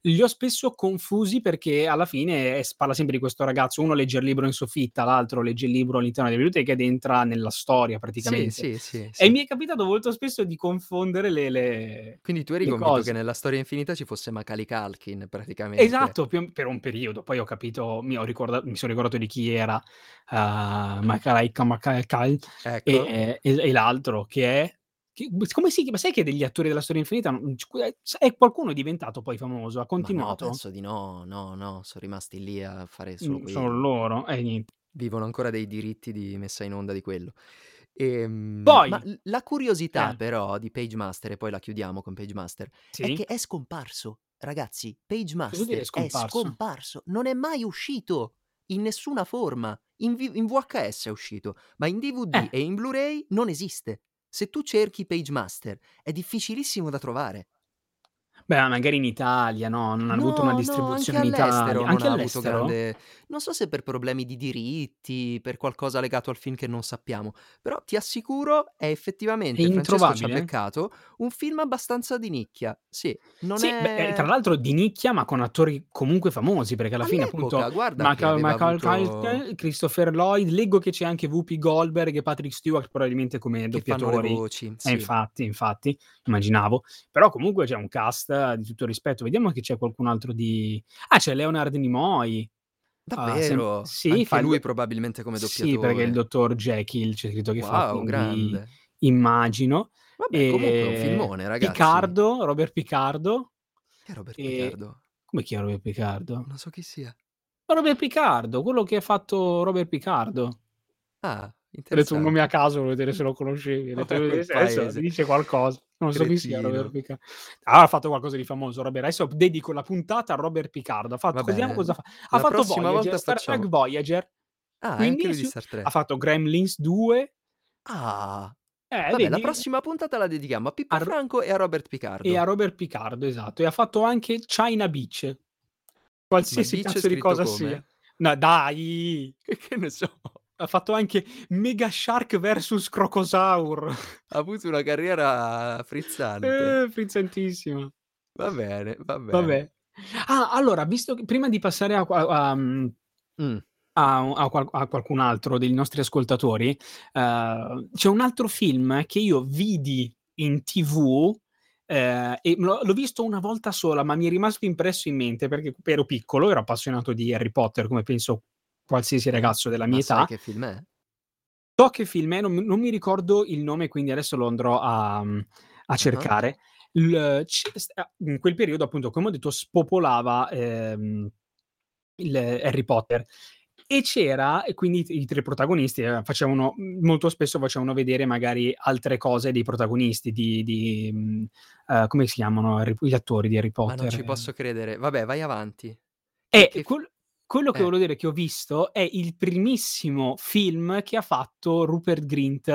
Speaker 2: li ho spesso confusi perché alla fine eh, si parla sempre di questo ragazzo, uno legge il libro in soffitta, l'altro legge il libro all'interno della biblioteca ed entra nella storia
Speaker 1: Sì,
Speaker 2: praticamente.
Speaker 1: sì, sì,
Speaker 2: E
Speaker 1: sì.
Speaker 2: mi è capitato molto spesso di confondere le, le
Speaker 1: Quindi tu eri
Speaker 2: le
Speaker 1: convinto che
Speaker 2: cose.
Speaker 1: nella storia infinita ci fosse Macaulay Culkin, praticamente.
Speaker 2: Esatto, più- per un periodo, poi ho capito, mi, ho ricorda- mi sono ricordato di chi era uh, Macaulay Ca- Macaulay Cal-
Speaker 1: Ecco.
Speaker 2: e, eh, e- e l'altro che è... che- come si chiama? Sai che degli attori della storia infinita... mm, non- scusa, eh, È qualcuno è diventato poi famoso, ha
Speaker 1: Ma no,
Speaker 2: continuato?
Speaker 1: penso di no, no, no, sono rimasti lì a fare solo
Speaker 2: Mm, Sono
Speaker 1: quello.
Speaker 2: loro, e niente.
Speaker 1: Vivono ancora dei diritti di messa in onda di quello. Ehm, ma
Speaker 2: Poi,
Speaker 1: l- la curiosità
Speaker 2: eh,
Speaker 1: però di Pagemaster, e poi la chiudiamo con Pagemaster, è
Speaker 2: sì,
Speaker 1: che è scomparso. Ragazzi,
Speaker 2: cosa vuol dire
Speaker 1: Pagemaster è
Speaker 2: scomparso?
Speaker 1: scomparso, non è mai uscito in nessuna forma. In, vi- in VHS è uscito, ma in DVD
Speaker 2: Eh,
Speaker 1: e in Blu-ray non esiste. Se tu cerchi Pagemaster, è difficilissimo da trovare.
Speaker 2: beh, magari in Italia, no, non ha avuto una
Speaker 1: No, no, anche
Speaker 2: distribuzione in
Speaker 1: all'estero
Speaker 2: Italia,
Speaker 1: non
Speaker 2: anche
Speaker 1: ha avuto
Speaker 2: all'estero?
Speaker 1: grande... Non so se per problemi di diritti, per qualcosa legato al film che non sappiamo, però ti assicuro, è
Speaker 2: È
Speaker 1: effettivamente, Francesco ci ha
Speaker 2: introvabile?
Speaker 1: beccato, un film abbastanza di nicchia. Sì, non
Speaker 2: Sì, beh, eh,
Speaker 1: è...
Speaker 2: tra l'altro di nicchia, ma con attori comunque famosi, perché alla fine, appunto,
Speaker 1: All'epoca, guarda che
Speaker 2: Michael,
Speaker 1: aveva
Speaker 2: Michael
Speaker 1: avuto...
Speaker 2: Culkin, Christopher Lloyd, leggo che c'è anche Whoopi Goldberg e Patrick Stewart, probabilmente come
Speaker 1: che fanno le
Speaker 2: doppiatori.
Speaker 1: voci,
Speaker 2: Eh,
Speaker 1: sì.
Speaker 2: infatti, infatti, immaginavo. Però comunque c'è un cast eh, di tutto rispetto. Vediamo che c'è qualcun altro di... Ah, c'è Leonard Nimoy. Ah, sem-
Speaker 1: Davvero?
Speaker 2: Sì,
Speaker 1: Anche
Speaker 2: fa il
Speaker 1: lui
Speaker 2: do-
Speaker 1: probabilmente come
Speaker 2: sì, perché il
Speaker 1: doppiatore.
Speaker 2: dottor Jekyll c'è scritto che fa,
Speaker 1: Wow,
Speaker 2: quindi
Speaker 1: grande.
Speaker 2: immagino. Eh,
Speaker 1: Vabbè, comunque è un
Speaker 2: E...
Speaker 1: filmone, ragazzi.
Speaker 2: Picardo, Robert Picardo.
Speaker 1: Chi è Robert
Speaker 2: E...
Speaker 1: Picardo?
Speaker 2: Come chi è Robert Picardo?
Speaker 1: Non so chi sia.
Speaker 2: Ma Robert Picardo, quello che ha fatto Robert Picardo.
Speaker 1: Ah,
Speaker 2: Ho detto un nome
Speaker 1: interessante.
Speaker 2: a
Speaker 1: Ah,
Speaker 2: caso, volevo vedere se lo conoscevi. Ho detto,
Speaker 1: quel
Speaker 2: "Eh, adesso mi
Speaker 1: paese.
Speaker 2: dice qualcosa. Non so chi sia Robert
Speaker 1: Cretino.
Speaker 2: Picardo. Ah, ha fatto qualcosa di famoso, Robert. Adesso dedico la puntata a Robert Picardo. Ha
Speaker 1: Va
Speaker 2: fatto, vediamo cosa
Speaker 1: bene.
Speaker 2: fa. Ha
Speaker 1: La
Speaker 2: fatto
Speaker 1: prossima
Speaker 2: Voyager,
Speaker 1: volta
Speaker 2: Star Trek
Speaker 1: facciamo.
Speaker 2: Voyager.
Speaker 1: Ah, è anche
Speaker 2: Quindi
Speaker 1: lui di
Speaker 2: su-
Speaker 1: Star
Speaker 2: ha
Speaker 1: Trek.
Speaker 2: fatto Gremlins 2.
Speaker 1: Ah.
Speaker 2: Eh,
Speaker 1: Vabbè, la
Speaker 2: vedi?
Speaker 1: prossima puntata la dedichiamo a Pippo
Speaker 2: A Ro-
Speaker 1: Franco e a Robert
Speaker 2: e a
Speaker 1: Picardo.
Speaker 2: Robert Picardo, esatto. E ha fatto anche China Beach.
Speaker 1: Ma
Speaker 2: Qualsiasi
Speaker 1: Beach è
Speaker 2: cazzo di
Speaker 1: scritto
Speaker 2: cosa sia.
Speaker 1: come?
Speaker 2: No, dai!
Speaker 1: che ne so.
Speaker 2: ha fatto anche Mega Shark vs Crocosaur.
Speaker 1: Ha avuto una carriera frizzante.
Speaker 2: eh, frizzantissima.
Speaker 1: Va bene, va bene.
Speaker 2: Vabbè. Ah, allora, visto che prima di passare a, qua- a, mm,
Speaker 1: Mm,
Speaker 2: a un- a qual- a qualcun altro dei nostri ascoltatori, eh, c'è un altro film che io vidi in tv. eh, e me lo- l'ho visto una volta sola, ma mi è rimasto impresso in mente perché ero piccolo, ero appassionato di Harry Potter, come penso qualsiasi
Speaker 1: mhm.
Speaker 2: ragazzo della
Speaker 1: Ma
Speaker 2: mia
Speaker 1: sai
Speaker 2: età.
Speaker 1: che film è?
Speaker 2: So che film è, non, mi non mi ricordo il nome, quindi adesso lo andrò a, a
Speaker 1: Ah,
Speaker 2: cercare. Il- ci- sta- in quel periodo, appunto, come ho detto, spopolava ehm, il Harry Potter. E c'era, e quindi i tre protagonisti eh, facevano, molto spesso facevano vedere magari altre cose dei protagonisti, di, di, mh, eh, come si chiamano Harry- gli attori di Harry
Speaker 1: Ma non
Speaker 2: Potter?
Speaker 1: ci posso credere. Vabbè, vai avanti. Che-
Speaker 2: E
Speaker 1: che-
Speaker 2: quel- quello che
Speaker 1: eh.
Speaker 2: volevo dire che ho visto è il primissimo film che ha fatto Rupert Grint,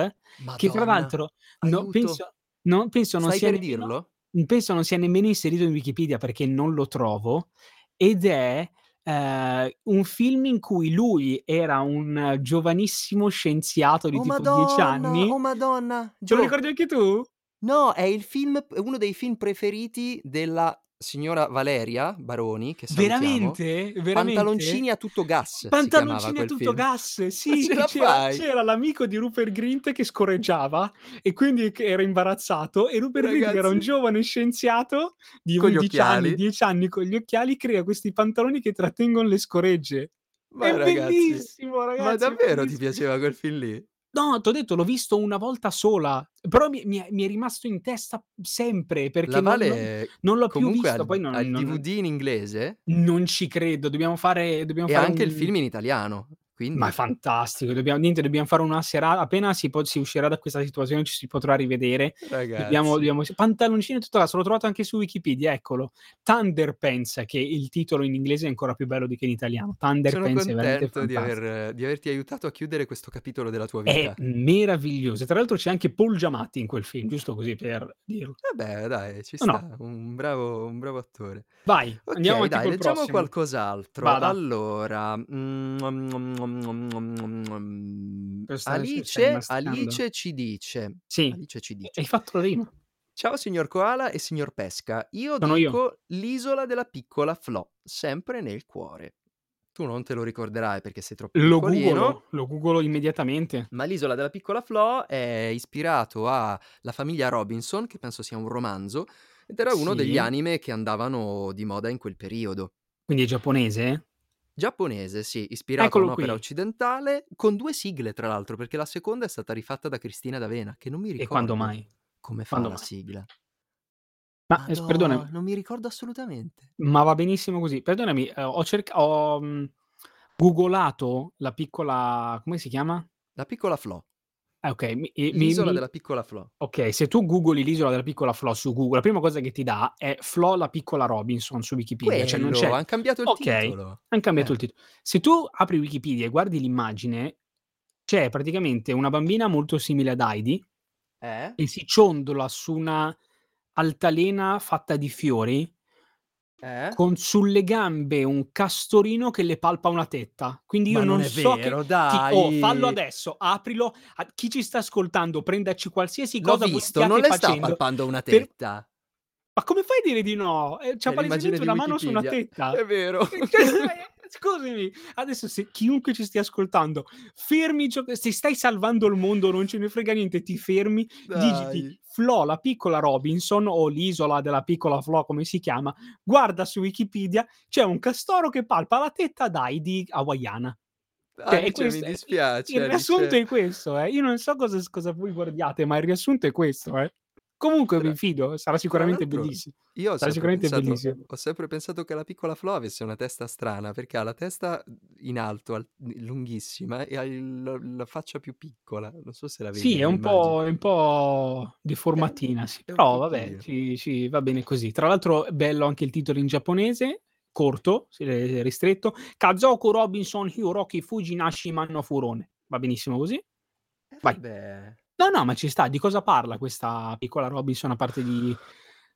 Speaker 2: che tra
Speaker 1: Madonna,
Speaker 2: l'altro no,
Speaker 1: aiuto.
Speaker 2: penso, no, penso non
Speaker 1: Stai
Speaker 2: sia
Speaker 1: per
Speaker 2: nemmeno,
Speaker 1: dirlo?
Speaker 2: penso non sia nemmeno inserito in Wikipedia perché non lo trovo, ed è eh, un film in cui lui era un eh, giovanissimo scienziato di
Speaker 1: Oh
Speaker 2: tipo 10
Speaker 1: madonna,
Speaker 2: anni.
Speaker 1: oh madonna.
Speaker 2: Ce lo
Speaker 1: Gio,
Speaker 2: ricordi anche tu?
Speaker 1: no, è il film, uno dei film preferiti della signora Valeria Baroni, che salutiamo.
Speaker 2: Veramente? Veramente?
Speaker 1: Pantaloncini a tutto gas si chiamava
Speaker 2: Pantaloncini a
Speaker 1: quel
Speaker 2: tutto
Speaker 1: film.
Speaker 2: gas,
Speaker 1: Ma
Speaker 2: sì,
Speaker 1: ce
Speaker 2: che
Speaker 1: la
Speaker 2: c'era,
Speaker 1: fai?
Speaker 2: c'era l'amico di Rupert Grint che scorreggiava e quindi che era imbarazzato e Rupert Grint che era un
Speaker 1: Ragazzi,
Speaker 2: giovane scienziato di
Speaker 1: con gli
Speaker 2: 11 anni,
Speaker 1: occhiali.
Speaker 2: 10 anni con gli occhiali crea questi pantaloni che trattengono le scorregge. È
Speaker 1: Ma ragazzi,
Speaker 2: bellissimo
Speaker 1: ma
Speaker 2: ragazzi, è
Speaker 1: davvero ti
Speaker 2: bellissimo.
Speaker 1: piaceva quel film lì?
Speaker 2: No, ti ho detto, l'ho visto una volta sola, però mi, mi è, mi è rimasto in testa sempre
Speaker 1: La
Speaker 2: perché non, non-
Speaker 1: Vale
Speaker 2: non l'ho più
Speaker 1: comunque ha
Speaker 2: visto, poi
Speaker 1: il, ha
Speaker 2: non,
Speaker 1: il
Speaker 2: non-
Speaker 1: DVD in inglese
Speaker 2: non ci credo, dobbiamo fare, dobbiamo
Speaker 1: e
Speaker 2: fare
Speaker 1: anche il
Speaker 2: un...
Speaker 1: film in italiano,
Speaker 2: Ma è
Speaker 1: quindi...
Speaker 2: fantastico, dobbiamo, niente, dobbiamo fare una serata, appena si, po- si uscirà da questa situazione ci si potrà rivedere,
Speaker 1: Certo,
Speaker 2: dobbiamo,
Speaker 1: Ragazzi,
Speaker 2: dobbiamo pantaloncino e tutto, l'altro, l'ho trovato anche su Wikipedia, eccolo, Thunder Pants, che il titolo in inglese è ancora più bello di che in italiano, Thunder
Speaker 1: sono
Speaker 2: Pants è veramente
Speaker 1: contento di,
Speaker 2: fantastico, Eh,
Speaker 1: aver- di averti aiutato a chiudere questo capitolo della tua
Speaker 2: è
Speaker 1: vita.
Speaker 2: meraviglioso, tra l'altro c'è anche Paul Giamatti in quel film, giusto così per dirlo,
Speaker 1: Vabbè, dai, ci
Speaker 2: no, no,
Speaker 1: sta, un bravo, un bravo attore.
Speaker 2: vai, andiamo
Speaker 1: Ok,
Speaker 2: avanti
Speaker 1: dai,
Speaker 2: col
Speaker 1: leggiamo
Speaker 2: prossimo,
Speaker 1: qualcos'altro.
Speaker 2: vada,
Speaker 1: Allora, mm,
Speaker 2: questa ci stai
Speaker 1: Alice,
Speaker 2: masticando,
Speaker 1: Alice ci dice,
Speaker 2: sì,
Speaker 1: Alice ci
Speaker 2: hai
Speaker 1: dice,
Speaker 2: fatto la rima,
Speaker 1: ciao signor Koala e signor Pesca, io
Speaker 2: sono io.
Speaker 1: dico l'isola della piccola Flo, sempre nel cuore. Tu non te lo ricorderai perché sei troppo
Speaker 2: Lo
Speaker 1: piccolino,
Speaker 2: googolo, lo googolo immediatamente.
Speaker 1: ma l'isola della piccola Flo è ispirato a La famiglia Robinson, che penso sia un romanzo, ed era uno degli
Speaker 2: Sì,
Speaker 1: anime che andavano di moda in quel periodo.
Speaker 2: quindi è giapponese. eh?
Speaker 1: Giapponese, sì, ispirato a
Speaker 2: Eccolo
Speaker 1: un'opera
Speaker 2: qui.
Speaker 1: occidentale, con due sigle tra l'altro, perché la seconda è stata rifatta da Cristina D'Avena, che non mi
Speaker 2: E quando
Speaker 1: ricordo
Speaker 2: mai?
Speaker 1: come fa
Speaker 2: Quando
Speaker 1: la
Speaker 2: mai?
Speaker 1: sigla.
Speaker 2: Ma eh,
Speaker 1: Madonna,
Speaker 2: perdonami,
Speaker 1: non mi ricordo assolutamente.
Speaker 2: ma va benissimo così. Perdonami, eh, ho cercato ho mm, googolato la piccola come si chiama?
Speaker 1: La piccola Flo,
Speaker 2: Ah, ok, mi, eh, mi-
Speaker 1: l'isola
Speaker 2: mi-
Speaker 1: della piccola Flo.
Speaker 2: ok, se tu googoli l'isola della piccola Flo su Google, la prima cosa che ti dà è Flo la piccola Robinson su Wikipedia, cioè non
Speaker 1: Quello,
Speaker 2: c'è
Speaker 1: hanno cambiato il
Speaker 2: Ok,
Speaker 1: titolo.
Speaker 2: hanno cambiato il
Speaker 1: Eh,
Speaker 2: titolo. Se tu apri Wikipedia e guardi l'immagine, c'è praticamente una bambina molto simile ad Heidi
Speaker 1: eh?
Speaker 2: e si ciondola su una altalena fatta di fiori
Speaker 1: Eh?
Speaker 2: con sulle gambe un castorino che le palpa una tetta. Quindi io
Speaker 1: Ma non
Speaker 2: non
Speaker 1: è
Speaker 2: so che
Speaker 1: vero,
Speaker 2: ti oh, fallo
Speaker 1: dai!
Speaker 2: adesso, aprilo a chi ci sta ascoltando, prendaci qualsiasi
Speaker 1: L'ho
Speaker 2: cosa voi
Speaker 1: visto,
Speaker 2: stiate
Speaker 1: non le sta
Speaker 2: facendo
Speaker 1: palpando una
Speaker 2: per-
Speaker 1: tetta.
Speaker 2: ma come fai a dire di no? Eh, C'ha
Speaker 1: È l'immagine
Speaker 2: palesemente
Speaker 1: di
Speaker 2: una mano su una
Speaker 1: Wikipedia.
Speaker 2: tetta.
Speaker 1: È vero.
Speaker 2: Eh, cioè, eh, Scusami, adesso se chiunque ci stia ascoltando, fermi, il gioco- se stai salvando il mondo, non ce ne frega niente, ti fermi, digiti
Speaker 1: Dai.
Speaker 2: Flo, la piccola Robinson o l'isola della piccola Flo, come si chiama, guarda su Wikipedia, c'è un castoro che palpa la tetta ad Heidi hawaiana. Cioè, è
Speaker 1: Alice, mi
Speaker 2: questo, è- il
Speaker 1: dispiace,
Speaker 2: riassunto
Speaker 1: Alice.
Speaker 2: è questo, eh. Io non so cosa, cosa voi guardiate, ma il riassunto è questo, eh. Comunque
Speaker 1: Tra,
Speaker 2: mi fido, sarà
Speaker 1: tra
Speaker 2: sicuramente
Speaker 1: l'altro,
Speaker 2: bellissimo.
Speaker 1: io ho
Speaker 2: Sarà
Speaker 1: sempre
Speaker 2: sicuramente
Speaker 1: pensato.
Speaker 2: bellissimo.
Speaker 1: Ho sempre pensato che la piccola Flo avesse una testa strana perché ha la testa in alto, al- lunghissima, e ha il- la, la faccia più piccola. Non so se la vedi
Speaker 2: Sì, è un
Speaker 1: nell'immagine.
Speaker 2: po', è un po'
Speaker 1: È un,
Speaker 2: deformatina, sì,
Speaker 1: è un
Speaker 2: però vabbè,
Speaker 1: pochino.
Speaker 2: ci, ci va bene così. Tra l'altro è bello anche il titolo in giapponese, corto, sì, eh, ristretto. Kazoko Robinson Hiroki Fujinashi Manno Furone. Va benissimo così?
Speaker 1: Eh,
Speaker 2: Vai.
Speaker 1: vabbè.
Speaker 2: No, no, ma ci sta. Di cosa parla questa piccola Robinson a parte di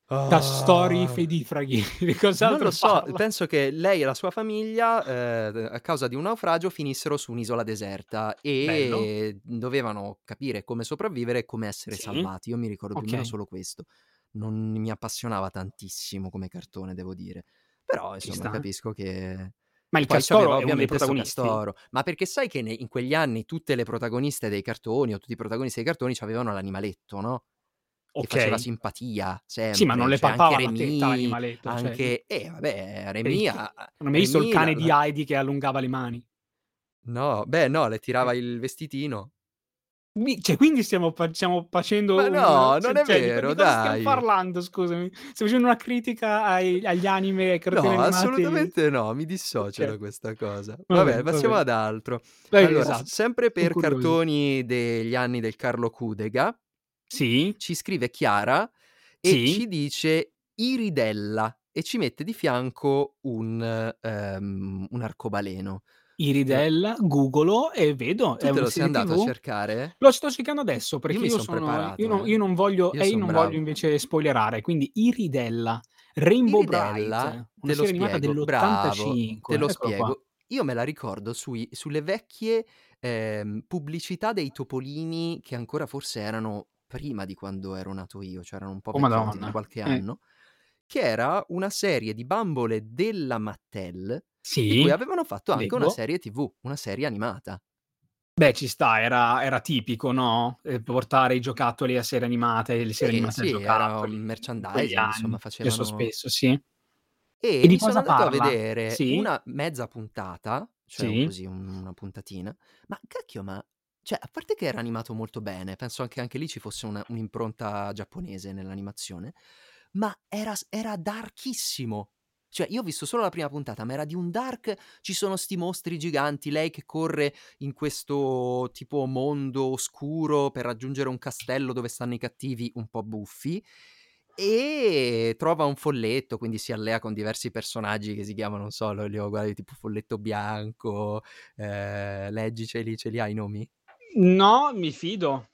Speaker 2: castori
Speaker 1: Ah.
Speaker 2: fedifraghi? Di
Speaker 1: Non lo
Speaker 2: cos'altro
Speaker 1: so,
Speaker 2: parla?
Speaker 1: penso che lei e la sua famiglia, eh, a causa di un naufragio, finissero su un'isola deserta
Speaker 2: Bello.
Speaker 1: e dovevano capire come sopravvivere e come essere
Speaker 2: Sì.
Speaker 1: salvati. Io mi ricordo più o meno
Speaker 2: Ok.
Speaker 1: solo questo. Non mi appassionava tantissimo come cartone, devo dire. Però,
Speaker 2: Ci
Speaker 1: insomma,
Speaker 2: sta.
Speaker 1: capisco che...
Speaker 2: Ma
Speaker 1: E
Speaker 2: il
Speaker 1: poi c'aveva
Speaker 2: castoro è uno dei
Speaker 1: ovviamente sto
Speaker 2: protagonisti?
Speaker 1: castoro. Ma perché sai che nei- in quegli anni tutte le protagoniste dei cartoni o tutti i protagonisti dei cartoni avevano l'animaletto, no? Che faceva
Speaker 2: Ok.
Speaker 1: simpatia
Speaker 2: Sì, ma
Speaker 1: sempre,
Speaker 2: non le
Speaker 1: cioè anche
Speaker 2: palpava la tetta
Speaker 1: Remy,
Speaker 2: l'animaletto, cioè...
Speaker 1: anche e vabbè ah,
Speaker 2: per il
Speaker 1: Remy,
Speaker 2: ca-
Speaker 1: ha- ha-
Speaker 2: non hai mai visto il
Speaker 1: Remy la-
Speaker 2: cane di
Speaker 1: la-
Speaker 2: Heidi che allungava le mani?
Speaker 1: no beh no le
Speaker 2: Eh,
Speaker 1: tirava il vestitino
Speaker 2: Mi- cioè, quindi stiamo, pa- stiamo facendo
Speaker 1: Ma
Speaker 2: un-
Speaker 1: no,
Speaker 2: cioè-
Speaker 1: non è
Speaker 2: cioè, di co-
Speaker 1: vero,
Speaker 2: di cosa stiamo
Speaker 1: dai.
Speaker 2: parlando, scusami? Stiamo facendo una critica ai- agli anime e ai cartoni
Speaker 1: No,
Speaker 2: animati.
Speaker 1: assolutamente no, mi dissocio da
Speaker 2: Ok.
Speaker 1: questa cosa.
Speaker 2: Va
Speaker 1: Vabbè,
Speaker 2: bene, va
Speaker 1: passiamo
Speaker 2: bene.
Speaker 1: ad altro.
Speaker 2: Dai,
Speaker 1: Allora, s-
Speaker 2: esatto,
Speaker 1: sempre
Speaker 2: sono
Speaker 1: per
Speaker 2: curioso.
Speaker 1: cartoni degli anni del Carlo Cudega,
Speaker 2: Sì?
Speaker 1: ci scrive Chiara e
Speaker 2: Sì?
Speaker 1: ci dice Iridella e ci mette di fianco un, ehm, un arcobaleno. Eh,
Speaker 2: Iridella, googolo e vedo,
Speaker 1: Tu
Speaker 2: è
Speaker 1: te
Speaker 2: una
Speaker 1: lo sei
Speaker 2: serie
Speaker 1: andato a
Speaker 2: TV?
Speaker 1: cercare?
Speaker 2: Lo sto cercando adesso
Speaker 1: Io
Speaker 2: perché
Speaker 1: mi
Speaker 2: io
Speaker 1: sono
Speaker 2: sono io
Speaker 1: preparato,
Speaker 2: non,
Speaker 1: eh.
Speaker 2: io non voglio
Speaker 1: Io
Speaker 2: e io
Speaker 1: sono
Speaker 2: non voglio
Speaker 1: bravo.
Speaker 2: invece spoilerare, quindi Iridella, Rainbow
Speaker 1: Iridella,
Speaker 2: Bright, una
Speaker 1: te lo
Speaker 2: serie animata
Speaker 1: spiego, bravo, te
Speaker 2: dell'85,
Speaker 1: lo
Speaker 2: eccolo Ecco, qua.
Speaker 1: spiego. Io me la ricordo sui- sulle vecchie ehm, pubblicità dei topolini che ancora forse erano prima di quando ero nato io, cioè erano un po'
Speaker 2: Oh
Speaker 1: vecchiotti di
Speaker 2: Madonna.
Speaker 1: qualche
Speaker 2: Eh,
Speaker 1: anno, che era una serie di bambole della Mattel di cui
Speaker 2: sì,
Speaker 1: avevano fatto anche una
Speaker 2: leggo.
Speaker 1: serie tv, una serie animata.
Speaker 2: Beh, ci sta, era, era tipico, no? Eh, portare i giocattoli a serie animate, le serie
Speaker 1: Sì,
Speaker 2: animate a
Speaker 1: sì, era
Speaker 2: giocattoli in quegli
Speaker 1: merchandising, insomma,
Speaker 2: anni, spesso
Speaker 1: facevano
Speaker 2: spesso, sì.
Speaker 1: E
Speaker 2: E di
Speaker 1: mi sono
Speaker 2: cosa
Speaker 1: andato a
Speaker 2: parla?
Speaker 1: vedere
Speaker 2: Sì?
Speaker 1: una mezza puntata, cioè un-
Speaker 2: Sì.
Speaker 1: così un- una puntatina, ma cacchio, ma cioè, a parte che era animato molto bene, penso anche, anche lì ci fosse una- un'impronta giapponese nell'animazione, ma era, era darkissimo. Cioè, io ho visto solo la prima puntata, ma era di un dark, ci sono sti mostri giganti, lei che corre in questo tipo mondo oscuro per raggiungere un castello dove stanno i cattivi un po' buffi e trova un folletto, quindi si allea con diversi personaggi che si chiamano, non so, lo- li ho guardati tipo Folletto Bianco, eh, leggi, ce li, ce li hai i nomi?
Speaker 2: No, mi fido.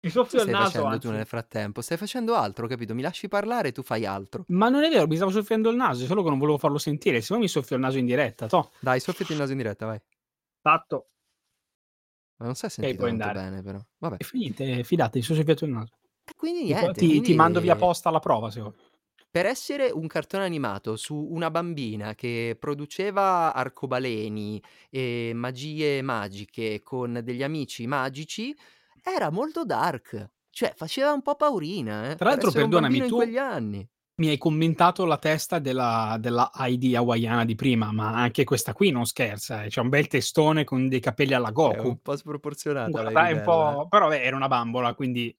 Speaker 2: Mi soffio
Speaker 1: Cosa
Speaker 2: al
Speaker 1: stai
Speaker 2: naso,
Speaker 1: facendo tu nel
Speaker 2: anzi.
Speaker 1: frattempo? Stai facendo altro, capito? Mi lasci parlare e tu fai altro.
Speaker 2: Ma non è vero, mi stavo soffiando il naso, solo che non volevo farlo sentire, se no mi soffio il naso in diretta, toh.
Speaker 1: Dai, soffiati il naso in diretta, vai.
Speaker 2: Fatto.
Speaker 1: Ma non sei
Speaker 2: Ok,
Speaker 1: sentito
Speaker 2: puoi
Speaker 1: molto
Speaker 2: andare.
Speaker 1: bene, però. Vabbè.
Speaker 2: E finite, fidate, mi sono soffiato il naso.
Speaker 1: E quindi
Speaker 2: Ti, po-
Speaker 1: niente,
Speaker 2: ti- ti mando via
Speaker 1: quindi
Speaker 2: posta la prova, se vuoi.
Speaker 1: per essere un cartone animato su una bambina che produceva arcobaleni e magie magiche con degli amici magici, era molto dark. Cioè, faceva un po' paurina, eh,
Speaker 2: Tra
Speaker 1: per
Speaker 2: l'altro,
Speaker 1: essere un bambino in
Speaker 2: perdonami, tu
Speaker 1: quegli anni.
Speaker 2: mi hai commentato la testa della, della Heidi hawaiana di prima, ma anche questa qui non scherza, eh. c'è un bel testone con dei capelli alla
Speaker 1: È
Speaker 2: Goku.
Speaker 1: un po' sproporzionata la
Speaker 2: Guarda, è un
Speaker 1: iridella, eh.
Speaker 2: po'... però beh, era una bambola, quindi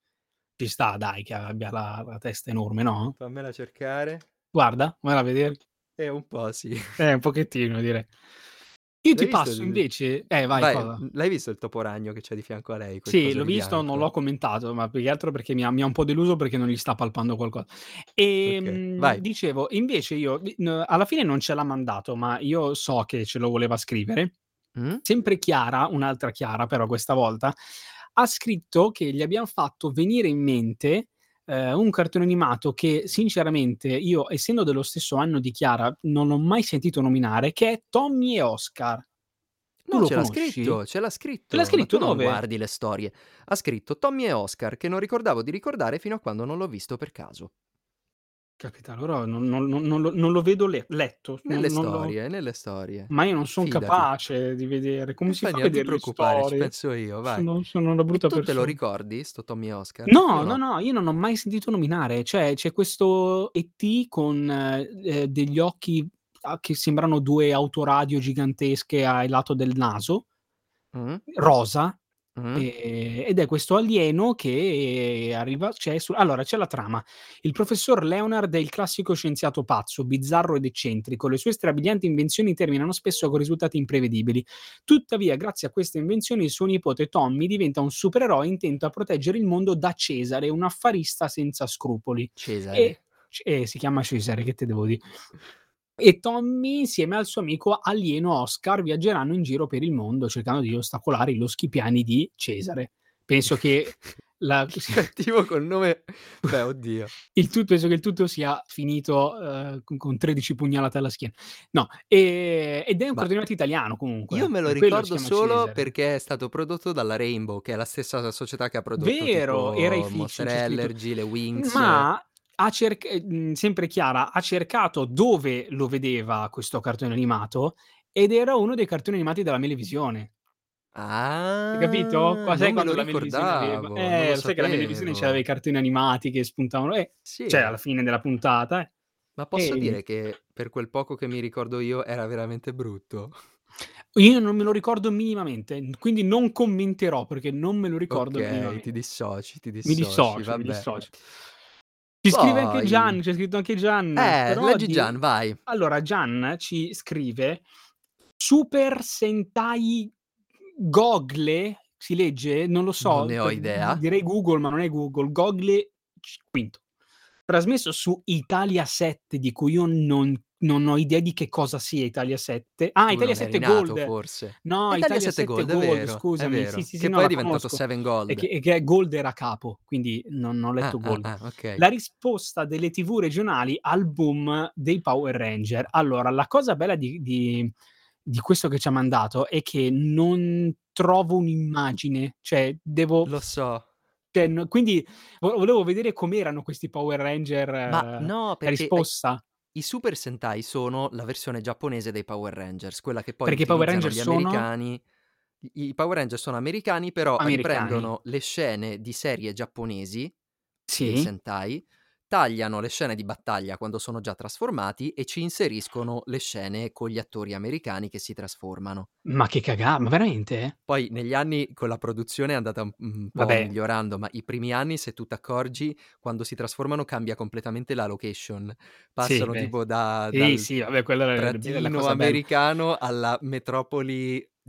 Speaker 2: ci sta, dai, che abbia la, la testa enorme, no?
Speaker 1: Fammela cercare.
Speaker 2: Guarda, guarda a vedere.
Speaker 1: È un po' sì.
Speaker 2: Eh, un pochettino, direi. Io
Speaker 1: L'hai
Speaker 2: ti
Speaker 1: visto?
Speaker 2: passo
Speaker 1: il-
Speaker 2: invece... Eh, vai,
Speaker 1: Vai,
Speaker 2: cosa?
Speaker 1: l'hai visto il toporagno che c'è di fianco a lei, quel
Speaker 2: Sì,
Speaker 1: coso
Speaker 2: l'ho
Speaker 1: di
Speaker 2: visto, non l'ho
Speaker 1: bianco?
Speaker 2: commentato, ma più che altro perché mi ha, mi ha un po' deluso perché non gli sta palpando qualcosa. E
Speaker 1: Ok,
Speaker 2: mh,
Speaker 1: vai.
Speaker 2: dicevo, invece io, di- n- alla fine non ce l'ha mandato, ma io so che ce lo voleva scrivere.
Speaker 1: Mm?
Speaker 2: Sempre Chiara, un'altra Chiara però questa volta, ha scritto che gli abbiamo fatto venire in mente eh, un cartone animato che sinceramente io, essendo dello stesso anno di Chiara, non ho mai sentito nominare, che è Tommy e Oscar. Tu
Speaker 1: No,
Speaker 2: lo
Speaker 1: ce l'ha
Speaker 2: conosci?
Speaker 1: scritto, ce l'ha
Speaker 2: Ce l'ha
Speaker 1: scritto, ma tu
Speaker 2: scritto
Speaker 1: non
Speaker 2: dove?
Speaker 1: guardi le storie. Ha scritto Tommy e Oscar, che non ricordavo di ricordare fino a quando non l'ho visto per caso.
Speaker 2: Capita, allora non, non- non- non lo, non lo vedo le- letto, non-
Speaker 1: Nelle
Speaker 2: non lo-
Speaker 1: storie, nelle storie.
Speaker 2: ma io non sono
Speaker 1: Fidati.
Speaker 2: capace di vedere. Come
Speaker 1: E
Speaker 2: si
Speaker 1: fai
Speaker 2: fa a
Speaker 1: niente, non ti
Speaker 2: vedere le
Speaker 1: preoccupare, ci
Speaker 2: storie?
Speaker 1: penso io, vai.
Speaker 2: Sono, sono una
Speaker 1: E
Speaker 2: brutta
Speaker 1: tu te lo
Speaker 2: persona.
Speaker 1: ricordi, sto Tommy e Oscar? Io
Speaker 2: No, no,
Speaker 1: no.
Speaker 2: no, io non ho mai sentito nominare. Cioè, c'è questo ET con eh, degli occhi ah, che sembrano due autoradio gigantesche ai lato del naso,
Speaker 1: Mm?
Speaker 2: rosa,
Speaker 1: Mm?
Speaker 2: e- Ehm, ed è questo alieno che arriva. C'è su- allora, c'è la trama. Il professor Leonard è il classico scienziato pazzo, bizzarro ed eccentrico. Le sue strabilianti invenzioni terminano spesso con risultati imprevedibili. Tuttavia, grazie a queste invenzioni, il suo nipote Tommy diventa un supereroe intento a proteggere il mondo da Cesare, un affarista senza scrupoli.
Speaker 1: Cesare.
Speaker 2: E, e eh, si chiama Cesare, che te devo dire? E Tommy, insieme al suo amico alieno Oscar, viaggeranno in giro per il mondo cercando di ostacolare i loschi piani di Cesare. Penso che la-
Speaker 1: Che cattivo col nome. Beh, oddio.
Speaker 2: il tutto, penso che il tutto sia finito eh, con, con 13 pugnalate alla schiena. No, e- ed è un
Speaker 1: Ma
Speaker 2: cartone animato italiano
Speaker 1: io
Speaker 2: comunque,
Speaker 1: me lo
Speaker 2: per quello si
Speaker 1: ricordo
Speaker 2: chiama
Speaker 1: solo
Speaker 2: Cesare.
Speaker 1: perché è stato prodotto dalla Rainbow, che è la stessa società che ha prodotto
Speaker 2: Vero, era i
Speaker 1: tipo
Speaker 2: fiction,
Speaker 1: Monster
Speaker 2: c'è scritto.
Speaker 1: Allergy, le Wings.
Speaker 2: Ma ha cerc- mm, sempre Chiara ha cercato dove lo vedeva questo cartone animato ed era uno dei cartoni animati della Melevisione. Hai capito?
Speaker 1: Ah,
Speaker 2: Qua- sai
Speaker 1: non me lo
Speaker 2: quando la Melevisione aveva...
Speaker 1: ricordavo, non
Speaker 2: Eh,
Speaker 1: lo
Speaker 2: lo sai che la Melevisione c'aveva i
Speaker 1: sapevo.
Speaker 2: cartoni animati che spuntavano... Eh, cioè,
Speaker 1: Sì,
Speaker 2: alla fine della puntata... eh.
Speaker 1: ma posso
Speaker 2: E...
Speaker 1: dire che per quel poco che mi ricordo io era veramente brutto.
Speaker 2: Io non me lo ricordo minimamente, quindi non commenterò perché non me lo ricordo
Speaker 1: Okay, ti
Speaker 2: minimamente.
Speaker 1: dissoci, ti
Speaker 2: Mi
Speaker 1: dissoci,
Speaker 2: dissocio, mi
Speaker 1: vabbè.
Speaker 2: dissocio. Ci scrive anche
Speaker 1: Poi
Speaker 2: Gian, c'è scritto anche Gian,
Speaker 1: Eh,
Speaker 2: Mm, però
Speaker 1: leggi
Speaker 2: di Ah,
Speaker 1: Gian, vai.
Speaker 2: allora Gian ci scrive: "Super Sentai Gogle", si legge? Non lo
Speaker 1: Non
Speaker 2: so,
Speaker 1: ne ho
Speaker 2: per
Speaker 1: idea.
Speaker 2: direi Google, ma non è Google, Gogle c quinto. Trasmesso su Italia 7, di cui io non non ho idea di che cosa sia Italia 7. Ah,
Speaker 1: Tu
Speaker 2: Italia
Speaker 1: non eri
Speaker 2: 7
Speaker 1: nato
Speaker 2: Gold.
Speaker 1: forse.
Speaker 2: No,
Speaker 1: Italia
Speaker 2: Italia
Speaker 1: 7
Speaker 2: 7
Speaker 1: Gold, è
Speaker 2: Gold,
Speaker 1: vero, è
Speaker 2: scusami. Sì,
Speaker 1: vero,
Speaker 2: sì, sì,
Speaker 1: che
Speaker 2: no,
Speaker 1: poi è
Speaker 2: la
Speaker 1: diventato
Speaker 2: conosco.
Speaker 1: 7
Speaker 2: È che
Speaker 1: Gold.
Speaker 2: è che Gold era capo, quindi non ho
Speaker 1: Ah,
Speaker 2: letto
Speaker 1: ah,
Speaker 2: Gold.
Speaker 1: ah, okay.
Speaker 2: La risposta delle TV regionali al boom dei Power Ranger. Allora, la cosa bella di di di questo che ci ha mandato è che non trovo un'immagine, cioè devo
Speaker 1: Lo so.
Speaker 2: cioè no quindi vo volevo vedere com'erano questi Power Ranger eh,
Speaker 1: Ma
Speaker 2: la
Speaker 1: no, perché hai
Speaker 2: risposta.
Speaker 1: i Super Sentai sono la versione giapponese dei Power Rangers, quella che poi
Speaker 2: Perché i Power
Speaker 1: utilizzano
Speaker 2: Ranger
Speaker 1: gli
Speaker 2: sono?
Speaker 1: americani. I i Power Ranger sono americani, però
Speaker 2: Americani.
Speaker 1: riprendono le scene di serie giapponesi dei
Speaker 2: Sì.
Speaker 1: Sentai, tagliano le scene di battaglia quando sono già trasformati e ci inseriscono le scene con gli attori americani che si trasformano.
Speaker 2: Ma che caga ma veramente?
Speaker 1: Poi negli anni con la produzione è andata un un po'
Speaker 2: Vabbè.
Speaker 1: migliorando, ma i primi anni se tu t'accorgi quando si trasformano cambia completamente la location.
Speaker 2: Sì,
Speaker 1: Passano
Speaker 2: beh.
Speaker 1: tipo da
Speaker 2: Sì,
Speaker 1: Ah, dal
Speaker 2: sì, vabbè quella era la bella Eh, la
Speaker 1: trattino
Speaker 2: cosa bella.
Speaker 1: americano alla metropoli
Speaker 2: Comunque ho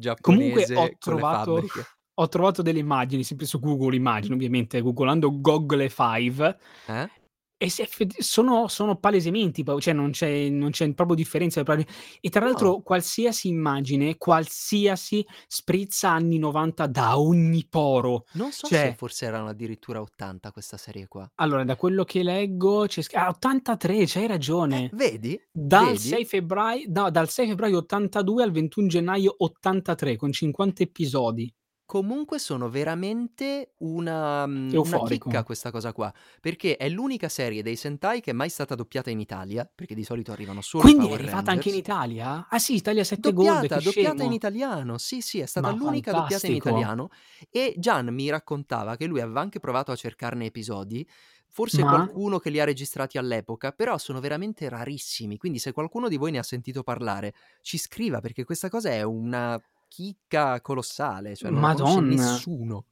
Speaker 1: giapponese con le
Speaker 2: trovato
Speaker 1: fabbriche.
Speaker 2: ho trovato delle immagini, sempre su Google immagini, ovviamente googolando Gogle 5
Speaker 1: Eh?
Speaker 2: e se effe sono sono palesemente i po cioè non c'è non c'è proprio differenza e tra
Speaker 1: No.
Speaker 2: l'altro qualsiasi immagine, qualsiasi sprizza anni '90 da ogni poro.
Speaker 1: Non so se
Speaker 2: Cioè
Speaker 1: forse erano addirittura 80 questa serie qua.
Speaker 2: Allora, da quello che leggo c'è sc ah, 83, c'hai
Speaker 1: Eh,
Speaker 2: ragione.
Speaker 1: vedi?
Speaker 2: Dal
Speaker 1: Vedi?
Speaker 2: 6 febbrai no, dal 6 febbraio '82 al 21 gennaio '83 con 50 episodi.
Speaker 1: Comunque sono veramente una mhmm, una chicca
Speaker 2: Euforico.
Speaker 1: questa cosa qua, perché è l'unica serie dei Sentai che è mai stata doppiata in Italia, perché di solito arrivano solo i
Speaker 2: Quindi è
Speaker 1: Power
Speaker 2: arrivata anche in
Speaker 1: Rangers.
Speaker 2: Italia? Ah sì, Italia 7 Gold, che
Speaker 1: Doppiata, doppiata in
Speaker 2: scemo.
Speaker 1: italiano. Sì, sì, è stata
Speaker 2: Ma
Speaker 1: l'unica doppiata in
Speaker 2: fantastico.
Speaker 1: italiano e Gian mi raccontava che lui aveva anche provato a cercarne episodi, forse
Speaker 2: Ma?
Speaker 1: qualcuno che li ha registrati all'epoca, però sono veramente rarissimi, quindi se qualcuno di voi ne ha sentito parlare ci scriva perché questa cosa è una chicca colossale, cioè non la conosce
Speaker 2: Madonna.
Speaker 1: nessuno.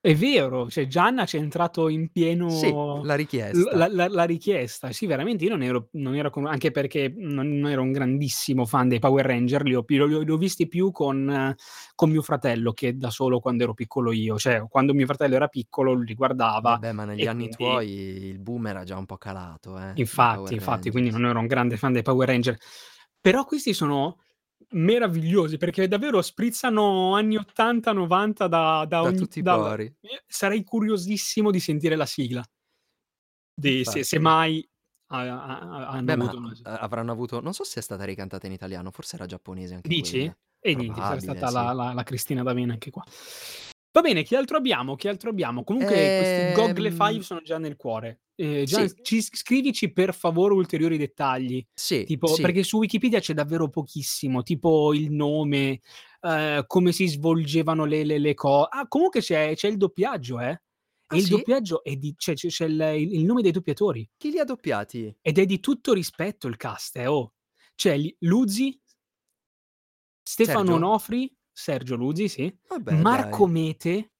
Speaker 2: È vero, cioè Gianna c'è entrato in
Speaker 1: Sì,
Speaker 2: pieno
Speaker 1: la
Speaker 2: l
Speaker 1: richiesta.
Speaker 2: la la la richiesta. Sì, veramente io non ero non ero con anche perché non non ero un grandissimo fan dei Power Ranger, li ho pi li ho li ho visti più con con mio fratello che da solo quando ero piccolo io. Cioè, quando mio fratello era piccolo li guardava
Speaker 1: Vabbè, ma negli
Speaker 2: e
Speaker 1: anni
Speaker 2: quindi
Speaker 1: tuoi il boom era già un po' calato, eh, dei Power
Speaker 2: Infatti, infatti, quindi
Speaker 1: Rangers.
Speaker 2: non ero un grande fan dei Power Ranger. Però questi sono meravigliosi perché davvero sprizzano anni '80, '90 da da
Speaker 1: Da
Speaker 2: ogni
Speaker 1: tutti i
Speaker 2: dal
Speaker 1: pori.
Speaker 2: Eh, sarei curiosissimo di sentire la sigla. Di se se
Speaker 1: Infatti.
Speaker 2: mai ha ha ha hanno
Speaker 1: Beh, ma
Speaker 2: avuto una
Speaker 1: a eh, avranno avuto non so se è stata ricantata in italiano, forse era giapponese anche
Speaker 2: Dici?
Speaker 1: quella.
Speaker 2: E niente, sarà
Speaker 1: Probabile,
Speaker 2: stata
Speaker 1: sì.
Speaker 2: la la la Cristina D'Avena anche qua. Va bene, che altro abbiamo? Che altro abbiamo? Comunque questi Gogle 5
Speaker 1: Ehm
Speaker 2: sono già nel cuore. Ehm, Gian
Speaker 1: Sì.
Speaker 2: ci scrivici per favore ulteriori dettagli,
Speaker 1: Sì,
Speaker 2: tipo
Speaker 1: sì.
Speaker 2: perché su Wikipedia c'è davvero pochissimo, tipo il nome, ehm, come si svolgevano le le le co ah, comunque c'è c'è il doppiaggio, eh, e
Speaker 1: Ah
Speaker 2: il
Speaker 1: sì?
Speaker 2: doppiaggio è di cioè, c'è c'è c'è il il nome dei doppiatori.
Speaker 1: Chi li ha doppiati?
Speaker 2: Ed è di tutto rispetto il cast, eh, oh. C'è li Luzzi Stefano
Speaker 1: Sergio?
Speaker 2: Onofri, Sergio Luzzi, sì,
Speaker 1: Vabbè,
Speaker 2: Marco
Speaker 1: dai.
Speaker 2: Mete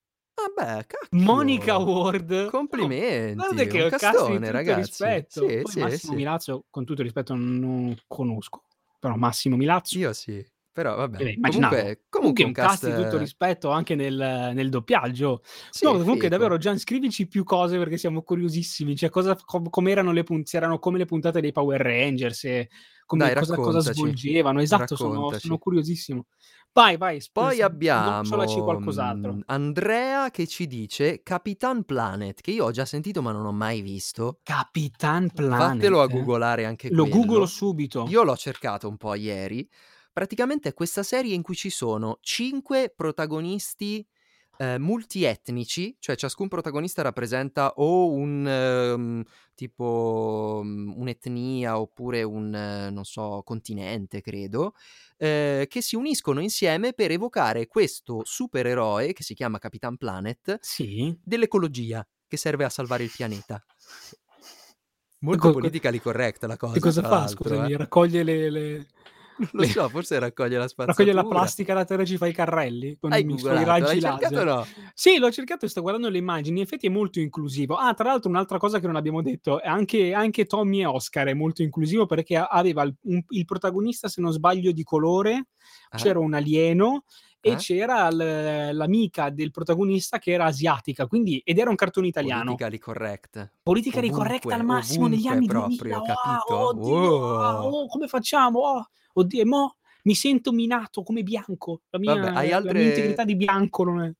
Speaker 1: Vabbè,
Speaker 2: Monica
Speaker 1: cacchio.
Speaker 2: Ward. Oh, guarda
Speaker 1: Complimenti,
Speaker 2: che
Speaker 1: un
Speaker 2: è un cast di
Speaker 1: castone
Speaker 2: tutto
Speaker 1: ragazzi.
Speaker 2: rispetto.
Speaker 1: Sì,
Speaker 2: Poi
Speaker 1: sì,
Speaker 2: Massimo
Speaker 1: sì.
Speaker 2: Milazzo, con tutto rispetto, non conosco, però Massimo Milazzo.
Speaker 1: Io sì, però
Speaker 2: Eh
Speaker 1: vabbè.
Speaker 2: beh, immaginavo.
Speaker 1: Comunque comunque
Speaker 2: Comunque è
Speaker 1: un
Speaker 2: un cast di tutto
Speaker 1: cast
Speaker 2: rispetto anche nel nel doppiaggio. No,
Speaker 1: Sì,
Speaker 2: comunque
Speaker 1: fico.
Speaker 2: davvero Gian scrivici più cose perché siamo curiosissimi, cioè cosa f com com'erano le pun se erano come le puntate dei Power Rangers, e come
Speaker 1: Dai,
Speaker 2: cosa cosa
Speaker 1: raccontaci.
Speaker 2: svolgevano. Esatto, sono sono
Speaker 1: Raccontaci.
Speaker 2: curiosissimo. Vai, vai, sp
Speaker 1: Poi
Speaker 2: s sgocciolaci
Speaker 1: abbiamo,
Speaker 2: qualcos'altro.
Speaker 1: mhmm, Andrea che ci dice Capitan Planet, che io ho già sentito ma non ho mai visto.
Speaker 2: Capitan
Speaker 1: Vattelo a
Speaker 2: Planet? eh.
Speaker 1: googolare anche
Speaker 2: Lo googolo
Speaker 1: quello.
Speaker 2: subito.
Speaker 1: Io l'ho cercato un po' ieri. Praticamente è questa serie in cui ci sono 5 protagonisti, ehm, multietnici, cioè ciascun protagonista rappresenta o un, mhmm, tipo, mhmm, un'etnia oppure un, non so, continente credo, ehm, che si uniscono insieme per evocare questo supereroe, che si chiama Capitan Planet,
Speaker 2: Sì.
Speaker 1: dell'ecologia, che serve a salvare il pianeta.
Speaker 2: E
Speaker 1: Molto
Speaker 2: co co
Speaker 1: politically correct la
Speaker 2: e
Speaker 1: cosa
Speaker 2: cosa
Speaker 1: tra
Speaker 2: fa
Speaker 1: l'altro, eh.
Speaker 2: scusami? Raccoglie le le
Speaker 1: Non lo so, forse raccoglie la spazzatura.
Speaker 2: Raccoglie la plastica da terra e ci fa i carrelli con
Speaker 1: Hai
Speaker 2: i suoi
Speaker 1: googolato?
Speaker 2: raggi
Speaker 1: L'hai
Speaker 2: laser.
Speaker 1: cercato o no?
Speaker 2: Sì, l'ho cercato e sto guardando le immagini. In effetti è molto inclusivo. Ah, tra l'altro, un'altra cosa che non abbiamo detto: è anche, anche Tommy e Oscar è molto inclusivo perché a- aveva il, un- il protagonista, se non sbaglio, di colore,
Speaker 1: Ah.
Speaker 2: c'era un alieno. E
Speaker 1: Ah.
Speaker 2: c'era l- l'amica del protagonista che era asiatica, quindi, ed era un cartone italiano.
Speaker 1: Politically correct.
Speaker 2: Politica
Speaker 1: Ovunque,
Speaker 2: ricorretta al massimo negli
Speaker 1: ovunque
Speaker 2: anni
Speaker 1: proprio,
Speaker 2: 2000.
Speaker 1: capito?
Speaker 2: Oh, oddio, ah,
Speaker 1: Oh.
Speaker 2: oh, come facciamo? Oh, oddio, e mo mi sento minato come bianco. La mia,
Speaker 1: Vabbè, hai
Speaker 2: la
Speaker 1: altre-
Speaker 2: mia integrità di bianco non è.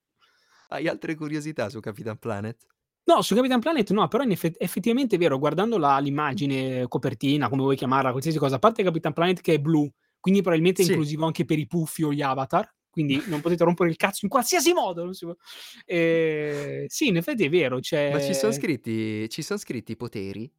Speaker 1: Hai altre curiosità su Capitan Planet?
Speaker 2: No, su Capitan Planet no, però in effe- effettivamente è vero, guardando la- l'immagine, copertina, come vuoi chiamarla, qualsiasi cosa, a parte Capitan Planet che è blu, quindi probabilmente è
Speaker 1: Sì.
Speaker 2: inclusivo anche per i puffi o gli avatar, quindi non potete rompere il cazzo in qualsiasi modo. non si può- Eh, sì, in effetti è vero, c'è...
Speaker 1: Ma ci sono scritti, ci son scritti i poteri?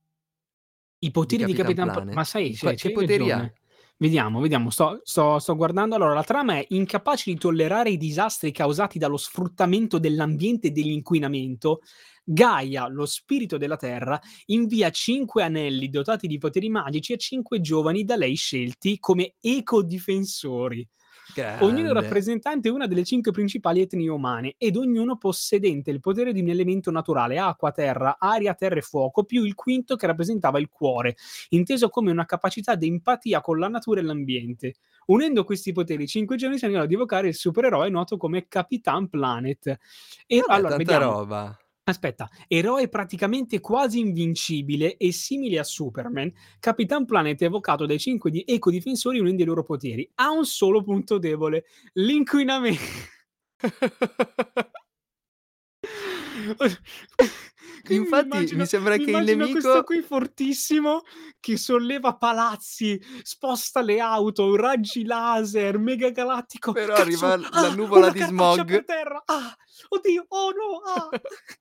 Speaker 2: I poteri di
Speaker 1: Capitan
Speaker 2: Capitan Pla-
Speaker 1: Planet.
Speaker 2: Ma sai,
Speaker 1: Qua-
Speaker 2: c'è,
Speaker 1: che
Speaker 2: c'è
Speaker 1: poteri
Speaker 2: ragione.
Speaker 1: ha?
Speaker 2: Vediamo, vediamo, sto, sto- sto guardando. Allora, la trama è incapace di tollerare i disastri causati dallo sfruttamento dell'ambiente e dell'inquinamento. Gaia, lo spirito della Terra, invia cinque anelli dotati di poteri magici a cinque giovani da lei scelti come ecodifensori. Ognuno
Speaker 1: Grande.
Speaker 2: rappresentante una delle cinque principali etnie umane ed ognuno possedente il potere di un elemento naturale, acqua, terra, aria, terra e fuoco, più il quinto che rappresentava il cuore, inteso come una capacità di empatia con la natura e l'ambiente. Unendo questi poteri, i cinque giovani sono in grado di evocare il supereroe noto come Capitan Planet. E
Speaker 1: Vabbè,
Speaker 2: allora,
Speaker 1: tanta
Speaker 2: vediamo.
Speaker 1: roba.
Speaker 2: Aspetta, eroe praticamente quasi invincibile e simile a Superman, Capitan Planet è evocato dai cinque di ecodifensori unendo i loro poteri. Ha un solo punto debole, l'inquinamento. Io
Speaker 1: Infatti, mi sembra che il
Speaker 2: immagino
Speaker 1: nemico-
Speaker 2: questo qui fortissimo che solleva palazzi, sposta le auto, raggi laser, mega galattico.
Speaker 1: Però
Speaker 2: Cazzo,
Speaker 1: arriva la
Speaker 2: ah,
Speaker 1: nuvola
Speaker 2: una
Speaker 1: di
Speaker 2: cartaccia
Speaker 1: smog.
Speaker 2: per terra. Ah, oddio, oh no, ah,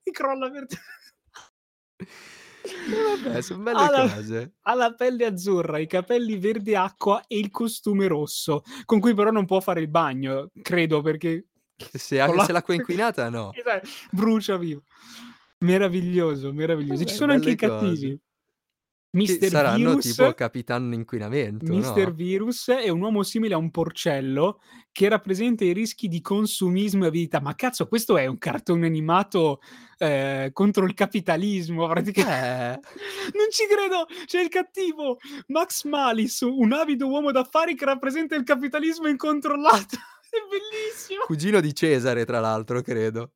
Speaker 2: e crolla per terra.
Speaker 1: Eh, Vabbè, sono belle
Speaker 2: Alla-
Speaker 1: cose.
Speaker 2: Ha la pelle azzurra, i capelli verde acqua e il costume rosso, con cui però non può fare il bagno, credo, perché
Speaker 1: Se, ha-
Speaker 2: Con la-
Speaker 1: se l'acqua è inquinata, no.
Speaker 2: eh, sai, brucia vivo. Meraviglioso, meraviglioso.
Speaker 1: Vabbè,
Speaker 2: Ci sono anche i
Speaker 1: belle cose.
Speaker 2: cattivi.
Speaker 1: Che
Speaker 2: Mister
Speaker 1: saranno
Speaker 2: Virus,
Speaker 1: tipo Capitan Inquinamento,
Speaker 2: Mister
Speaker 1: no?
Speaker 2: Virus è un uomo simile a un porcello che rappresenta i rischi di consumismo e avidità. Ma cazzo, questo è un cartone animato eh, contro il capitalismo,
Speaker 1: Eh.
Speaker 2: praticamente. Non ci credo, c'è il cattivo Max Malis, un avido uomo d'affari che rappresenta il capitalismo incontrollato. È bellissimo.
Speaker 1: Cugino di Cesare, tra l'altro, credo.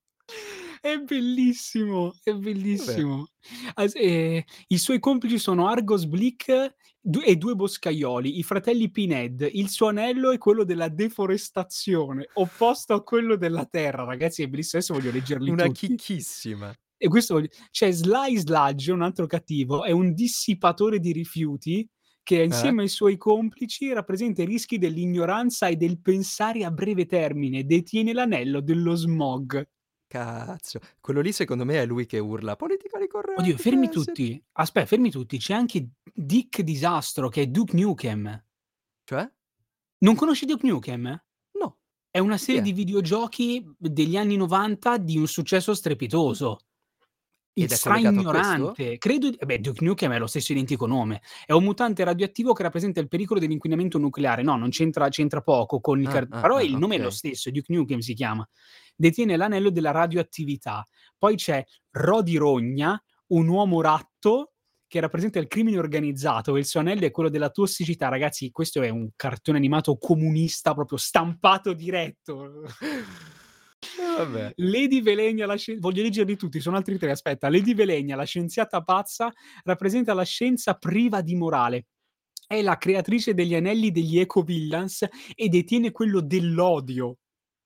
Speaker 2: È bellissimo, è bellissimo. As- eh, I suoi complici sono Argos Blick du- e due boscaioli, i fratelli Pined. Il suo anello è quello della deforestazione, opposto a quello della terra. Ragazzi, è bellissimo. Adesso voglio leggerli
Speaker 1: Una
Speaker 2: tutti.
Speaker 1: chicchissima.
Speaker 2: E questo voglio- c'è Sly Sludge, un altro cattivo, è un dissipatore di rifiuti che insieme ai suoi complici rappresenta i rischi dell'ignoranza e del pensare a breve termine, detiene l'anello dello smog.
Speaker 1: Cazzo. Quello lì, secondo me, è lui che urla. Politica di corrente.
Speaker 2: Oddio, fermi tutti. Aspetta, fermi tutti. C'è anche Dick Disastro che è Duke Nukem.
Speaker 1: Cioè?
Speaker 2: Non conosci Duke Nukem?
Speaker 1: No.
Speaker 2: È una serie
Speaker 1: è?
Speaker 2: di videogiochi degli anni 90 di un successo strepitoso.
Speaker 1: Ed
Speaker 2: Il
Speaker 1: è collegato a questo?
Speaker 2: stra-ignorante, credo. di- eh Beh, Duke Nukem è lo stesso identico nome. È un mutante radioattivo che rappresenta il pericolo dell'inquinamento nucleare. No, non c'entra, c'entra poco con il.
Speaker 1: Ah,
Speaker 2: car-
Speaker 1: ah,
Speaker 2: però
Speaker 1: ah,
Speaker 2: il nome è lo
Speaker 1: ok.
Speaker 2: stesso, Duke Nukem si chiama. Detiene l'anello della radioattività. Poi c'è Rodi Rogna, un uomo ratto che rappresenta il crimine organizzato e il suo anello è quello della tossicità. Ragazzi, questo è un cartone animato comunista proprio stampato diretto.
Speaker 1: Eh, Vabbè.
Speaker 2: Lady Velegna, la scien- voglio leggerli tutti, sono altri tre, aspetta. Lady Velegna, la scienziata pazza, rappresenta la scienza priva di morale. È la creatrice degli anelli degli eco-villains e detiene quello dell'odio.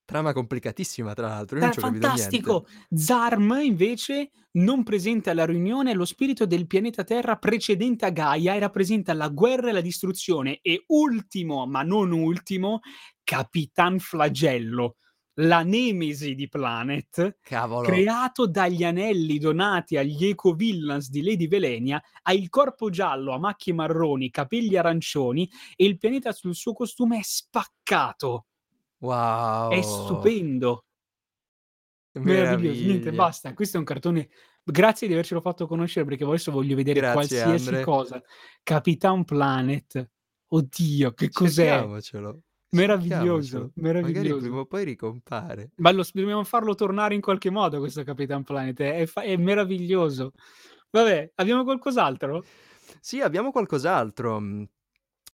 Speaker 1: Trama complicatissima, tra l'altro. Io
Speaker 2: Ah,
Speaker 1: Mm, non ci ho capito niente.
Speaker 2: fantastico! Zarm, invece, non presente alla riunione lo spirito del pianeta Terra precedente a Gaia e rappresenta la guerra e la distruzione. E ultimo, ma non ultimo, Capitan Flagello, la nemesi di Planet,
Speaker 1: Cavolo.
Speaker 2: creato dagli anelli donati agli eco-villains di Lady Velenia, ha il corpo giallo a macchie marroni, capelli arancioni e il pianeta sul suo costume è spaccato.
Speaker 1: Wow.
Speaker 2: È stupendo. Meraviglioso, niente,
Speaker 1: Meraviglia.
Speaker 2: basta. Questo è un cartone. Grazie di avercelo fatto conoscere perché adesso voglio vedere
Speaker 1: Grazie,
Speaker 2: qualsiasi
Speaker 1: Andre.
Speaker 2: cosa. Capitan Planet. Oddio, che cos'è?
Speaker 1: Cerchiamocelo,
Speaker 2: Meraviglioso,
Speaker 1: cerchiamocelo. Magari
Speaker 2: meraviglioso.
Speaker 1: prima o poi ricompare.
Speaker 2: Ma lo- dobbiamo farlo tornare in qualche modo questo Capitan Planet, è, è fa- è meraviglioso. Vabbè, abbiamo qualcos'altro?
Speaker 1: Sì, abbiamo qualcos'altro. Mm,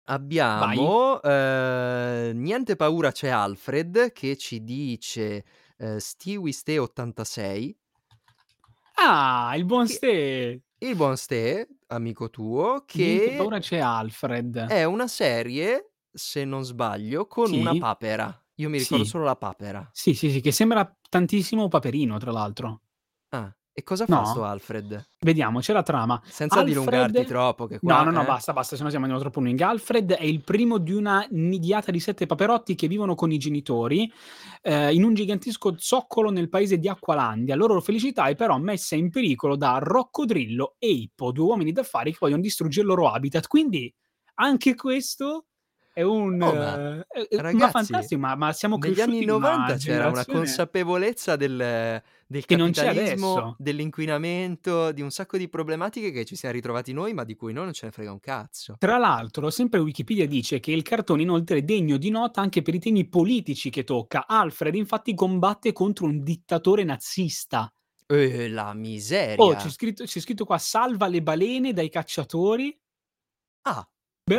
Speaker 1: Abbiamo eh, Niente paura c'è Alfred che ci dice eh, Stewie Ste 86,
Speaker 2: Ah, il buon
Speaker 1: Che-
Speaker 2: Ste.
Speaker 1: il buon Ste, amico tuo,
Speaker 2: Niente
Speaker 1: che Eh.
Speaker 2: paura c'è Alfred.
Speaker 1: è una serie, se non sbaglio, con
Speaker 2: Sì.
Speaker 1: una papera. Io mi ricordo
Speaker 2: Sì.
Speaker 1: solo la papera.
Speaker 2: Sì, sì, sì, che sembra tantissimo Paperino, tra l'altro.
Speaker 1: Ah, e cosa fa
Speaker 2: No.
Speaker 1: sto Alfred?
Speaker 2: Vediamo, c'è la trama.
Speaker 1: Senza
Speaker 2: Alfred-
Speaker 1: dilungarti troppo, che qua...
Speaker 2: No, no, no,
Speaker 1: eh,
Speaker 2: basta, basta, se no siamo andiamo troppo lunghi. Alfred è il primo di una nidiata di sette paperotti che vivono con i genitori eh, in un gigantesco zoccolo nel paese di Acqualandia. La loro felicità è però messa in pericolo da Roccodrillo e Ippo, due uomini d'affari che vogliono distruggere il loro habitat. Quindi anche questo è un...
Speaker 1: Oh, ma,
Speaker 2: eh, eh, eh, ma
Speaker 1: ragazzi,
Speaker 2: fantastico, ma, ma siamo
Speaker 1: Negli
Speaker 2: cresciuti
Speaker 1: anni
Speaker 2: in una
Speaker 1: 90 c'era una
Speaker 2: generazione...
Speaker 1: consapevolezza del, del
Speaker 2: Che non c'è
Speaker 1: capitalismo,
Speaker 2: adesso.
Speaker 1: dell'inquinamento, di un sacco di problematiche che ci siamo ritrovati noi, ma di cui noi non ce ne frega un cazzo.
Speaker 2: Tra l'altro, sempre Wikipedia dice che il cartone inoltre è degno di nota anche per i temi politici che tocca. Alfred infatti combatte contro un dittatore nazista.
Speaker 1: Eh, la
Speaker 2: Oh,
Speaker 1: miseria!
Speaker 2: c'è scritto, c'è scritto qua salva le balene dai cacciatori.
Speaker 1: Ah,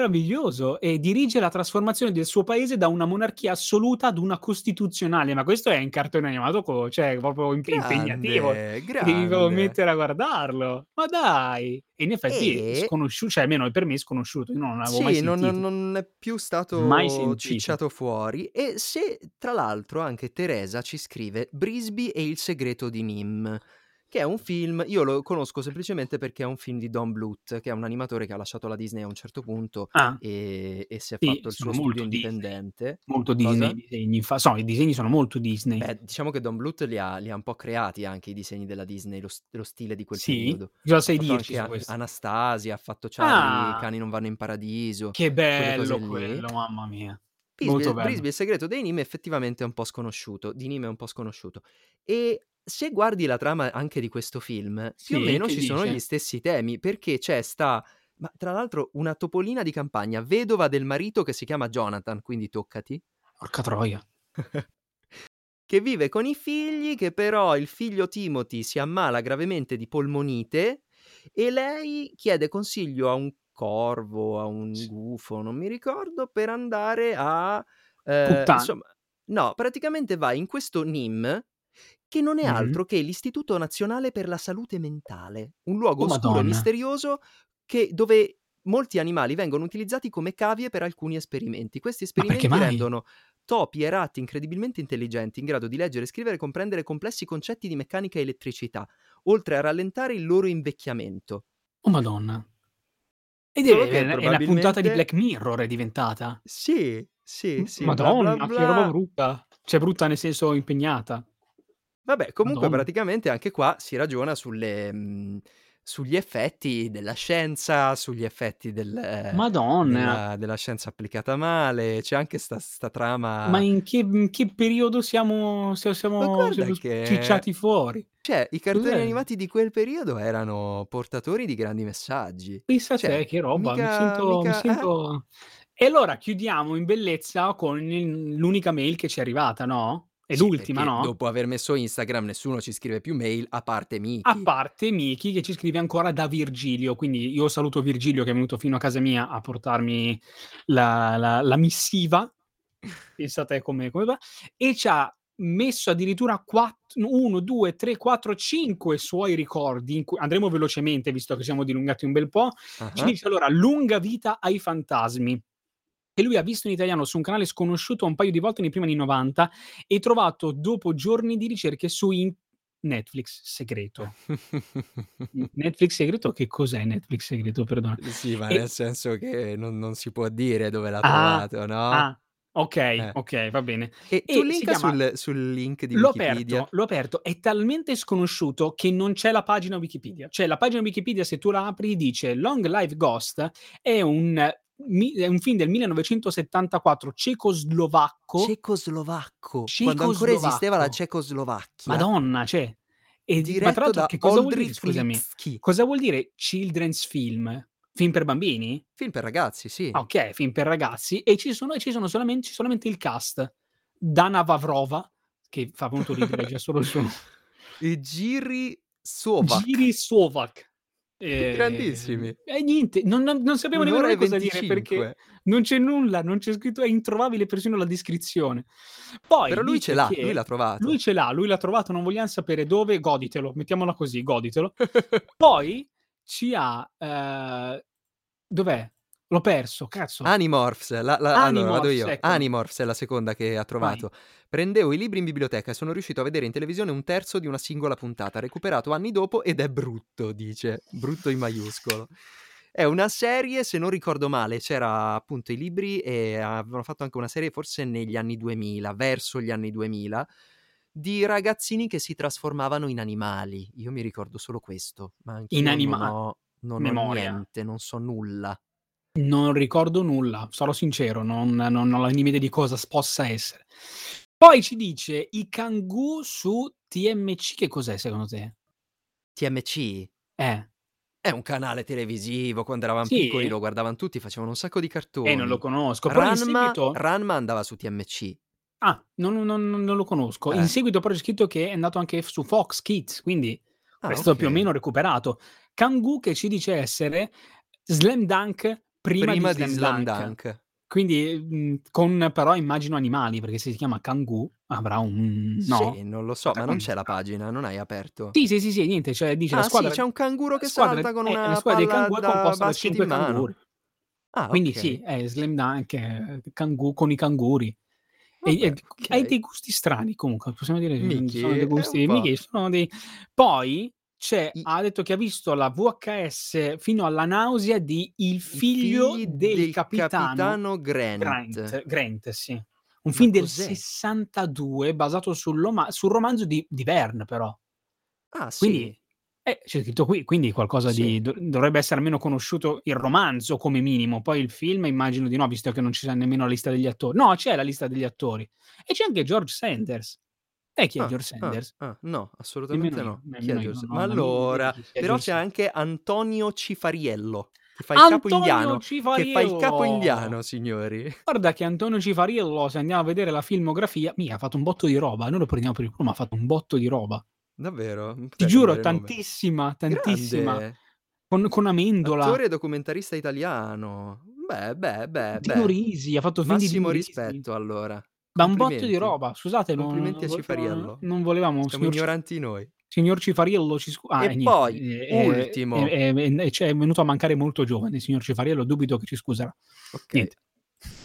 Speaker 2: Meraviglioso. E dirige la trasformazione del suo paese da una monarchia assoluta ad una costituzionale. Ma questo è in cartone animato, co- cioè proprio imp- impegnativo.
Speaker 1: grande,
Speaker 2: Devi proprio
Speaker 1: grande.
Speaker 2: mettere a guardarlo. Ma dai! E in effetti è
Speaker 1: E
Speaker 2: sconosciuto, cioè almeno per me è sconosciuto, io non l'avevo mai
Speaker 1: sì, non, non-
Speaker 2: sentito.
Speaker 1: non è più
Speaker 2: Mai
Speaker 1: stato
Speaker 2: sentito.
Speaker 1: cicciato fuori. E se, tra l'altro, anche Teresa ci scrive Brisby e il segreto di Nim, che è un film, io lo conosco semplicemente perché è un film di Don Bluth, che è un animatore che ha lasciato la Disney a un certo punto
Speaker 2: Ah,
Speaker 1: e, e si è
Speaker 2: sì,
Speaker 1: fatto il
Speaker 2: sono
Speaker 1: suo studio
Speaker 2: molto Disney.
Speaker 1: indipendente.
Speaker 2: Molto Disney i
Speaker 1: Cosa?
Speaker 2: disegni. infa- so, i disegni sono molto Disney.
Speaker 1: Beh, diciamo che Don Bluth li ha, li ha un po' creati anche i disegni della Disney, lo, s- lo stile di quel
Speaker 2: Sì,
Speaker 1: periodo.
Speaker 2: cosa
Speaker 1: Ha
Speaker 2: sai
Speaker 1: fatto
Speaker 2: dirci
Speaker 1: anche
Speaker 2: su
Speaker 1: A-
Speaker 2: questo?
Speaker 1: Anastasia, ha fatto Charlie, i
Speaker 2: Ah,
Speaker 1: cani non vanno in paradiso,
Speaker 2: che
Speaker 1: quelle cose
Speaker 2: bello
Speaker 1: lì.
Speaker 2: quello, mamma mia. Molto
Speaker 1: Brisby, Brisby,
Speaker 2: bello.
Speaker 1: il segreto dei Nim è effettivamente un po' sconosciuto, di Nim è un po' sconosciuto. E se guardi la trama anche di questo film, più o
Speaker 2: Sì,
Speaker 1: meno
Speaker 2: che
Speaker 1: ci sono gli
Speaker 2: dice?
Speaker 1: stessi temi, perché c'è sta, ma tra l'altro una topolina di campagna, vedova del marito che si chiama Jonathan, quindi toccati,
Speaker 2: Porca troia.
Speaker 1: che vive con i figli, che però il figlio Timothy si ammala gravemente di polmonite e lei chiede consiglio a un corvo, a un gufo, non mi ricordo, per andare a... eh,
Speaker 2: Puttana.
Speaker 1: insomma, no, praticamente va in questo NIM che non è
Speaker 2: Mhm.
Speaker 1: altro che l'Istituto Nazionale per la Salute Mentale, un luogo
Speaker 2: Oh,
Speaker 1: oscuro e
Speaker 2: madonna.
Speaker 1: misterioso che- dove molti animali vengono utilizzati come cavie per alcuni esperimenti. Questi
Speaker 2: Ma perché
Speaker 1: esperimenti
Speaker 2: mai?
Speaker 1: rendono topi e ratti incredibilmente intelligenti, in grado di leggere, scrivere e comprendere complessi concetti di meccanica e elettricità, oltre a rallentare il loro invecchiamento.
Speaker 2: Oh, madonna. Ed
Speaker 1: Solo
Speaker 2: è,
Speaker 1: che
Speaker 2: è una puntata di
Speaker 1: probabilmente...
Speaker 2: Black Mirror è diventata.
Speaker 1: Sì, sì,
Speaker 2: M-
Speaker 1: sì, bla bla
Speaker 2: Madonna, che roba
Speaker 1: bla.
Speaker 2: brutta. Cioè, brutta nel senso impegnata.
Speaker 1: Vabbè, comunque
Speaker 2: Madonna.
Speaker 1: praticamente anche qua si ragiona sulle, mh, sugli effetti della scienza, sugli effetti del, eh,
Speaker 2: Madonna.
Speaker 1: della, della scienza applicata male, c'è anche sta, sta
Speaker 2: Ma
Speaker 1: trama...
Speaker 2: in che, in che periodo siamo, se-
Speaker 1: Ma
Speaker 2: siamo,
Speaker 1: guarda
Speaker 2: siamo
Speaker 1: che
Speaker 2: cicciati fuori?
Speaker 1: Cioè, i cartoni
Speaker 2: Cos'è?
Speaker 1: animati di quel periodo erano portatori di grandi messaggi.
Speaker 2: Pensa a
Speaker 1: Cioè,
Speaker 2: te, che roba, mi
Speaker 1: mica,
Speaker 2: sento, mi
Speaker 1: mica, eh?
Speaker 2: sento... E allora chiudiamo in bellezza con il- l'unica mail che ci è arrivata, no? È
Speaker 1: Sì,
Speaker 2: l'ultima,
Speaker 1: perché
Speaker 2: no?
Speaker 1: dopo aver messo Instagram nessuno ci scrive più mail, a parte
Speaker 2: A
Speaker 1: Miki.
Speaker 2: parte Miki che ci scrive ancora da Virgilio, quindi io saluto Virgilio che è venuto fino a casa mia a portarmi la, la- la missiva, pensate come, come va, e ci ha messo addirittura 1, 2, 3, 4, 5 suoi ricordi, in cui- andremo velocemente visto che siamo dilungati un bel po', ci
Speaker 1: Ah,
Speaker 2: dice allora lunga vita ai fantasmi. che lui ha visto in italiano su un canale sconosciuto un paio di volte nei primi anni 90 e trovato dopo giorni di ricerche su in- Netflix segreto. Netflix segreto? Che cos'è Netflix segreto? Perdona.
Speaker 1: sì, ma
Speaker 2: E-
Speaker 1: nel senso che non, non si può dire dove l'ha
Speaker 2: ah,
Speaker 1: trovato, no?
Speaker 2: ah, ok,
Speaker 1: Eh.
Speaker 2: ok, va bene.
Speaker 1: E tu
Speaker 2: E si
Speaker 1: linka
Speaker 2: chiama
Speaker 1: sul, sul link di
Speaker 2: L'ho
Speaker 1: Wikipedia?
Speaker 2: aperto, l'ho aperto, è talmente sconosciuto che non c'è la pagina Wikipedia. Cioè la pagina Wikipedia, se tu la apri, dice Long Live Ghost è un, eh, mi- è un film del 1974 cecoslovacco,
Speaker 1: Cecoslovacco, quando ancora esisteva la
Speaker 2: cecoslovacco,
Speaker 1: Cecoslovacchia,
Speaker 2: madonna, cioè. E, ma tra
Speaker 1: diretto
Speaker 2: l'altro
Speaker 1: da
Speaker 2: che cosa vuol dire,
Speaker 1: Oldrich
Speaker 2: scusami?
Speaker 1: Lipski.
Speaker 2: Cosa vuol dire children's film? Film per bambini?
Speaker 1: Film per ragazzi, sì.
Speaker 2: Ah, ok, film per ragazzi. E ci sono, e ci sono solamente, c'è solamente il cast. Dana Vavrova, che fa appunto ridere già solo il suo nome.
Speaker 1: I giri Sova.
Speaker 2: Giri Slovak.
Speaker 1: Grandissimi.
Speaker 2: E niente, non, non- non sappiamo nemmeno
Speaker 1: Un'ora
Speaker 2: noi
Speaker 1: e
Speaker 2: cosa dire
Speaker 1: 25.
Speaker 2: perché non c'è nulla, non c'è scritto, è introvabile persino la descrizione. Poi
Speaker 1: Però lui
Speaker 2: dice
Speaker 1: ce l'ha,
Speaker 2: che-
Speaker 1: lui l'ha trovato.
Speaker 2: lui ce l'ha, lui l'ha trovato, non vogliamo sapere dove, goditelo, mettiamola così, goditelo. Poi ci ha... eh, dov'è? L'ho perso, cazzo.
Speaker 1: Ah. Animorphs, la, la- allora, vado
Speaker 2: Certo. Animorphs,
Speaker 1: io.
Speaker 2: ecco.
Speaker 1: Animorphs è la seconda che ha trovato. Prendevo i libri in biblioteca e sono riuscito a vedere in televisione un terzo di una singola puntata, recuperato anni dopo ed è brutto, dice, brutto in maiuscolo. È una serie, se non ricordo male, c'era appunto i libri e avevano fatto anche una serie forse negli anni 2000, verso gli anni 2000, di ragazzini che si trasformavano in animali. Io mi ricordo solo questo, ma anche
Speaker 2: In anima-
Speaker 1: non ho
Speaker 2: memoria.
Speaker 1: niente, non so nulla.
Speaker 2: Non ricordo nulla, sarò sincero, non, non ho la minima idea di cosa s- possa essere. Poi ci dice i kangu su TMC, che cos'è secondo te?
Speaker 1: TMC,
Speaker 2: Eh,
Speaker 1: È un canale televisivo, quando eravamo
Speaker 2: Sì?
Speaker 1: piccoli lo guardavano tutti, facevano un sacco di cartoni.
Speaker 2: eh, non lo conosco. Però in
Speaker 1: Boh, Ranma,
Speaker 2: seguito...
Speaker 1: Ranma andava su TMC.
Speaker 2: Ah, non, non- non- non lo conosco.
Speaker 1: Eh.
Speaker 2: In seguito però c'è scritto che è andato anche su Fox Kids, quindi
Speaker 1: Ah,
Speaker 2: questo più o
Speaker 1: ok.
Speaker 2: meno recuperato. Kangu che ci dice essere Slam Dunk prima,
Speaker 1: prima
Speaker 2: di Slam, Dunk.
Speaker 1: Dunk.
Speaker 2: Quindi mh, con però immagino animali, perché se si chiama Kangu avrà un... No? Ecco.
Speaker 1: Sì, non lo so, ma non c'è la pagina, non hai aperto.
Speaker 2: Sì, sì, sì, sì, niente, cioè dice
Speaker 1: ah,
Speaker 2: la squadra...
Speaker 1: sì, c'è un canguro che
Speaker 2: squadra-
Speaker 1: salta con
Speaker 2: eh,
Speaker 1: una
Speaker 2: la squadra dei
Speaker 1: palla
Speaker 2: canguri è
Speaker 1: da
Speaker 2: composta da
Speaker 1: basket
Speaker 2: 5
Speaker 1: in mano.
Speaker 2: canguri.
Speaker 1: Ah,
Speaker 2: Quindi
Speaker 1: ok.
Speaker 2: sì, è Slam Dunk, eh, kangu- con i canguri. E-
Speaker 1: Vabbè,
Speaker 2: e-
Speaker 1: ok.
Speaker 2: Hai dei gusti strani comunque, possiamo dire. che
Speaker 1: Michi,
Speaker 2: sono
Speaker 1: è
Speaker 2: dei
Speaker 1: un
Speaker 2: gusti.
Speaker 1: po'.
Speaker 2: Michi, sono dei... Poi c'è,
Speaker 1: I-
Speaker 2: ha detto che ha visto la VHS fino alla nausea di Il
Speaker 1: I
Speaker 2: figlio
Speaker 1: figli
Speaker 2: del, capitano
Speaker 1: Grant.
Speaker 2: Grant, Grant, sì. Un film del
Speaker 1: cos'è?
Speaker 2: 62 basato sul, loma- sul romanzo di, di Verne, però.
Speaker 1: Ah, sì.
Speaker 2: Quindi eh, c'è scritto qui, quindi qualcosa
Speaker 1: Sì.
Speaker 2: di dov- dovrebbe essere almeno conosciuto il romanzo come minimo, poi il film immagino di no, visto che non ci sia nemmeno la lista degli attori. No, c'è la lista degli attori e c'è anche George Sanders. E chi è
Speaker 1: Ah,
Speaker 2: George
Speaker 1: ah,
Speaker 2: Sanders?
Speaker 1: ah, no, assolutamente
Speaker 2: Nemmeno io,
Speaker 1: no. Chi è
Speaker 2: nemmeno io,
Speaker 1: George-
Speaker 2: non ho
Speaker 1: Ma
Speaker 2: la minima idea
Speaker 1: allora,
Speaker 2: di chi sia
Speaker 1: però
Speaker 2: George
Speaker 1: c'è
Speaker 2: Sanders.
Speaker 1: anche Antonio Cifariello, che fa il capo indiano,
Speaker 2: Antonio
Speaker 1: che fa il capo indiano,
Speaker 2: Cifariello.
Speaker 1: signori.
Speaker 2: Guarda che Antonio Cifariello, se andiamo a vedere la filmografia, mica ha fatto un botto di roba, noi lo prendiamo per il culo, ma ha fatto un botto di roba.
Speaker 1: Davvero? non
Speaker 2: Ti
Speaker 1: potrei
Speaker 2: giuro,
Speaker 1: cambiare nome.
Speaker 2: tantissima, tantissima.
Speaker 1: Grande.
Speaker 2: Con, con Amendola.
Speaker 1: Attore e documentarista italiano. Beh, beh, Eh beh,
Speaker 2: Dino
Speaker 1: beh.
Speaker 2: Risi, ha fatto film di
Speaker 1: Massimo
Speaker 2: Dino Risi.
Speaker 1: rispetto, allora.
Speaker 2: Ma un botto di
Speaker 1: Complimenti.
Speaker 2: roba, scusate, non, non-
Speaker 1: Complimenti a
Speaker 2: non vo-
Speaker 1: Cifariello.
Speaker 2: non volevamo,
Speaker 1: Siamo
Speaker 2: signor, Ci-
Speaker 1: ignoranti noi.
Speaker 2: signor Cifariello, ci scu- ah,
Speaker 1: E
Speaker 2: eh, niente,
Speaker 1: poi,
Speaker 2: eh, eh,
Speaker 1: ultimo.
Speaker 2: eh, eh, eh, cioè, è venuto a mancare molto giovane, signor Cifariello, dubito che ci scuserà.
Speaker 1: Ok.
Speaker 2: Niente.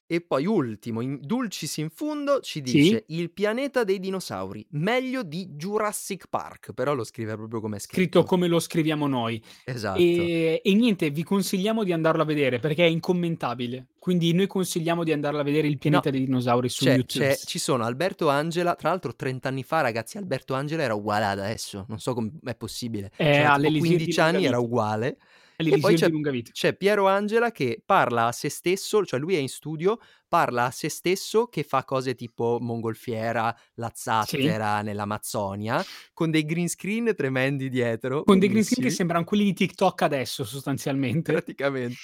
Speaker 1: E poi ultimo, in Dulcis in fundo ci
Speaker 2: Sì?
Speaker 1: dice Il pianeta dei dinosauri, meglio di Jurassic Park, però lo scrive proprio come è scritto.
Speaker 2: Scritto come lo scriviamo noi.
Speaker 1: Esatto.
Speaker 2: E, e niente, vi consigliamo di andarlo a vedere perché è incommentabile. Quindi noi consigliamo di andarlo a vedere il pianeta dei dinosauri su
Speaker 1: C'è-
Speaker 2: YouTube.
Speaker 1: c'è- ci sono Alberto Angela, tra l'altro 30 anni fa ragazzi Alberto Angela era uguale ad adesso, non so come è possibile,
Speaker 2: È
Speaker 1: C'era tipo
Speaker 2: all'Elisir Eh, di
Speaker 1: 15
Speaker 2: lunga
Speaker 1: anni era
Speaker 2: vita.
Speaker 1: uguale e poi
Speaker 2: All'Elisir
Speaker 1: c'è,
Speaker 2: di lunga vita.
Speaker 1: c'è Piero Angela che parla a se stesso, cioè lui è in studio, parla a se stesso che fa cose tipo mongolfiera, la
Speaker 2: Sì.
Speaker 1: zattera nell'Amazzonia, con dei green screen tremendi dietro,
Speaker 2: Con dei green screen che
Speaker 1: bellissimi.
Speaker 2: sembrano quelli di TikTok adesso, sostanzialmente.
Speaker 1: praticamente.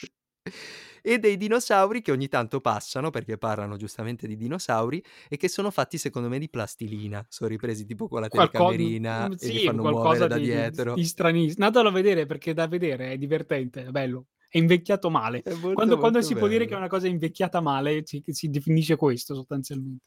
Speaker 1: E dei dinosauri che ogni tanto passano, perché parlano giustamente di dinosauri, e che sono fatti secondo me di plastilina. Sono ripresi tipo con la
Speaker 2: Qualcosa,
Speaker 1: telecamerina e li
Speaker 2: mm, sì,
Speaker 1: fanno muovere
Speaker 2: qualcosa
Speaker 1: da
Speaker 2: di, di,
Speaker 1: dietro.
Speaker 2: di stranissimo. Andatelo a vedere perché da vedere è divertente, è bello. È invecchiato male.
Speaker 1: È molto
Speaker 2: Quando, quando
Speaker 1: molto
Speaker 2: si può dire che è
Speaker 1: bello.
Speaker 2: una cosa invecchiata male, si, si definisce questo sostanzialmente.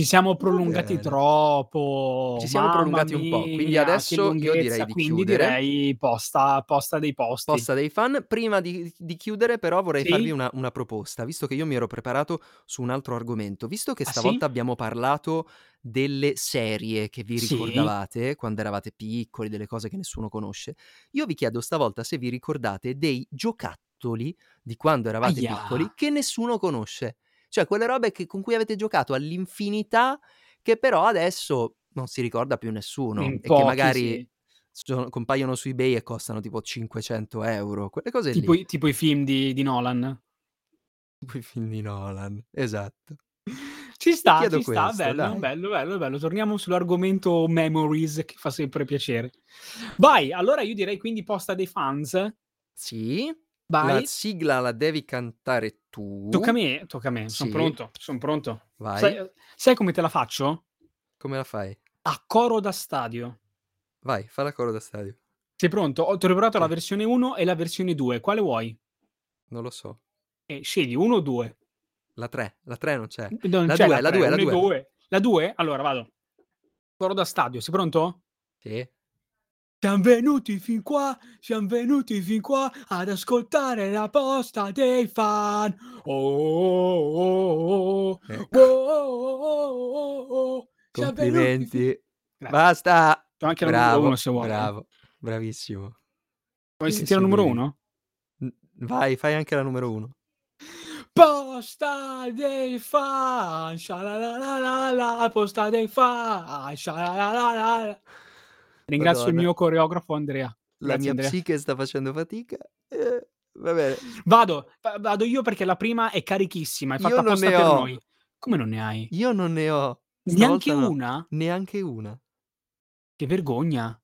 Speaker 2: Ci siamo
Speaker 1: Va
Speaker 2: prolungati
Speaker 1: bene.
Speaker 2: troppo,
Speaker 1: Ci siamo
Speaker 2: mamma
Speaker 1: prolungati un po', quindi
Speaker 2: mia, che
Speaker 1: adesso io direi
Speaker 2: lunghezza.
Speaker 1: di
Speaker 2: Quindi
Speaker 1: chiudere.
Speaker 2: direi posta, posta dei posti.
Speaker 1: Posta dei fan, prima di, di chiudere però vorrei farvi
Speaker 2: Sì?
Speaker 1: una, una proposta, visto che io mi ero preparato su un altro argomento, visto che
Speaker 2: Ah sì?
Speaker 1: stavolta abbiamo parlato delle serie che vi
Speaker 2: Sì?
Speaker 1: ricordavate quando eravate piccoli, delle cose che nessuno conosce, io vi chiedo stavolta se vi ricordate dei giocattoli di quando eravate
Speaker 2: Aia.
Speaker 1: piccoli che nessuno conosce, cioè quelle robe che- con cui avete giocato all'infinità che però adesso non si ricorda più nessuno
Speaker 2: In
Speaker 1: e che
Speaker 2: pochi,
Speaker 1: magari
Speaker 2: sì.
Speaker 1: sono- compaiono su eBay e costano tipo 500 euro, quelle cose
Speaker 2: Tipo,
Speaker 1: lì.
Speaker 2: i- tipo i film di, di Nolan.
Speaker 1: Tipo i film di Nolan, esatto.
Speaker 2: Ci
Speaker 1: Vi
Speaker 2: sta,
Speaker 1: chiedo
Speaker 2: ci sta,
Speaker 1: questo,
Speaker 2: bello,
Speaker 1: dai.
Speaker 2: bello, bello, bello. Torniamo sull'argomento memories che fa sempre piacere. Vai, allora io direi quindi posta dei fans.
Speaker 1: Sì? La
Speaker 2: Vai.
Speaker 1: sigla la devi cantare tu.
Speaker 2: Tocca a me, tocca a me. Sono
Speaker 1: Sì.
Speaker 2: pronto, sono pronto.
Speaker 1: Vai.
Speaker 2: Sai, eh. sai come te la faccio?
Speaker 1: Come la fai?
Speaker 2: A coro da stadio.
Speaker 1: Vai, fa la coro da stadio.
Speaker 2: Sei pronto? Ho- Ti ho preparato la
Speaker 1: Sì.
Speaker 2: versione 1 e la versione 2. Quale vuoi?
Speaker 1: Non lo so.
Speaker 2: Eh, scegli 1 o 2.
Speaker 1: La 3, la 3 non c'è.
Speaker 2: Non
Speaker 1: La
Speaker 2: c'è
Speaker 1: due, la
Speaker 2: tre,
Speaker 1: due, la
Speaker 2: uno e
Speaker 1: due.
Speaker 2: due. La 2? Allora vado. Coro da stadio, sei pronto?
Speaker 1: Sì. eh.
Speaker 2: Siamo venuti fin qua, siamo venuti fin qua ad ascoltare la posta dei fan. Oh, oh, oh, oh,
Speaker 1: Ecco.
Speaker 2: oh, oh, oh, oh, siamo venuti fin-
Speaker 1: Complimenti.
Speaker 2: Grazie.
Speaker 1: Basta.
Speaker 2: C'è Anche la numero
Speaker 1: Bravo,
Speaker 2: 1 se vuoi. eh.
Speaker 1: bravo, bravissimo.
Speaker 2: Vuoi
Speaker 1: Sì,
Speaker 2: sentire la
Speaker 1: sì,
Speaker 2: numero
Speaker 1: devi-
Speaker 2: 1?
Speaker 1: N- Vai, fai anche la numero 1.
Speaker 2: Posta dei fan, sha-la-la-la-la-la, posta dei fan, sha-la-la-la-la. Ringrazio il
Speaker 1: Madonna.
Speaker 2: mio coreografo Andrea.
Speaker 1: La
Speaker 2: Grazie,
Speaker 1: mia
Speaker 2: Andrea.
Speaker 1: psiche sta facendo fatica. Eh, va bene.
Speaker 2: Vado, va- vado io perché la prima è carichissima, è
Speaker 1: Io
Speaker 2: fatta
Speaker 1: non
Speaker 2: apposta
Speaker 1: ne
Speaker 2: per
Speaker 1: ho.
Speaker 2: noi. Come non ne hai?
Speaker 1: Io non ne ho
Speaker 2: Neanche
Speaker 1: stavolta no.
Speaker 2: una?
Speaker 1: neanche una.
Speaker 2: Che vergogna.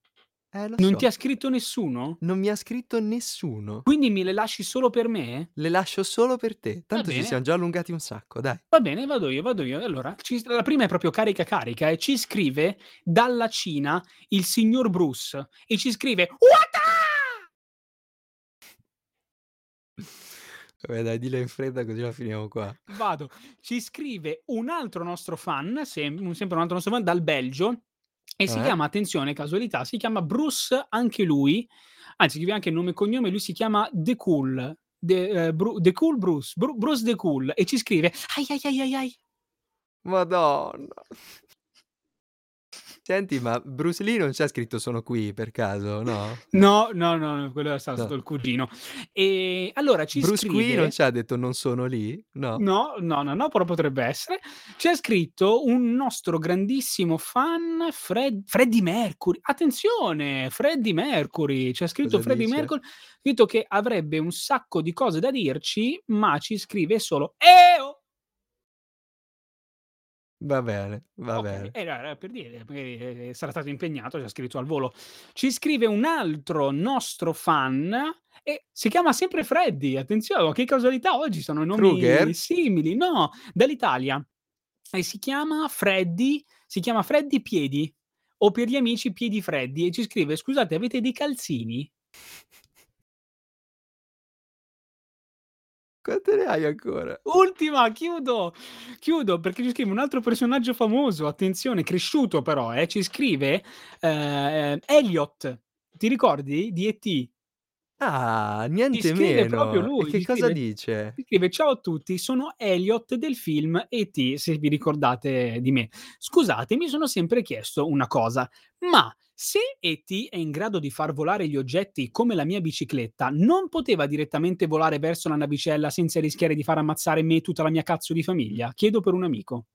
Speaker 1: Eh, lo
Speaker 2: Non
Speaker 1: so.
Speaker 2: ti ha scritto nessuno?
Speaker 1: Non mi ha scritto nessuno.
Speaker 2: Quindi me le lasci solo per me?
Speaker 1: Le lascio solo per te. Tanto ci
Speaker 2: bene.
Speaker 1: siamo già allungati un sacco, dai.
Speaker 2: Va bene, vado io, vado io. Allora, ci- la prima è proprio carica carica e ci scrive dalla Cina il signor Bruce e ci scrive Wata!
Speaker 1: Vabbè, dai, dila in fretta così la finiamo qua.
Speaker 2: Vado. Ci scrive un altro nostro fan, sem- un- sempre un altro nostro fan dal Belgio e si
Speaker 1: Eh?
Speaker 2: chiama, attenzione, casualità, si chiama Bruce anche lui, anzi scrive anche il nome e cognome, lui si chiama The Cool. The, eh, Bru- The Cool Bruce, Bru- Bruce The Cool e ci scrive ai ai ai ai ai
Speaker 1: Madonna. Senti, ma Bruce Lee non c'ha scritto sono qui per caso, no?
Speaker 2: No, no, no, no, quello è stato
Speaker 1: No.
Speaker 2: stato il cugino. E allora ci
Speaker 1: Bruce
Speaker 2: scrive...
Speaker 1: qui non ci ha detto non sono lì, no?
Speaker 2: No, no, no, no, però potrebbe essere. C'è scritto un nostro grandissimo fan, Fred, Freddie Mercury. Attenzione, Freddie Mercury. C'è scritto
Speaker 1: Cosa
Speaker 2: Freddie
Speaker 1: dice?
Speaker 2: Mercury, scritto che avrebbe un sacco di cose da dirci, ma ci scrive solo "Eh, oh!" EO.
Speaker 1: Va bene, va
Speaker 2: Ok,
Speaker 1: bene.
Speaker 2: eh, no, era per dire, magari eh, sarà stato impegnato, c'è scritto al volo. Ci scrive un altro nostro fan e si chiama sempre Freddy. Attenzione, oh, che casualità oggi sono nomi
Speaker 1: Kruger?
Speaker 2: simili, no, dall'Italia. E si chiama Freddy, si chiama Freddy Piedi o per gli amici Piedi Freddy e ci scrive "Scusate, avete dei calzini?".
Speaker 1: Quante ne hai ancora?
Speaker 2: Ultima, chiudo, chiudo perché ci scrive un altro personaggio famoso, attenzione, cresciuto però, eh, ci scrive eh, Elliot, ti ricordi di E.T.? Ci
Speaker 1: Ah, niente
Speaker 2: scrive
Speaker 1: meno.
Speaker 2: proprio lui,
Speaker 1: e che
Speaker 2: ci
Speaker 1: cosa
Speaker 2: scrive-
Speaker 1: dice?
Speaker 2: scrive ciao a tutti, sono Elliot del film E.T., se vi ricordate di me. Scusate, mi sono sempre chiesto una cosa, ma se E.T. è in grado di far volare gli oggetti come la mia bicicletta, non poteva direttamente volare verso la navicella senza rischiare di far ammazzare me e tutta la mia cazzo di famiglia? Chiedo per un amico.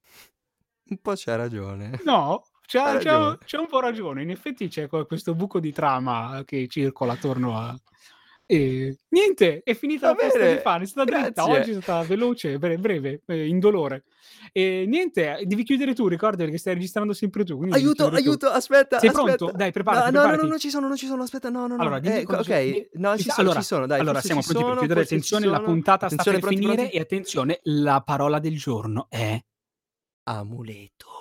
Speaker 1: Un po' c'ha ragione.
Speaker 2: No,
Speaker 1: Ha
Speaker 2: c'ha, c'ha-
Speaker 1: ragione.
Speaker 2: c'ha un po' ragione. In effetti c'è que- questo buco di trama che circola attorno a... E niente, è finita
Speaker 1: Va
Speaker 2: la festa di
Speaker 1: bene,
Speaker 2: fan, è stata dritta,
Speaker 1: grazie.
Speaker 2: oggi è stata veloce, bre- breve, eh, indolore. E niente, eh, devi chiudere tu, ricorda che stai registrando sempre tu. quindi devi
Speaker 1: Aiuto,
Speaker 2: chiudere tu.
Speaker 1: aiuto, aspetta,
Speaker 2: Sei
Speaker 1: aspetta.
Speaker 2: pronto? Dai,
Speaker 1: No, no,
Speaker 2: preparati,
Speaker 1: no,
Speaker 2: preparati.
Speaker 1: no, non ci sono, non ci sono, aspetta, no, no, no.
Speaker 2: Allora, dimmi
Speaker 1: Eh,
Speaker 2: cosa-
Speaker 1: ok, no,
Speaker 2: ci
Speaker 1: ci
Speaker 2: sa-
Speaker 1: sono,
Speaker 2: allora,
Speaker 1: ci sono, dai,
Speaker 2: allora,
Speaker 1: forse
Speaker 2: siamo
Speaker 1: ci
Speaker 2: pronti per
Speaker 1: sono,
Speaker 2: chiudere.
Speaker 1: forse ci
Speaker 2: Attenzione, la
Speaker 1: sono.
Speaker 2: puntata sta
Speaker 1: Attenzione,
Speaker 2: per
Speaker 1: pronti,
Speaker 2: finire
Speaker 1: pronti.
Speaker 2: e attenzione, la parola del giorno è...
Speaker 1: Amuleto.